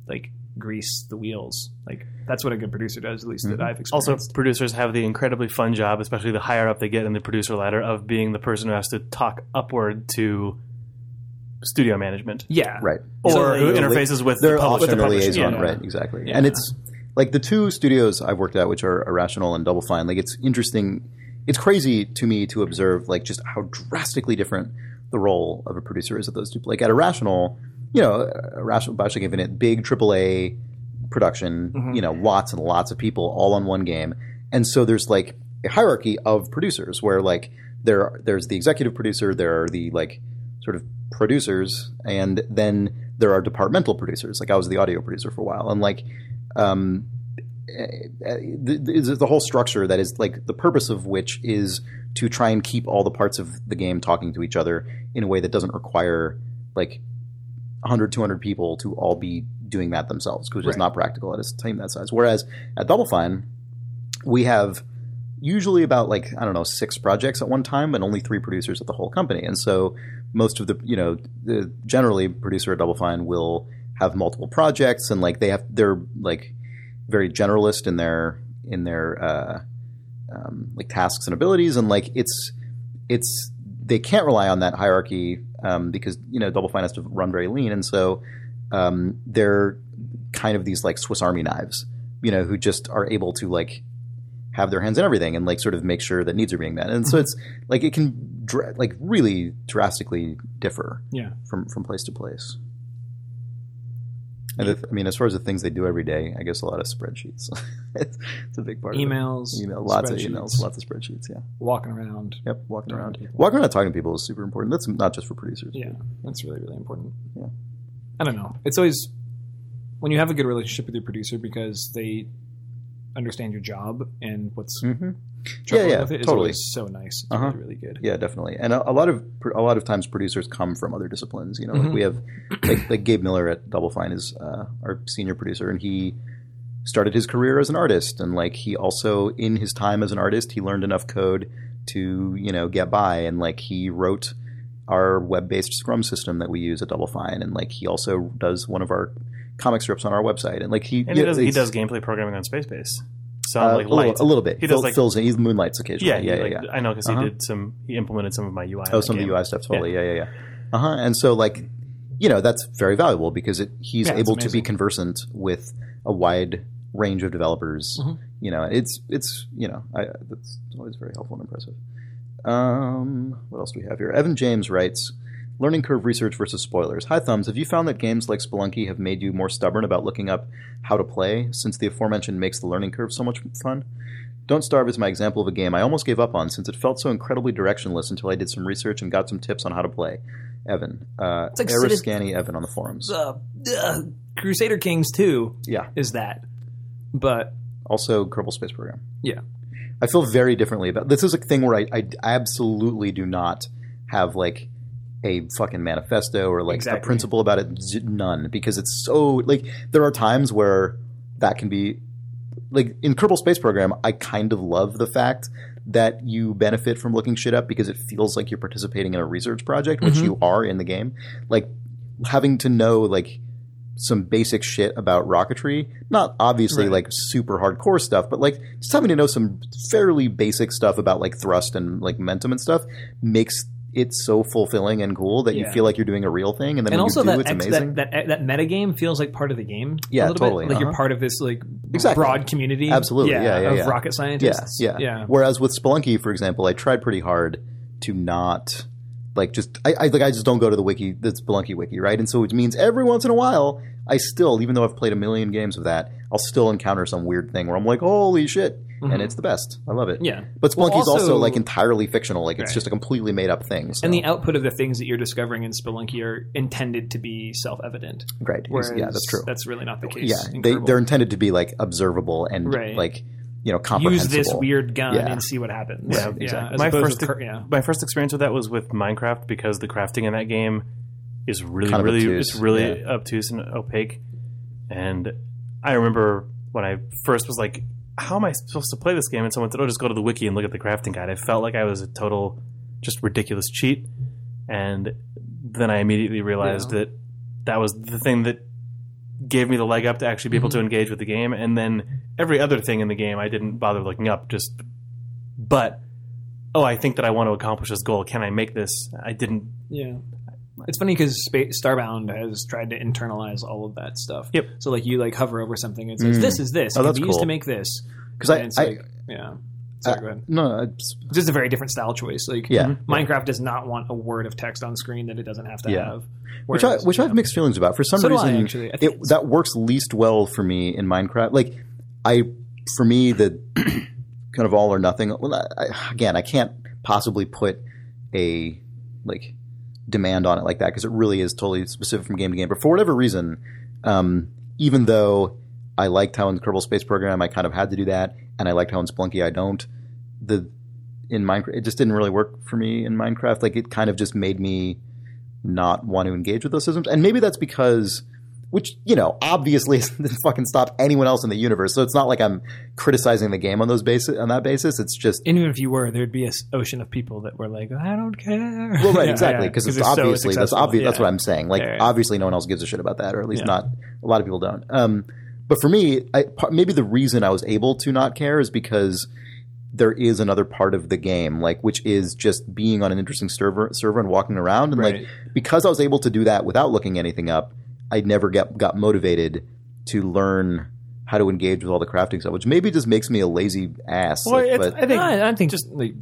Speaker 1: like grease the wheels. Like that's what a good producer does, at least that
Speaker 3: Mm-hmm.
Speaker 1: I've experienced.
Speaker 4: Also, producers have the incredibly fun job, especially the higher up they get in the producer ladder, of being the person who has to talk upward to studio management
Speaker 1: yeah,
Speaker 3: right.
Speaker 4: or
Speaker 1: So
Speaker 4: who
Speaker 1: they-
Speaker 4: interfaces with
Speaker 3: They're
Speaker 4: the publisher.
Speaker 3: often a
Speaker 4: publisher.
Speaker 3: liaison,
Speaker 4: Yeah.
Speaker 3: right? Exactly.
Speaker 1: Yeah.
Speaker 3: And it's like the two studios I've worked at, which are Irrational and Double Fine. Like it's interesting. It's crazy to me to observe like just how drastically different the role of a producer is at those two. Like at Irrational, you know, Irrational Bioshock Infinite, big AAA production,
Speaker 4: Mm-hmm.
Speaker 3: you know, lots and lots of people all on one game. And so there's like a hierarchy of producers where like there there's the executive producer, there are the like sort of producers, and then there are departmental producers. Like I was the audio producer for a while, and like um, uh, th- th- is the whole structure that is like the purpose of which is to try and keep all the parts of the game talking to each other in a way that doesn't require like 100 200 people to all be doing that themselves because it's not practical at a team that size whereas at double fine we have usually about like I don't know six projects at one time, but only three producers at the whole company. And so most of the you know the, generally producer at Double Fine will have multiple projects, and like they have they're like very generalist in their in their uh, um, like tasks and abilities, and like it's it's they can't rely on that hierarchy um, because you know Double Fine has to run very lean, and so um, they're kind of these like Swiss Army knives, you know, who just are able to like have their hands in everything and like sort of make sure that needs are being met. And so it's like it can dra- like really drastically differ
Speaker 1: Yeah.
Speaker 3: from from place to place. And the, I mean, as far as the things they do every day, I guess a lot of spreadsheets. it's, it's a big part
Speaker 5: emails,
Speaker 3: of it. email, lots of
Speaker 5: spreadsheets,
Speaker 3: emails, lots of spreadsheets. Yeah,
Speaker 5: walking around.
Speaker 3: yep, walking
Speaker 5: Talking
Speaker 3: around,
Speaker 5: to people.
Speaker 3: walking around talking to people is super important. That's not just for producers.
Speaker 5: Yeah, that's really really important.
Speaker 3: Yeah.
Speaker 5: I don't know. It's always when you have a good relationship with your producer because they understand your job and what's
Speaker 3: Mm-hmm.
Speaker 5: troubling
Speaker 3: yeah,
Speaker 5: with it is
Speaker 3: totally.
Speaker 5: always so nice. It's
Speaker 3: Uh-huh.
Speaker 5: really really good.
Speaker 3: Yeah, definitely. And a, a lot of a lot of times producers come from other disciplines. You know, like
Speaker 4: Mm-hmm.
Speaker 5: Mhm.
Speaker 3: we have like, like Gabe Miller at Double Fine is uh, our senior producer, and he started his career as an artist, and like he also in his time as an artist, he learned enough code to you know get by, and like he wrote our web-based Scrum system that we use at Double Fine, and like he also does one of our comic strips on our website, and like he
Speaker 4: And he
Speaker 3: yeah,
Speaker 4: does he
Speaker 3: it's,
Speaker 4: does gameplay programming on Space Base. So
Speaker 3: uh,
Speaker 4: like
Speaker 3: a, little,
Speaker 4: light.
Speaker 3: a little bit.
Speaker 4: He
Speaker 3: He
Speaker 4: does,
Speaker 3: fills,
Speaker 4: like-
Speaker 3: fills in. He moonlights
Speaker 4: yeah,
Speaker 3: occasionally.
Speaker 4: he,
Speaker 3: Yeah, yeah,
Speaker 4: like,
Speaker 3: yeah.
Speaker 4: I know because
Speaker 3: Uh-huh.
Speaker 4: he did some. He implemented some of my UI. in
Speaker 3: Oh,
Speaker 4: the
Speaker 3: some of
Speaker 4: game.
Speaker 3: the UI stuff, totally. Yeah, yeah, yeah. Uh huh. And so, like, you know, that's very valuable because it, he's
Speaker 5: Yeah, it's
Speaker 3: able to be
Speaker 5: amazing.
Speaker 3: conversant with a wide range of developers.
Speaker 5: Mhm.
Speaker 3: You know, it's it's you know, I, that's always very helpful and impressive. Um, what else do we have here? Evan James writes. Learning curve research versus spoilers. Hi, Thumbs. Have you found that games like Spelunky have made you more stubborn about looking up how to play since the aforementioned makes the learning curve so much fun? Don't Starve is my example of a game I almost gave up on since it felt so incredibly directionless until I did some research and got some tips on how to play. Evan. Uh,
Speaker 5: like
Speaker 3: Eris
Speaker 5: Citizen-
Speaker 3: Scanny Evan on the forums.
Speaker 5: Uh, uh, Crusader Kings two
Speaker 3: Yeah.
Speaker 5: is that, but
Speaker 3: Also, Kerbal Space Program.
Speaker 5: Yeah.
Speaker 3: I feel very differently about this. Is a thing where I, I absolutely do not have like a fucking manifesto or like a
Speaker 1: Exactly.
Speaker 3: principle about it. Z- None, because it's so like there are times where that can be like in Kerbal Space Program. I kind of love the fact that you benefit from looking shit up because it feels like you're participating in a research project, which you are in the game. Like having to know like some basic shit about rocketry. Not obviously like super hardcore stuff, but like just having to know some fairly basic stuff about like thrust and like momentum and stuff makes it so fulfilling and cool that
Speaker 5: Yeah.
Speaker 3: you feel like you're doing a real thing. And then
Speaker 5: and
Speaker 3: when
Speaker 5: also
Speaker 3: you do,
Speaker 5: that,
Speaker 3: it's
Speaker 5: ex-
Speaker 3: amazing.
Speaker 5: that that that meta game feels like part of the game.
Speaker 3: Yeah,
Speaker 5: a little bit.
Speaker 3: totally,
Speaker 5: Like you're
Speaker 3: uh-huh.
Speaker 5: part of this like
Speaker 3: Exactly.
Speaker 5: broad community.
Speaker 3: Absolutely, yeah, yeah,
Speaker 5: of
Speaker 3: yeah.
Speaker 5: rocket scientists.
Speaker 3: Yeah, yeah,
Speaker 5: yeah.
Speaker 3: Whereas with Spelunky, for example, I tried pretty hard to not like just I, I like I just don't go to the wiki, the Spelunky wiki, right? And so which means every once in a while, I still, even though I've played a million games of that, I'll still encounter some weird thing where I'm like, holy shit, and it's the best. I love it.
Speaker 5: Mm-hmm. Yeah.
Speaker 3: But Spelunky's
Speaker 5: Well,
Speaker 3: also,
Speaker 5: also-
Speaker 3: like entirely fictional. Like it's
Speaker 5: Right.
Speaker 3: just a completely made up thing. So.
Speaker 5: And
Speaker 3: um,
Speaker 5: the output of the things that you're discovering in Spelunky are intended to be self-evident.
Speaker 3: right,
Speaker 5: Whereas
Speaker 3: yeah, that's true.
Speaker 5: That's really not the case.
Speaker 3: yeah,
Speaker 5: in
Speaker 3: they,
Speaker 5: Kerbal.
Speaker 3: they're intended to be like observable and
Speaker 5: Right.
Speaker 3: like you know
Speaker 5: use
Speaker 3: comprehensible.
Speaker 5: this weird gun
Speaker 3: Yeah.
Speaker 5: and see what happens.
Speaker 4: Yeah,
Speaker 5: yeah.
Speaker 4: exactly.
Speaker 5: as
Speaker 4: My
Speaker 5: opposed
Speaker 4: first
Speaker 5: to Ker- yeah.
Speaker 4: my first experience with that was with Minecraft because the crafting in that game is really,
Speaker 3: Kind of
Speaker 4: really,
Speaker 3: obtuse,
Speaker 4: it's really obtuse and opaque. And I remember when I first was like, "How am I supposed to play this game?" And someone said, "Oh, just go to the wiki and look at the crafting guide." I felt like I was a total, just ridiculous cheat. And then I immediately realized that that was the thing that gave me the leg up to actually be able
Speaker 3: Mm-hmm.
Speaker 4: to engage with the game. And then every other thing in the game, I didn't bother looking up. Just, but oh, I think that I want to accomplish this goal. Can I make this? I didn't.
Speaker 5: Yeah. It's funny because Starbound has tried to internalize all of that stuff.
Speaker 4: Yep.
Speaker 5: So like you like hover over something and it says
Speaker 3: Mm.
Speaker 5: this is this.
Speaker 3: Oh,
Speaker 5: It can
Speaker 3: that's
Speaker 5: be used to
Speaker 3: cool.
Speaker 5: make this.
Speaker 3: because I,
Speaker 5: And it's
Speaker 3: I
Speaker 5: like- yeah. Sorry, go ahead.
Speaker 3: no, it's,
Speaker 5: It's just a very different style choice. Like
Speaker 3: yeah.
Speaker 4: Mm-hmm.
Speaker 5: Minecraft does not want a word of text on screen that it doesn't have to
Speaker 3: Yeah.
Speaker 5: have.
Speaker 3: which I
Speaker 5: Whereas-
Speaker 3: which I have mixed feelings about. For some
Speaker 5: So do I,
Speaker 3: reason,
Speaker 5: actually. I think
Speaker 3: it, that works least well for me in Minecraft. Like I, for me, the kind of all or nothing. Well, I, I- again, I can't possibly put a like demand on it like that because it really is totally specific from game to game. But for whatever reason, um, even though I liked how in the Kerbal Space Program I kind of had to do that, and I liked how in Splunky I don't. The in Minecraft, it just didn't really work for me in Minecraft. Like it kind of just made me not want to engage with those systems. And maybe that's because which you know obviously didn't fucking stop anyone else in the universe. So it's not like I'm criticizing the game on those basis on that basis. It's just
Speaker 5: And even if you were, there'd be an ocean of people that were like, I don't care.
Speaker 3: well, right,
Speaker 1: Yeah,
Speaker 3: exactly,
Speaker 1: yeah,
Speaker 3: because
Speaker 1: 'cause it's
Speaker 3: it's
Speaker 1: so
Speaker 3: obviously that's
Speaker 1: successful,
Speaker 3: obvious. That's
Speaker 1: yeah.
Speaker 3: what I'm saying. Like
Speaker 1: Yeah, yeah.
Speaker 3: obviously, no one else gives a shit about that, or at least not a lot of people don't. Um, but for me, I, par- maybe the reason I was able to not care is because there is another part of the game, like which is just being on an interesting server server and walking around, and
Speaker 1: Right.
Speaker 3: like because I was able to do that without looking anything up, I never get got motivated to learn how to engage with all the crafting stuff, which maybe just makes me a lazy ass.
Speaker 4: Well,
Speaker 3: like,
Speaker 4: it's,
Speaker 3: but,
Speaker 4: I
Speaker 5: No,
Speaker 4: think
Speaker 5: I don't think just like,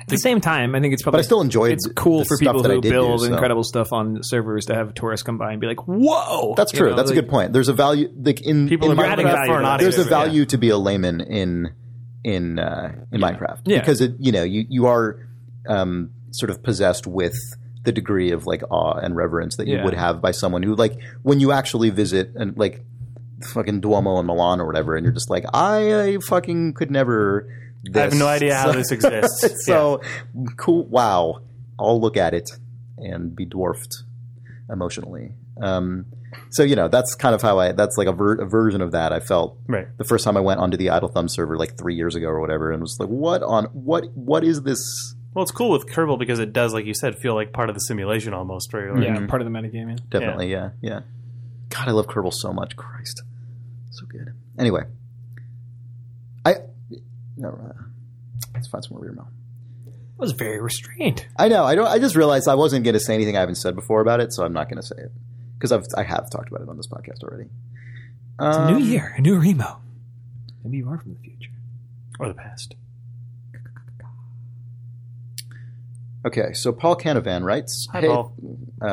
Speaker 5: at the same time, I think it's
Speaker 3: but
Speaker 5: probably
Speaker 3: I still enjoyed.
Speaker 1: it's cool
Speaker 3: the
Speaker 1: for
Speaker 3: stuff
Speaker 1: people
Speaker 3: that I
Speaker 1: who
Speaker 3: did do,
Speaker 1: build
Speaker 3: so.
Speaker 1: incredible stuff on servers to have tourists come by and be like, "Whoa!"
Speaker 3: That's
Speaker 1: You
Speaker 3: true.
Speaker 1: know,
Speaker 3: That's
Speaker 1: like-
Speaker 3: a good point. There's a value like in
Speaker 4: people
Speaker 3: in
Speaker 4: are adding
Speaker 1: Minecraft,
Speaker 4: that for an
Speaker 1: yeah.
Speaker 4: audience.
Speaker 3: there's a
Speaker 1: yeah.
Speaker 3: value to be a layman in in uh, in Minecraft
Speaker 1: Yeah.
Speaker 3: because it you know you you are um, sort of possessed with the degree of like awe and reverence that you
Speaker 1: Yeah.
Speaker 3: would have by someone who like when you actually visit and like fucking Duomo in Milan or whatever, and you're just like I, uh, fucking could never.
Speaker 4: I have
Speaker 3: this.
Speaker 4: no idea how
Speaker 3: So-
Speaker 4: this exists.
Speaker 3: so cool. Wow. I'll look at it and be dwarfed emotionally. Um, so you know that's kind of how I. That's like a, ver- a version of that I felt
Speaker 4: Right.
Speaker 3: the first time I went onto the Idle Thumb server like three years ago or whatever, and was like, what on what what is this?
Speaker 4: Well, it's cool with Kerbal because it does, like you said, feel like part of the simulation almost. Right? Like,
Speaker 5: yeah, part of the metagame. Yeah.
Speaker 3: Definitely, yeah, yeah. God, I love Kerbal so much. Christ, so good. Anyway, I. Never mind. Let's find some more weird mouth.
Speaker 5: It was very restrained.
Speaker 3: I know. I don't. I just realized I wasn't going to say anything I haven't said before about it, so I'm not going to say it because I've I have talked about it on this podcast already.
Speaker 5: It's a
Speaker 3: Um,
Speaker 5: new year, a new Remo. Maybe you are from the future.
Speaker 4: Or the past.
Speaker 3: Okay, so Paul Canavan writes.
Speaker 4: Hi, Paul.
Speaker 3: Uh,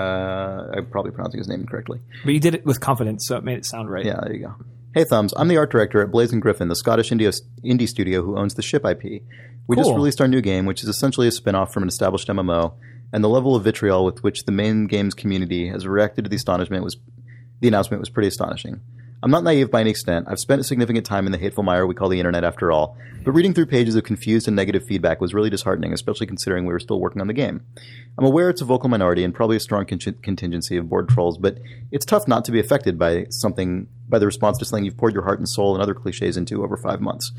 Speaker 3: I'm probably pronouncing his name incorrectly.
Speaker 5: But you did it with confidence, so it made it sound right.
Speaker 3: Yeah, there you go. Hey, Thumbs. I'm the art director at Blazing Griffin, the Scottish indie, indie studio who owns the Ship IP. We just
Speaker 5: Cool.
Speaker 3: released our new game, which is essentially a spin off from an established MMO, and the level of vitriol with which the main game's community has reacted to the astonishment was the announcement was pretty astonishing. I'm not naive by any extent. I've spent a significant time in the hateful mire we call the internet after all, but reading through pages of confused and negative feedback was really disheartening, especially considering we were still working on the game. I'm aware it's a vocal minority and probably a strong con- contingency of bored trolls, but it's tough not to be affected by something by the response to something you've poured your heart and soul and other cliches into over five months.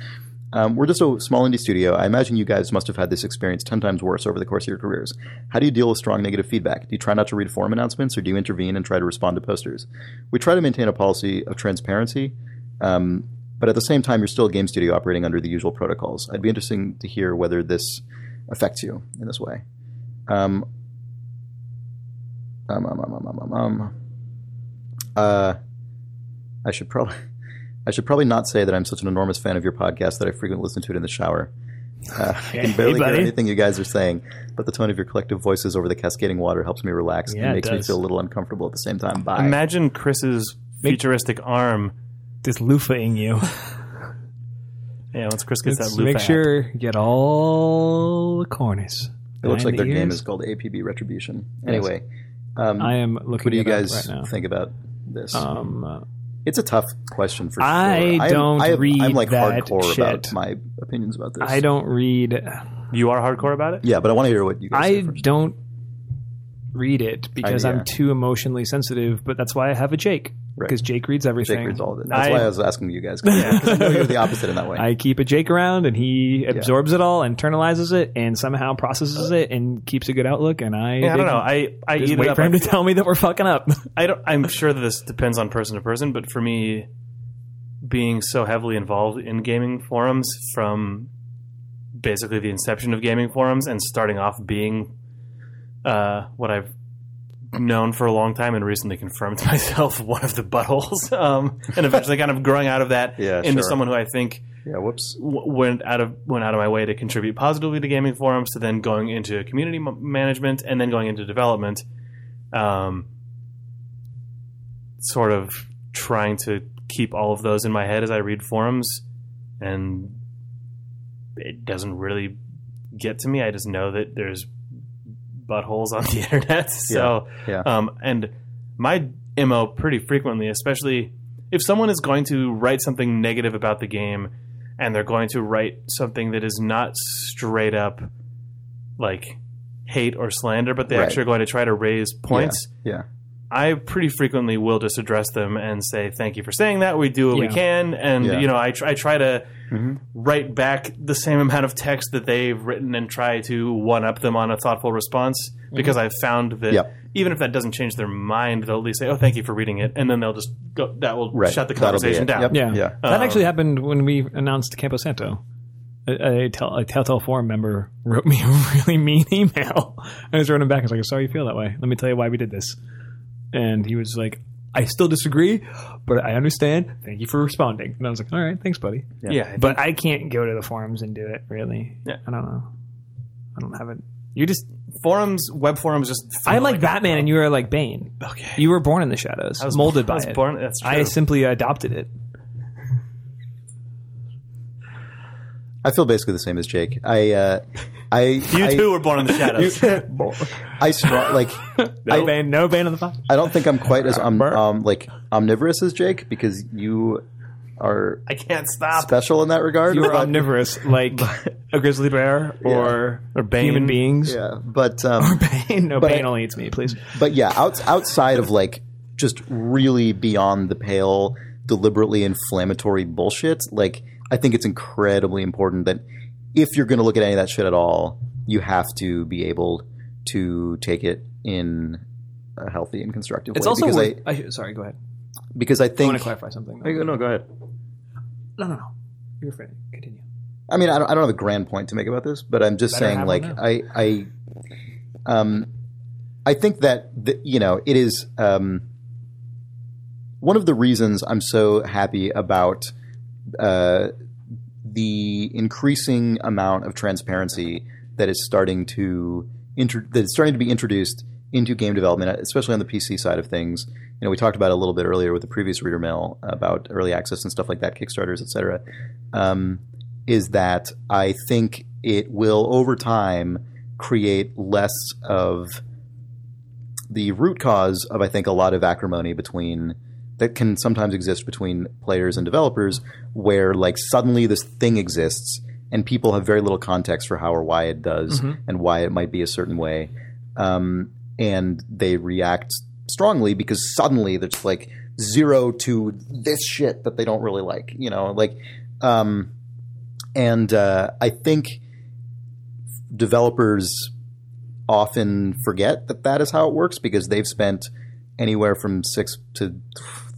Speaker 3: Um, we're just a small indie studio. I imagine you guys must have had this experience ten times worse over the course of your careers. How do you deal with strong negative feedback? Do you try not to read forum announcements, or do you intervene and try to respond to posters? We try to maintain a policy of transparency, um, but at the same time, you're still a game studio operating under the usual protocols. I'd be interesting to hear whether this affects you in this way. Um, um, um, um, um, um, um, um. Uh, I should probably. I should probably not say that I'm such an enormous fan of your podcast that I frequently listen to it in the shower. Uh, I can barely hear
Speaker 1: buddy.
Speaker 3: anything you guys are saying, but the tone of your collective voices over the cascading water helps me relax
Speaker 1: Yeah, it
Speaker 3: and makes me
Speaker 1: does.
Speaker 3: feel a little uncomfortable at the same time. Bye.
Speaker 4: Imagine Chris's futuristic arm.
Speaker 1: Just loofahing you.
Speaker 4: Yeah, once Chris gets
Speaker 5: Let's
Speaker 4: that loop
Speaker 5: make sure you get all the corners.
Speaker 3: it looks like
Speaker 5: Behind the
Speaker 3: their game
Speaker 5: ears.
Speaker 3: is called APB Retribution. Anyway, um,
Speaker 5: I am looking.
Speaker 3: what do you
Speaker 5: it up
Speaker 3: guys
Speaker 5: right now.
Speaker 3: think about this?
Speaker 5: Um, uh,
Speaker 3: it's a tough question for
Speaker 5: I
Speaker 3: sure. am-
Speaker 5: don't
Speaker 3: I am, I'm
Speaker 5: read
Speaker 3: like
Speaker 5: that
Speaker 3: hardcore about
Speaker 5: shit.
Speaker 3: my opinions about this.
Speaker 5: I don't read.
Speaker 4: You are hardcore about it?
Speaker 3: Yeah, but I want to hear what you guys
Speaker 5: I
Speaker 3: say first.
Speaker 5: don't read it because
Speaker 3: I- yeah.
Speaker 5: I'm too emotionally sensitive. But that's why I have a Jake
Speaker 3: Right.
Speaker 5: because Jake reads everything.
Speaker 3: Jake reads all of it. That's
Speaker 4: I-
Speaker 3: why I was asking you guys. 'cause I know you're the opposite in that way.
Speaker 5: I keep a Jake around, and he absorbs it all, internalizes it, and somehow processes it, and keeps a good outlook. And I,
Speaker 4: Yeah, I
Speaker 5: dig-
Speaker 4: don't know. I, I
Speaker 5: Just
Speaker 4: eat it
Speaker 5: wait
Speaker 4: up.
Speaker 5: for him to tell me that we're fucking up.
Speaker 4: I don't, I'm sure that this depends on person to person, but for me, being so heavily involved in gaming forums from basically the inception of gaming forums and starting off being uh, what I've known for a long time and recently confirmed to myself one of the buttholes, um, and eventually kind of growing out of that
Speaker 3: Yeah,
Speaker 4: into
Speaker 3: sure.
Speaker 4: someone who I think
Speaker 3: yeah, whoops.
Speaker 4: w- went out of went out of my way to contribute positively to gaming forums to then going into community m- management and then going into development um, sort of trying to keep all of those in my head as I read forums and it doesn't really get to me I just know that there's buttholes on the internet so
Speaker 3: Yeah,
Speaker 5: Uh,
Speaker 4: Um, and my mo pretty frequently especially if someone is going to write something negative about the game and they're going to write something that is not straight up like hate or slander, but they're
Speaker 3: Right.
Speaker 4: actually going to try to raise points.
Speaker 3: Yeah.
Speaker 4: I pretty frequently will just address them and say, "Thank you for saying that. We do what we
Speaker 5: Yeah.
Speaker 4: can." And
Speaker 3: Yeah.
Speaker 4: you know, I try, I try to
Speaker 3: mm-hmm.
Speaker 4: write back the same amount of text that they've written and try to one up them on a thoughtful response because I've found that
Speaker 3: Mm-hmm. Yep.
Speaker 4: even if that doesn't change their mind, they'll at least say, "Oh, thank you for reading it," and then they'll just go, that will
Speaker 3: Right.
Speaker 4: shut the
Speaker 3: That'll be
Speaker 4: conversation
Speaker 3: it.
Speaker 4: down.
Speaker 3: Yep.
Speaker 1: Yeah,
Speaker 3: Yeah.
Speaker 4: Um,
Speaker 1: That actually happened when we announced Campo Santo. A, a, tel- a Telltale forum member wrote me a really mean email. I just wrote him back. I was like, "Sorry you feel that way. Let me tell you why we did this." And he was like, "I still disagree, but I understand. Thank you for responding." And I was like, "All right, thanks, buddy."
Speaker 4: Yeah, I
Speaker 1: But I can't go to the forums and do it. Really,
Speaker 4: Yeah.
Speaker 1: I don't know. I don't have it. You just
Speaker 4: forums, web forums, just
Speaker 1: I like Batman, and you are like Bane. Okay, you were born in the shadows,
Speaker 4: was-
Speaker 1: molded by
Speaker 4: I was
Speaker 1: it.
Speaker 4: born- that's
Speaker 1: I
Speaker 4: true.
Speaker 1: simply adopted it.
Speaker 3: I feel basically the same as Jake. I, uh, I,
Speaker 4: you
Speaker 3: I,
Speaker 4: too were born in the shadows.
Speaker 3: I str- like.
Speaker 1: No Bane, no Bane of the Fox.
Speaker 3: I don't think I'm quite as um, um like omnivorous as Jake because you are
Speaker 4: I can't stop.
Speaker 3: special in that regard.
Speaker 1: You are
Speaker 3: but-
Speaker 1: omnivorous, like a grizzly bear or or
Speaker 4: Bane.
Speaker 1: human beings.
Speaker 3: Yeah, but um,
Speaker 1: Bane, no,
Speaker 3: But
Speaker 1: Bane
Speaker 3: I-
Speaker 1: only eats me, please.
Speaker 3: but yeah, out, outside of like just really beyond the pale, deliberately inflammatory bullshit, like I think it's incredibly important that if you're going to look at any of that shit at all, you have to be able to take it in a healthy and constructive
Speaker 5: It's
Speaker 3: way.
Speaker 5: also
Speaker 3: because
Speaker 5: worth,
Speaker 3: I
Speaker 5: I, sorry. Go ahead.
Speaker 3: because I
Speaker 5: I
Speaker 3: think
Speaker 5: want to clarify something. though.
Speaker 3: no, go ahead.
Speaker 5: No, no, no. You're free. Continue.
Speaker 3: I mean, I don't, I don't have a grand point to make about this, but I'm just saying,
Speaker 5: have
Speaker 3: like,
Speaker 5: one
Speaker 3: I, I, um, I think that the, you know, it is um, one of the reasons I'm so happy about uh, the increasing amount of transparency that is starting to inter- that is starting to be introduced into game development, especially on the PC side of things. You know, we talked about it a little bit earlier with the previous reader mail about early access and stuff like that, Kickstarters, etc. Um, is that I think it will over time create less of the root cause of I think a lot of acrimony between that can sometimes exist between players and developers where like suddenly this thing exists and people have very little context for how or why it does and why it might be a certain way um, and they react strongly because suddenly there's like zero to this shit that they don't really like you know like um, and uh, I think developers often forget that that is how it works because they've spent anywhere from six to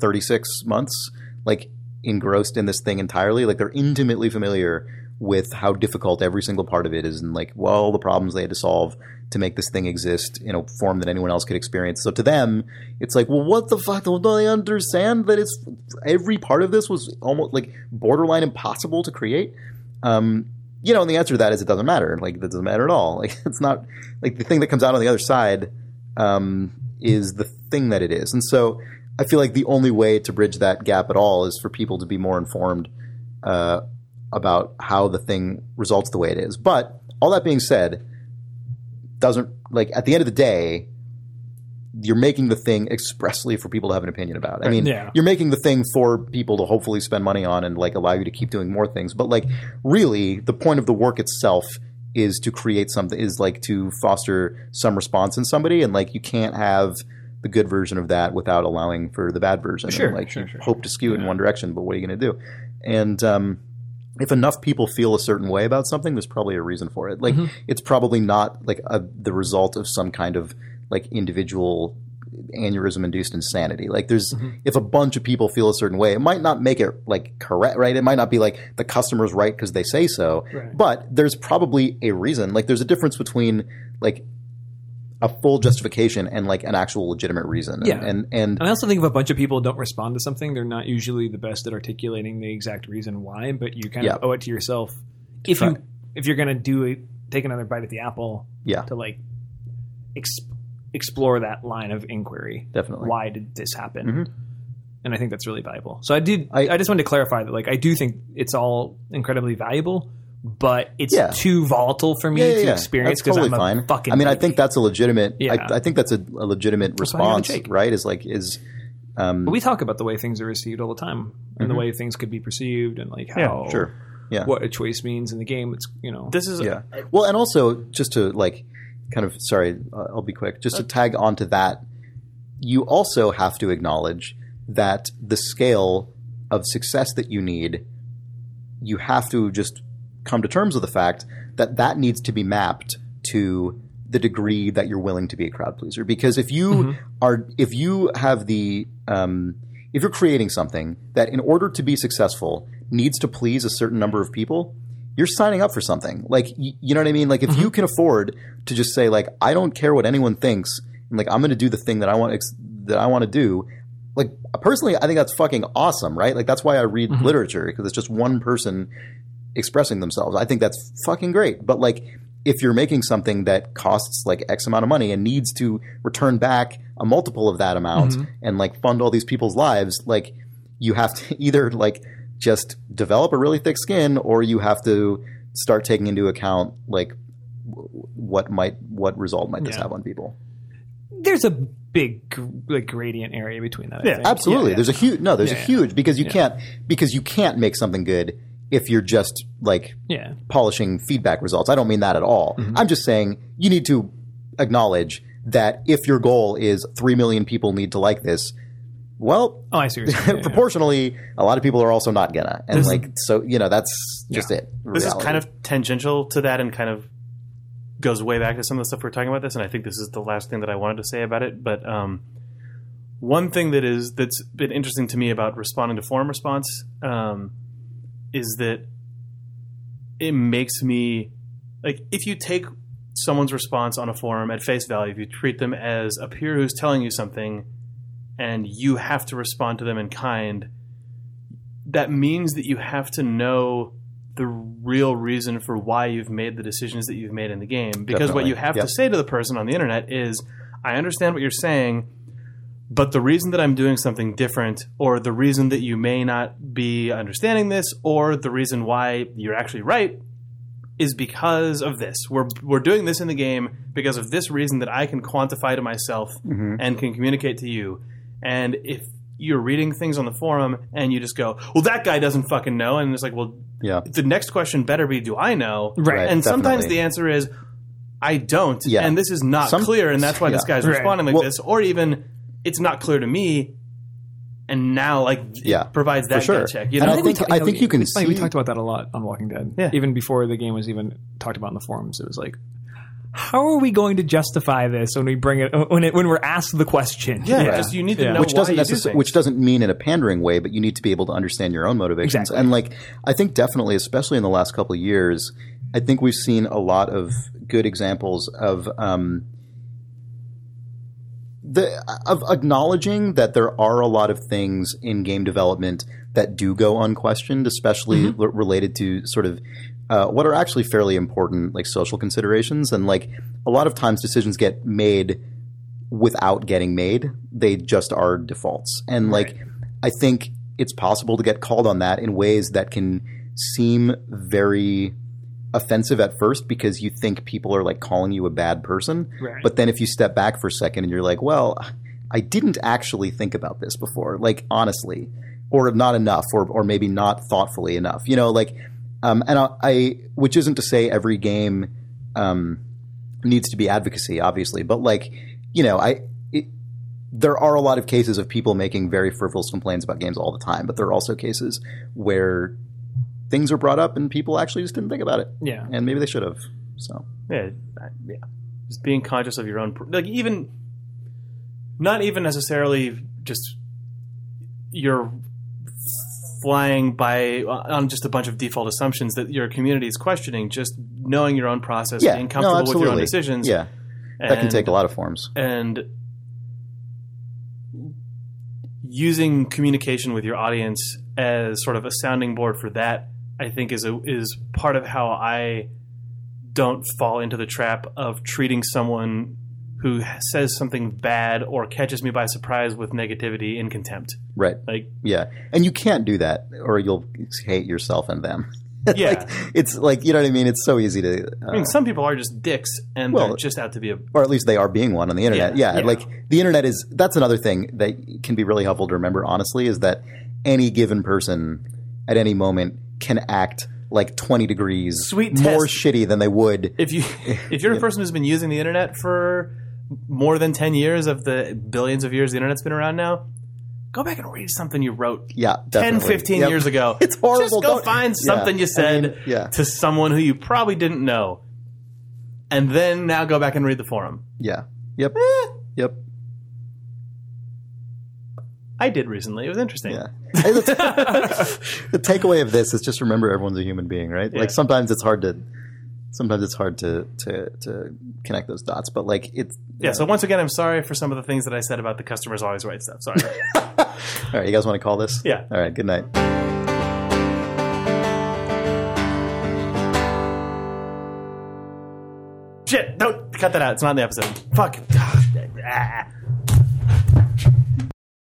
Speaker 3: 36 months like engrossed in this thing entirely like they're intimately familiar with how difficult every single part of it is and like well all the problems they had to solve to make this thing exist in a form that anyone else could experience so to them it's like well what the fuck don't they understand that it's every part of this was almost like borderline impossible to create um, you know, and the answer to that is it doesn't matter. Like that doesn't matter at all. Like it's not like the thing that comes out on the other side um, is the thing that it is. And so I feel like the only way to bridge that gap at all is for people to be more informed uh, about how the thing results the way it is. But all that being said, doesn't like at the end of the day, you're making the thing expressly for people to have an opinion about. I mean,
Speaker 1: Yeah.
Speaker 3: you're making the thing for people to hopefully spend money on and like allow you to keep doing more things. But like, really, the point of the work itself is to create something, is like to foster some response in somebody, and like you can't have the good version of that without allowing for the bad version.
Speaker 1: Sure,
Speaker 3: and, like
Speaker 1: sure,
Speaker 3: you
Speaker 1: sure.
Speaker 3: hope to skew it in one direction, but what are you going to do? And um, if enough people feel a certain way about something, there's probably a reason for it. Like
Speaker 1: Mm-hmm.
Speaker 3: it's probably not like a, the result of some kind of like individual aneurysm induced insanity. Like there's
Speaker 1: Mm-hmm.
Speaker 3: if a bunch of people feel a certain way, it might not make it like correct, right? It might not be like the customer's right because they say so. But there's probably a reason. Like there's a difference between like a full justification and like an actual legitimate reason.
Speaker 1: Yeah.
Speaker 3: And and,
Speaker 1: And I also think if a bunch of people don't respond to something, they're not usually the best at articulating the exact reason why. But you kind
Speaker 3: Yeah.
Speaker 1: of owe it to yourself if you if you're gonna do it, take another bite at the apple
Speaker 3: yeah,
Speaker 1: to like ex- explore that line of inquiry.
Speaker 3: definitely. Mm-hmm.
Speaker 1: why did this happen and i think that's really valuable so i did I,
Speaker 3: I-
Speaker 1: just wanted to clarify that like i do think it's all incredibly valuable but it's
Speaker 3: Yeah.
Speaker 1: too volatile for me
Speaker 3: Yeah, yeah,
Speaker 1: to
Speaker 3: yeah.
Speaker 1: experience because
Speaker 3: That's totally
Speaker 1: i'm a
Speaker 3: fine.
Speaker 1: fucking
Speaker 3: I mean, I
Speaker 1: baby.
Speaker 3: think that's a legitimate.
Speaker 1: Yeah.
Speaker 3: I, I think that's a, a legitimate
Speaker 1: why I have a
Speaker 3: response,
Speaker 1: Jake.
Speaker 3: right? Is like is um,
Speaker 1: But we talk about the way things are received all the time
Speaker 3: Mm-hmm.
Speaker 1: and the way things could be perceived and like how
Speaker 3: sure, yeah.
Speaker 1: what a choice means in the game it's you know
Speaker 4: This is
Speaker 3: yeah. Well, and uh, also just to like kind of sorry, uh, I'll be quick. Just to tag onto that you also have to acknowledge that the scale of success that you need, you have to just come to terms with the fact that that needs to be mapped to the degree that you're willing to be a crowd pleaser. Because if you are, if you have the, um, if you're creating something that in order to be successful needs to please a certain number of people, you're signing up for something. Like, y- you know what I mean? Like, if you can afford to just say, like, I don't care what anyone thinks, and like, I'm going to do the thing that I want ex- that I want to do. Like, personally, I think that's fucking awesome, right? Like, that's why I read literature because it's just one person expressing themselves. I think that's fucking great. But like, if you're making something that costs like X amount of money and needs to return back a multiple of that amount and like fund all these people's lives, like, you have to either like just develop a really thick skin or you have to start taking into account like w- what might what result might this
Speaker 1: Yeah.
Speaker 3: have on people
Speaker 1: There's a big gr- like gradient area between that. I
Speaker 4: Yeah.
Speaker 1: think.
Speaker 3: absolutely there's a huge no there's
Speaker 1: Yeah,
Speaker 3: a
Speaker 1: yeah.
Speaker 3: huge because you can't because you can't make something good if you're just like
Speaker 1: Yeah.
Speaker 3: polishing feedback results i don't mean that at all i'm just saying you need to acknowledge that if your goal is 3 million people need to like this well
Speaker 1: Oh, I see. What you're saying. Yeah, yeah.
Speaker 3: proportionally a lot of people are also not gonna and like so you know that's just it
Speaker 4: This is
Speaker 3: reality.
Speaker 4: kind of tangential to that and kind of goes way back to some of the stuff we are talking about this, and I think this is the last thing that I wanted to say about it. But um, one thing that is that's been interesting to me about responding to forum response um, is that it makes me like if you take someone's response on a forum at face value, if you treat them as a peer who's telling you something and you have to respond to them in kind, that means that you have to know the real reason for why you've made the decisions that you've made in the game. Because what
Speaker 3: Definitely.
Speaker 4: you have
Speaker 3: Yep.
Speaker 4: to say to the person on the internet is, I understand what you're saying, but the reason that I'm doing something different, or the reason that you may not be understanding this, or the reason why you're actually right is because of this. We're we're doing this in the game because of this reason that I can quantify to myself
Speaker 3: Mm-hmm.
Speaker 4: and can communicate to you. And if you're reading things on the forum and you just go, "Well, that guy doesn't fucking know," and it's like, "Well,
Speaker 3: yeah
Speaker 4: the next question better be, do I know?"
Speaker 3: Right,
Speaker 4: And sometimes
Speaker 3: definitely.
Speaker 4: the answer is, "I don't,"
Speaker 3: Yeah.
Speaker 4: and this is not
Speaker 3: Some-
Speaker 4: clear, and that's why this
Speaker 3: yeah.
Speaker 4: guy's
Speaker 1: Right.
Speaker 4: responding like
Speaker 3: Well-
Speaker 4: this, or even it's not clear to me. And now, like, it
Speaker 3: Yeah,
Speaker 4: provides that
Speaker 3: sure.
Speaker 4: gut check. You
Speaker 3: And
Speaker 4: know,
Speaker 1: we
Speaker 3: I think-
Speaker 1: ta-
Speaker 3: I think you can
Speaker 1: it's funny, We
Speaker 3: see-
Speaker 1: talked about that a lot on Walking Dead.
Speaker 4: Yeah.
Speaker 1: Even before the game was even talked about in the forums, it was like, how are we going to justify this when we bring it when it when we're asked the question?
Speaker 4: yeah, just you need to
Speaker 1: Yeah.
Speaker 4: know
Speaker 3: which
Speaker 4: why
Speaker 3: doesn't
Speaker 4: you do
Speaker 3: necessarily
Speaker 4: things.
Speaker 3: which doesn't mean in a pandering way, but you need to be able to understand your own motivations.
Speaker 1: Exactly.
Speaker 3: And like I think definitely, especially in the last couple of years, I think we've seen a lot of good examples of um, the of acknowledging that there are a lot of things in game development that do go unquestioned, especially
Speaker 4: Mm-hmm.
Speaker 3: l- related to sort of uh, what are actually fairly important like social considerations, and like a lot of times decisions get made without getting made; they just are defaults, and like I think it's possible to get called on that in ways that can seem very offensive at first because you think people are like calling you a bad person.
Speaker 1: Right.
Speaker 3: But then if you step back for a second and you're like, well, I didn't actually think about this before, like honestly, or not enough, or, or maybe not thoughtfully enough, you know, like, um, and I, I, which isn't to say every game, um, needs to be advocacy, obviously, but like, you know, I, it, there are a lot of cases of people making very frivolous complaints about games all the time, but there are also cases where things are brought up and people actually just didn't think about it,
Speaker 1: yeah.
Speaker 3: and maybe they should have. So
Speaker 4: yeah, I- yeah. Just being conscious of your own, pr- like even, not even necessarily just you're flying by uh, on just a bunch of default assumptions that your community is questioning. Just knowing your own process,
Speaker 3: yeah,
Speaker 4: being
Speaker 3: no,
Speaker 4: comfortable with your own
Speaker 3: absolutely.
Speaker 4: decisions,
Speaker 3: Yeah, that can
Speaker 4: and-
Speaker 3: take a lot of forms.
Speaker 4: and using communication with your audience as sort of a sounding board for that i think is a, is part of how i don't fall into the trap of treating someone who says something bad or catches me by surprise with negativity in contempt
Speaker 3: Right.
Speaker 4: like
Speaker 3: Yeah, and you can't do that, or you'll hate yourself and them.
Speaker 4: yeah
Speaker 3: Like, it's like you know what I mean. It's so easy to, uh,
Speaker 4: i mean some people are just dicks and
Speaker 3: Well,
Speaker 4: they're just out to be a
Speaker 3: or at least they are being one on the internet.
Speaker 4: Yeah,
Speaker 3: Yeah, like the internet is. That's another thing that can be really helpful to remember. Honestly, is that any given person at any moment can act like twenty degrees
Speaker 4: Sweet
Speaker 3: more
Speaker 4: test.
Speaker 3: shitty than they would
Speaker 4: if you if you're a person who's been using the internet for more than 10 years of the billions of years the internet's been around now, go back and read something you wrote
Speaker 3: Yeah,
Speaker 4: 10,
Speaker 3: definitely.
Speaker 4: 15
Speaker 3: Yep.
Speaker 4: years ago.
Speaker 3: It's horrible.
Speaker 4: Just go
Speaker 3: Don't-
Speaker 4: find
Speaker 3: Yeah.
Speaker 4: something you
Speaker 3: I
Speaker 4: said
Speaker 3: mean, yeah,
Speaker 4: to someone who you probably didn't know. And then now go back and read the forum.
Speaker 3: yeah, yep,
Speaker 4: Eh.
Speaker 3: yep.
Speaker 4: I did recently. It was interesting.
Speaker 3: Yeah. Hey, the, the takeaway of this is just remember everyone's a human being, right?
Speaker 4: Yeah.
Speaker 3: Like sometimes it's hard to sometimes it's hard to to, to connect those dots, but like it's
Speaker 4: Yeah, so once again, I'm sorry for some of the things that I said about the customers always right stuff. Sorry.
Speaker 3: all right, you guys want to call this?
Speaker 4: Yeah.
Speaker 3: All right, good night.
Speaker 4: Shit, don't cut that out. It's not in the episode. Fuck. Ah.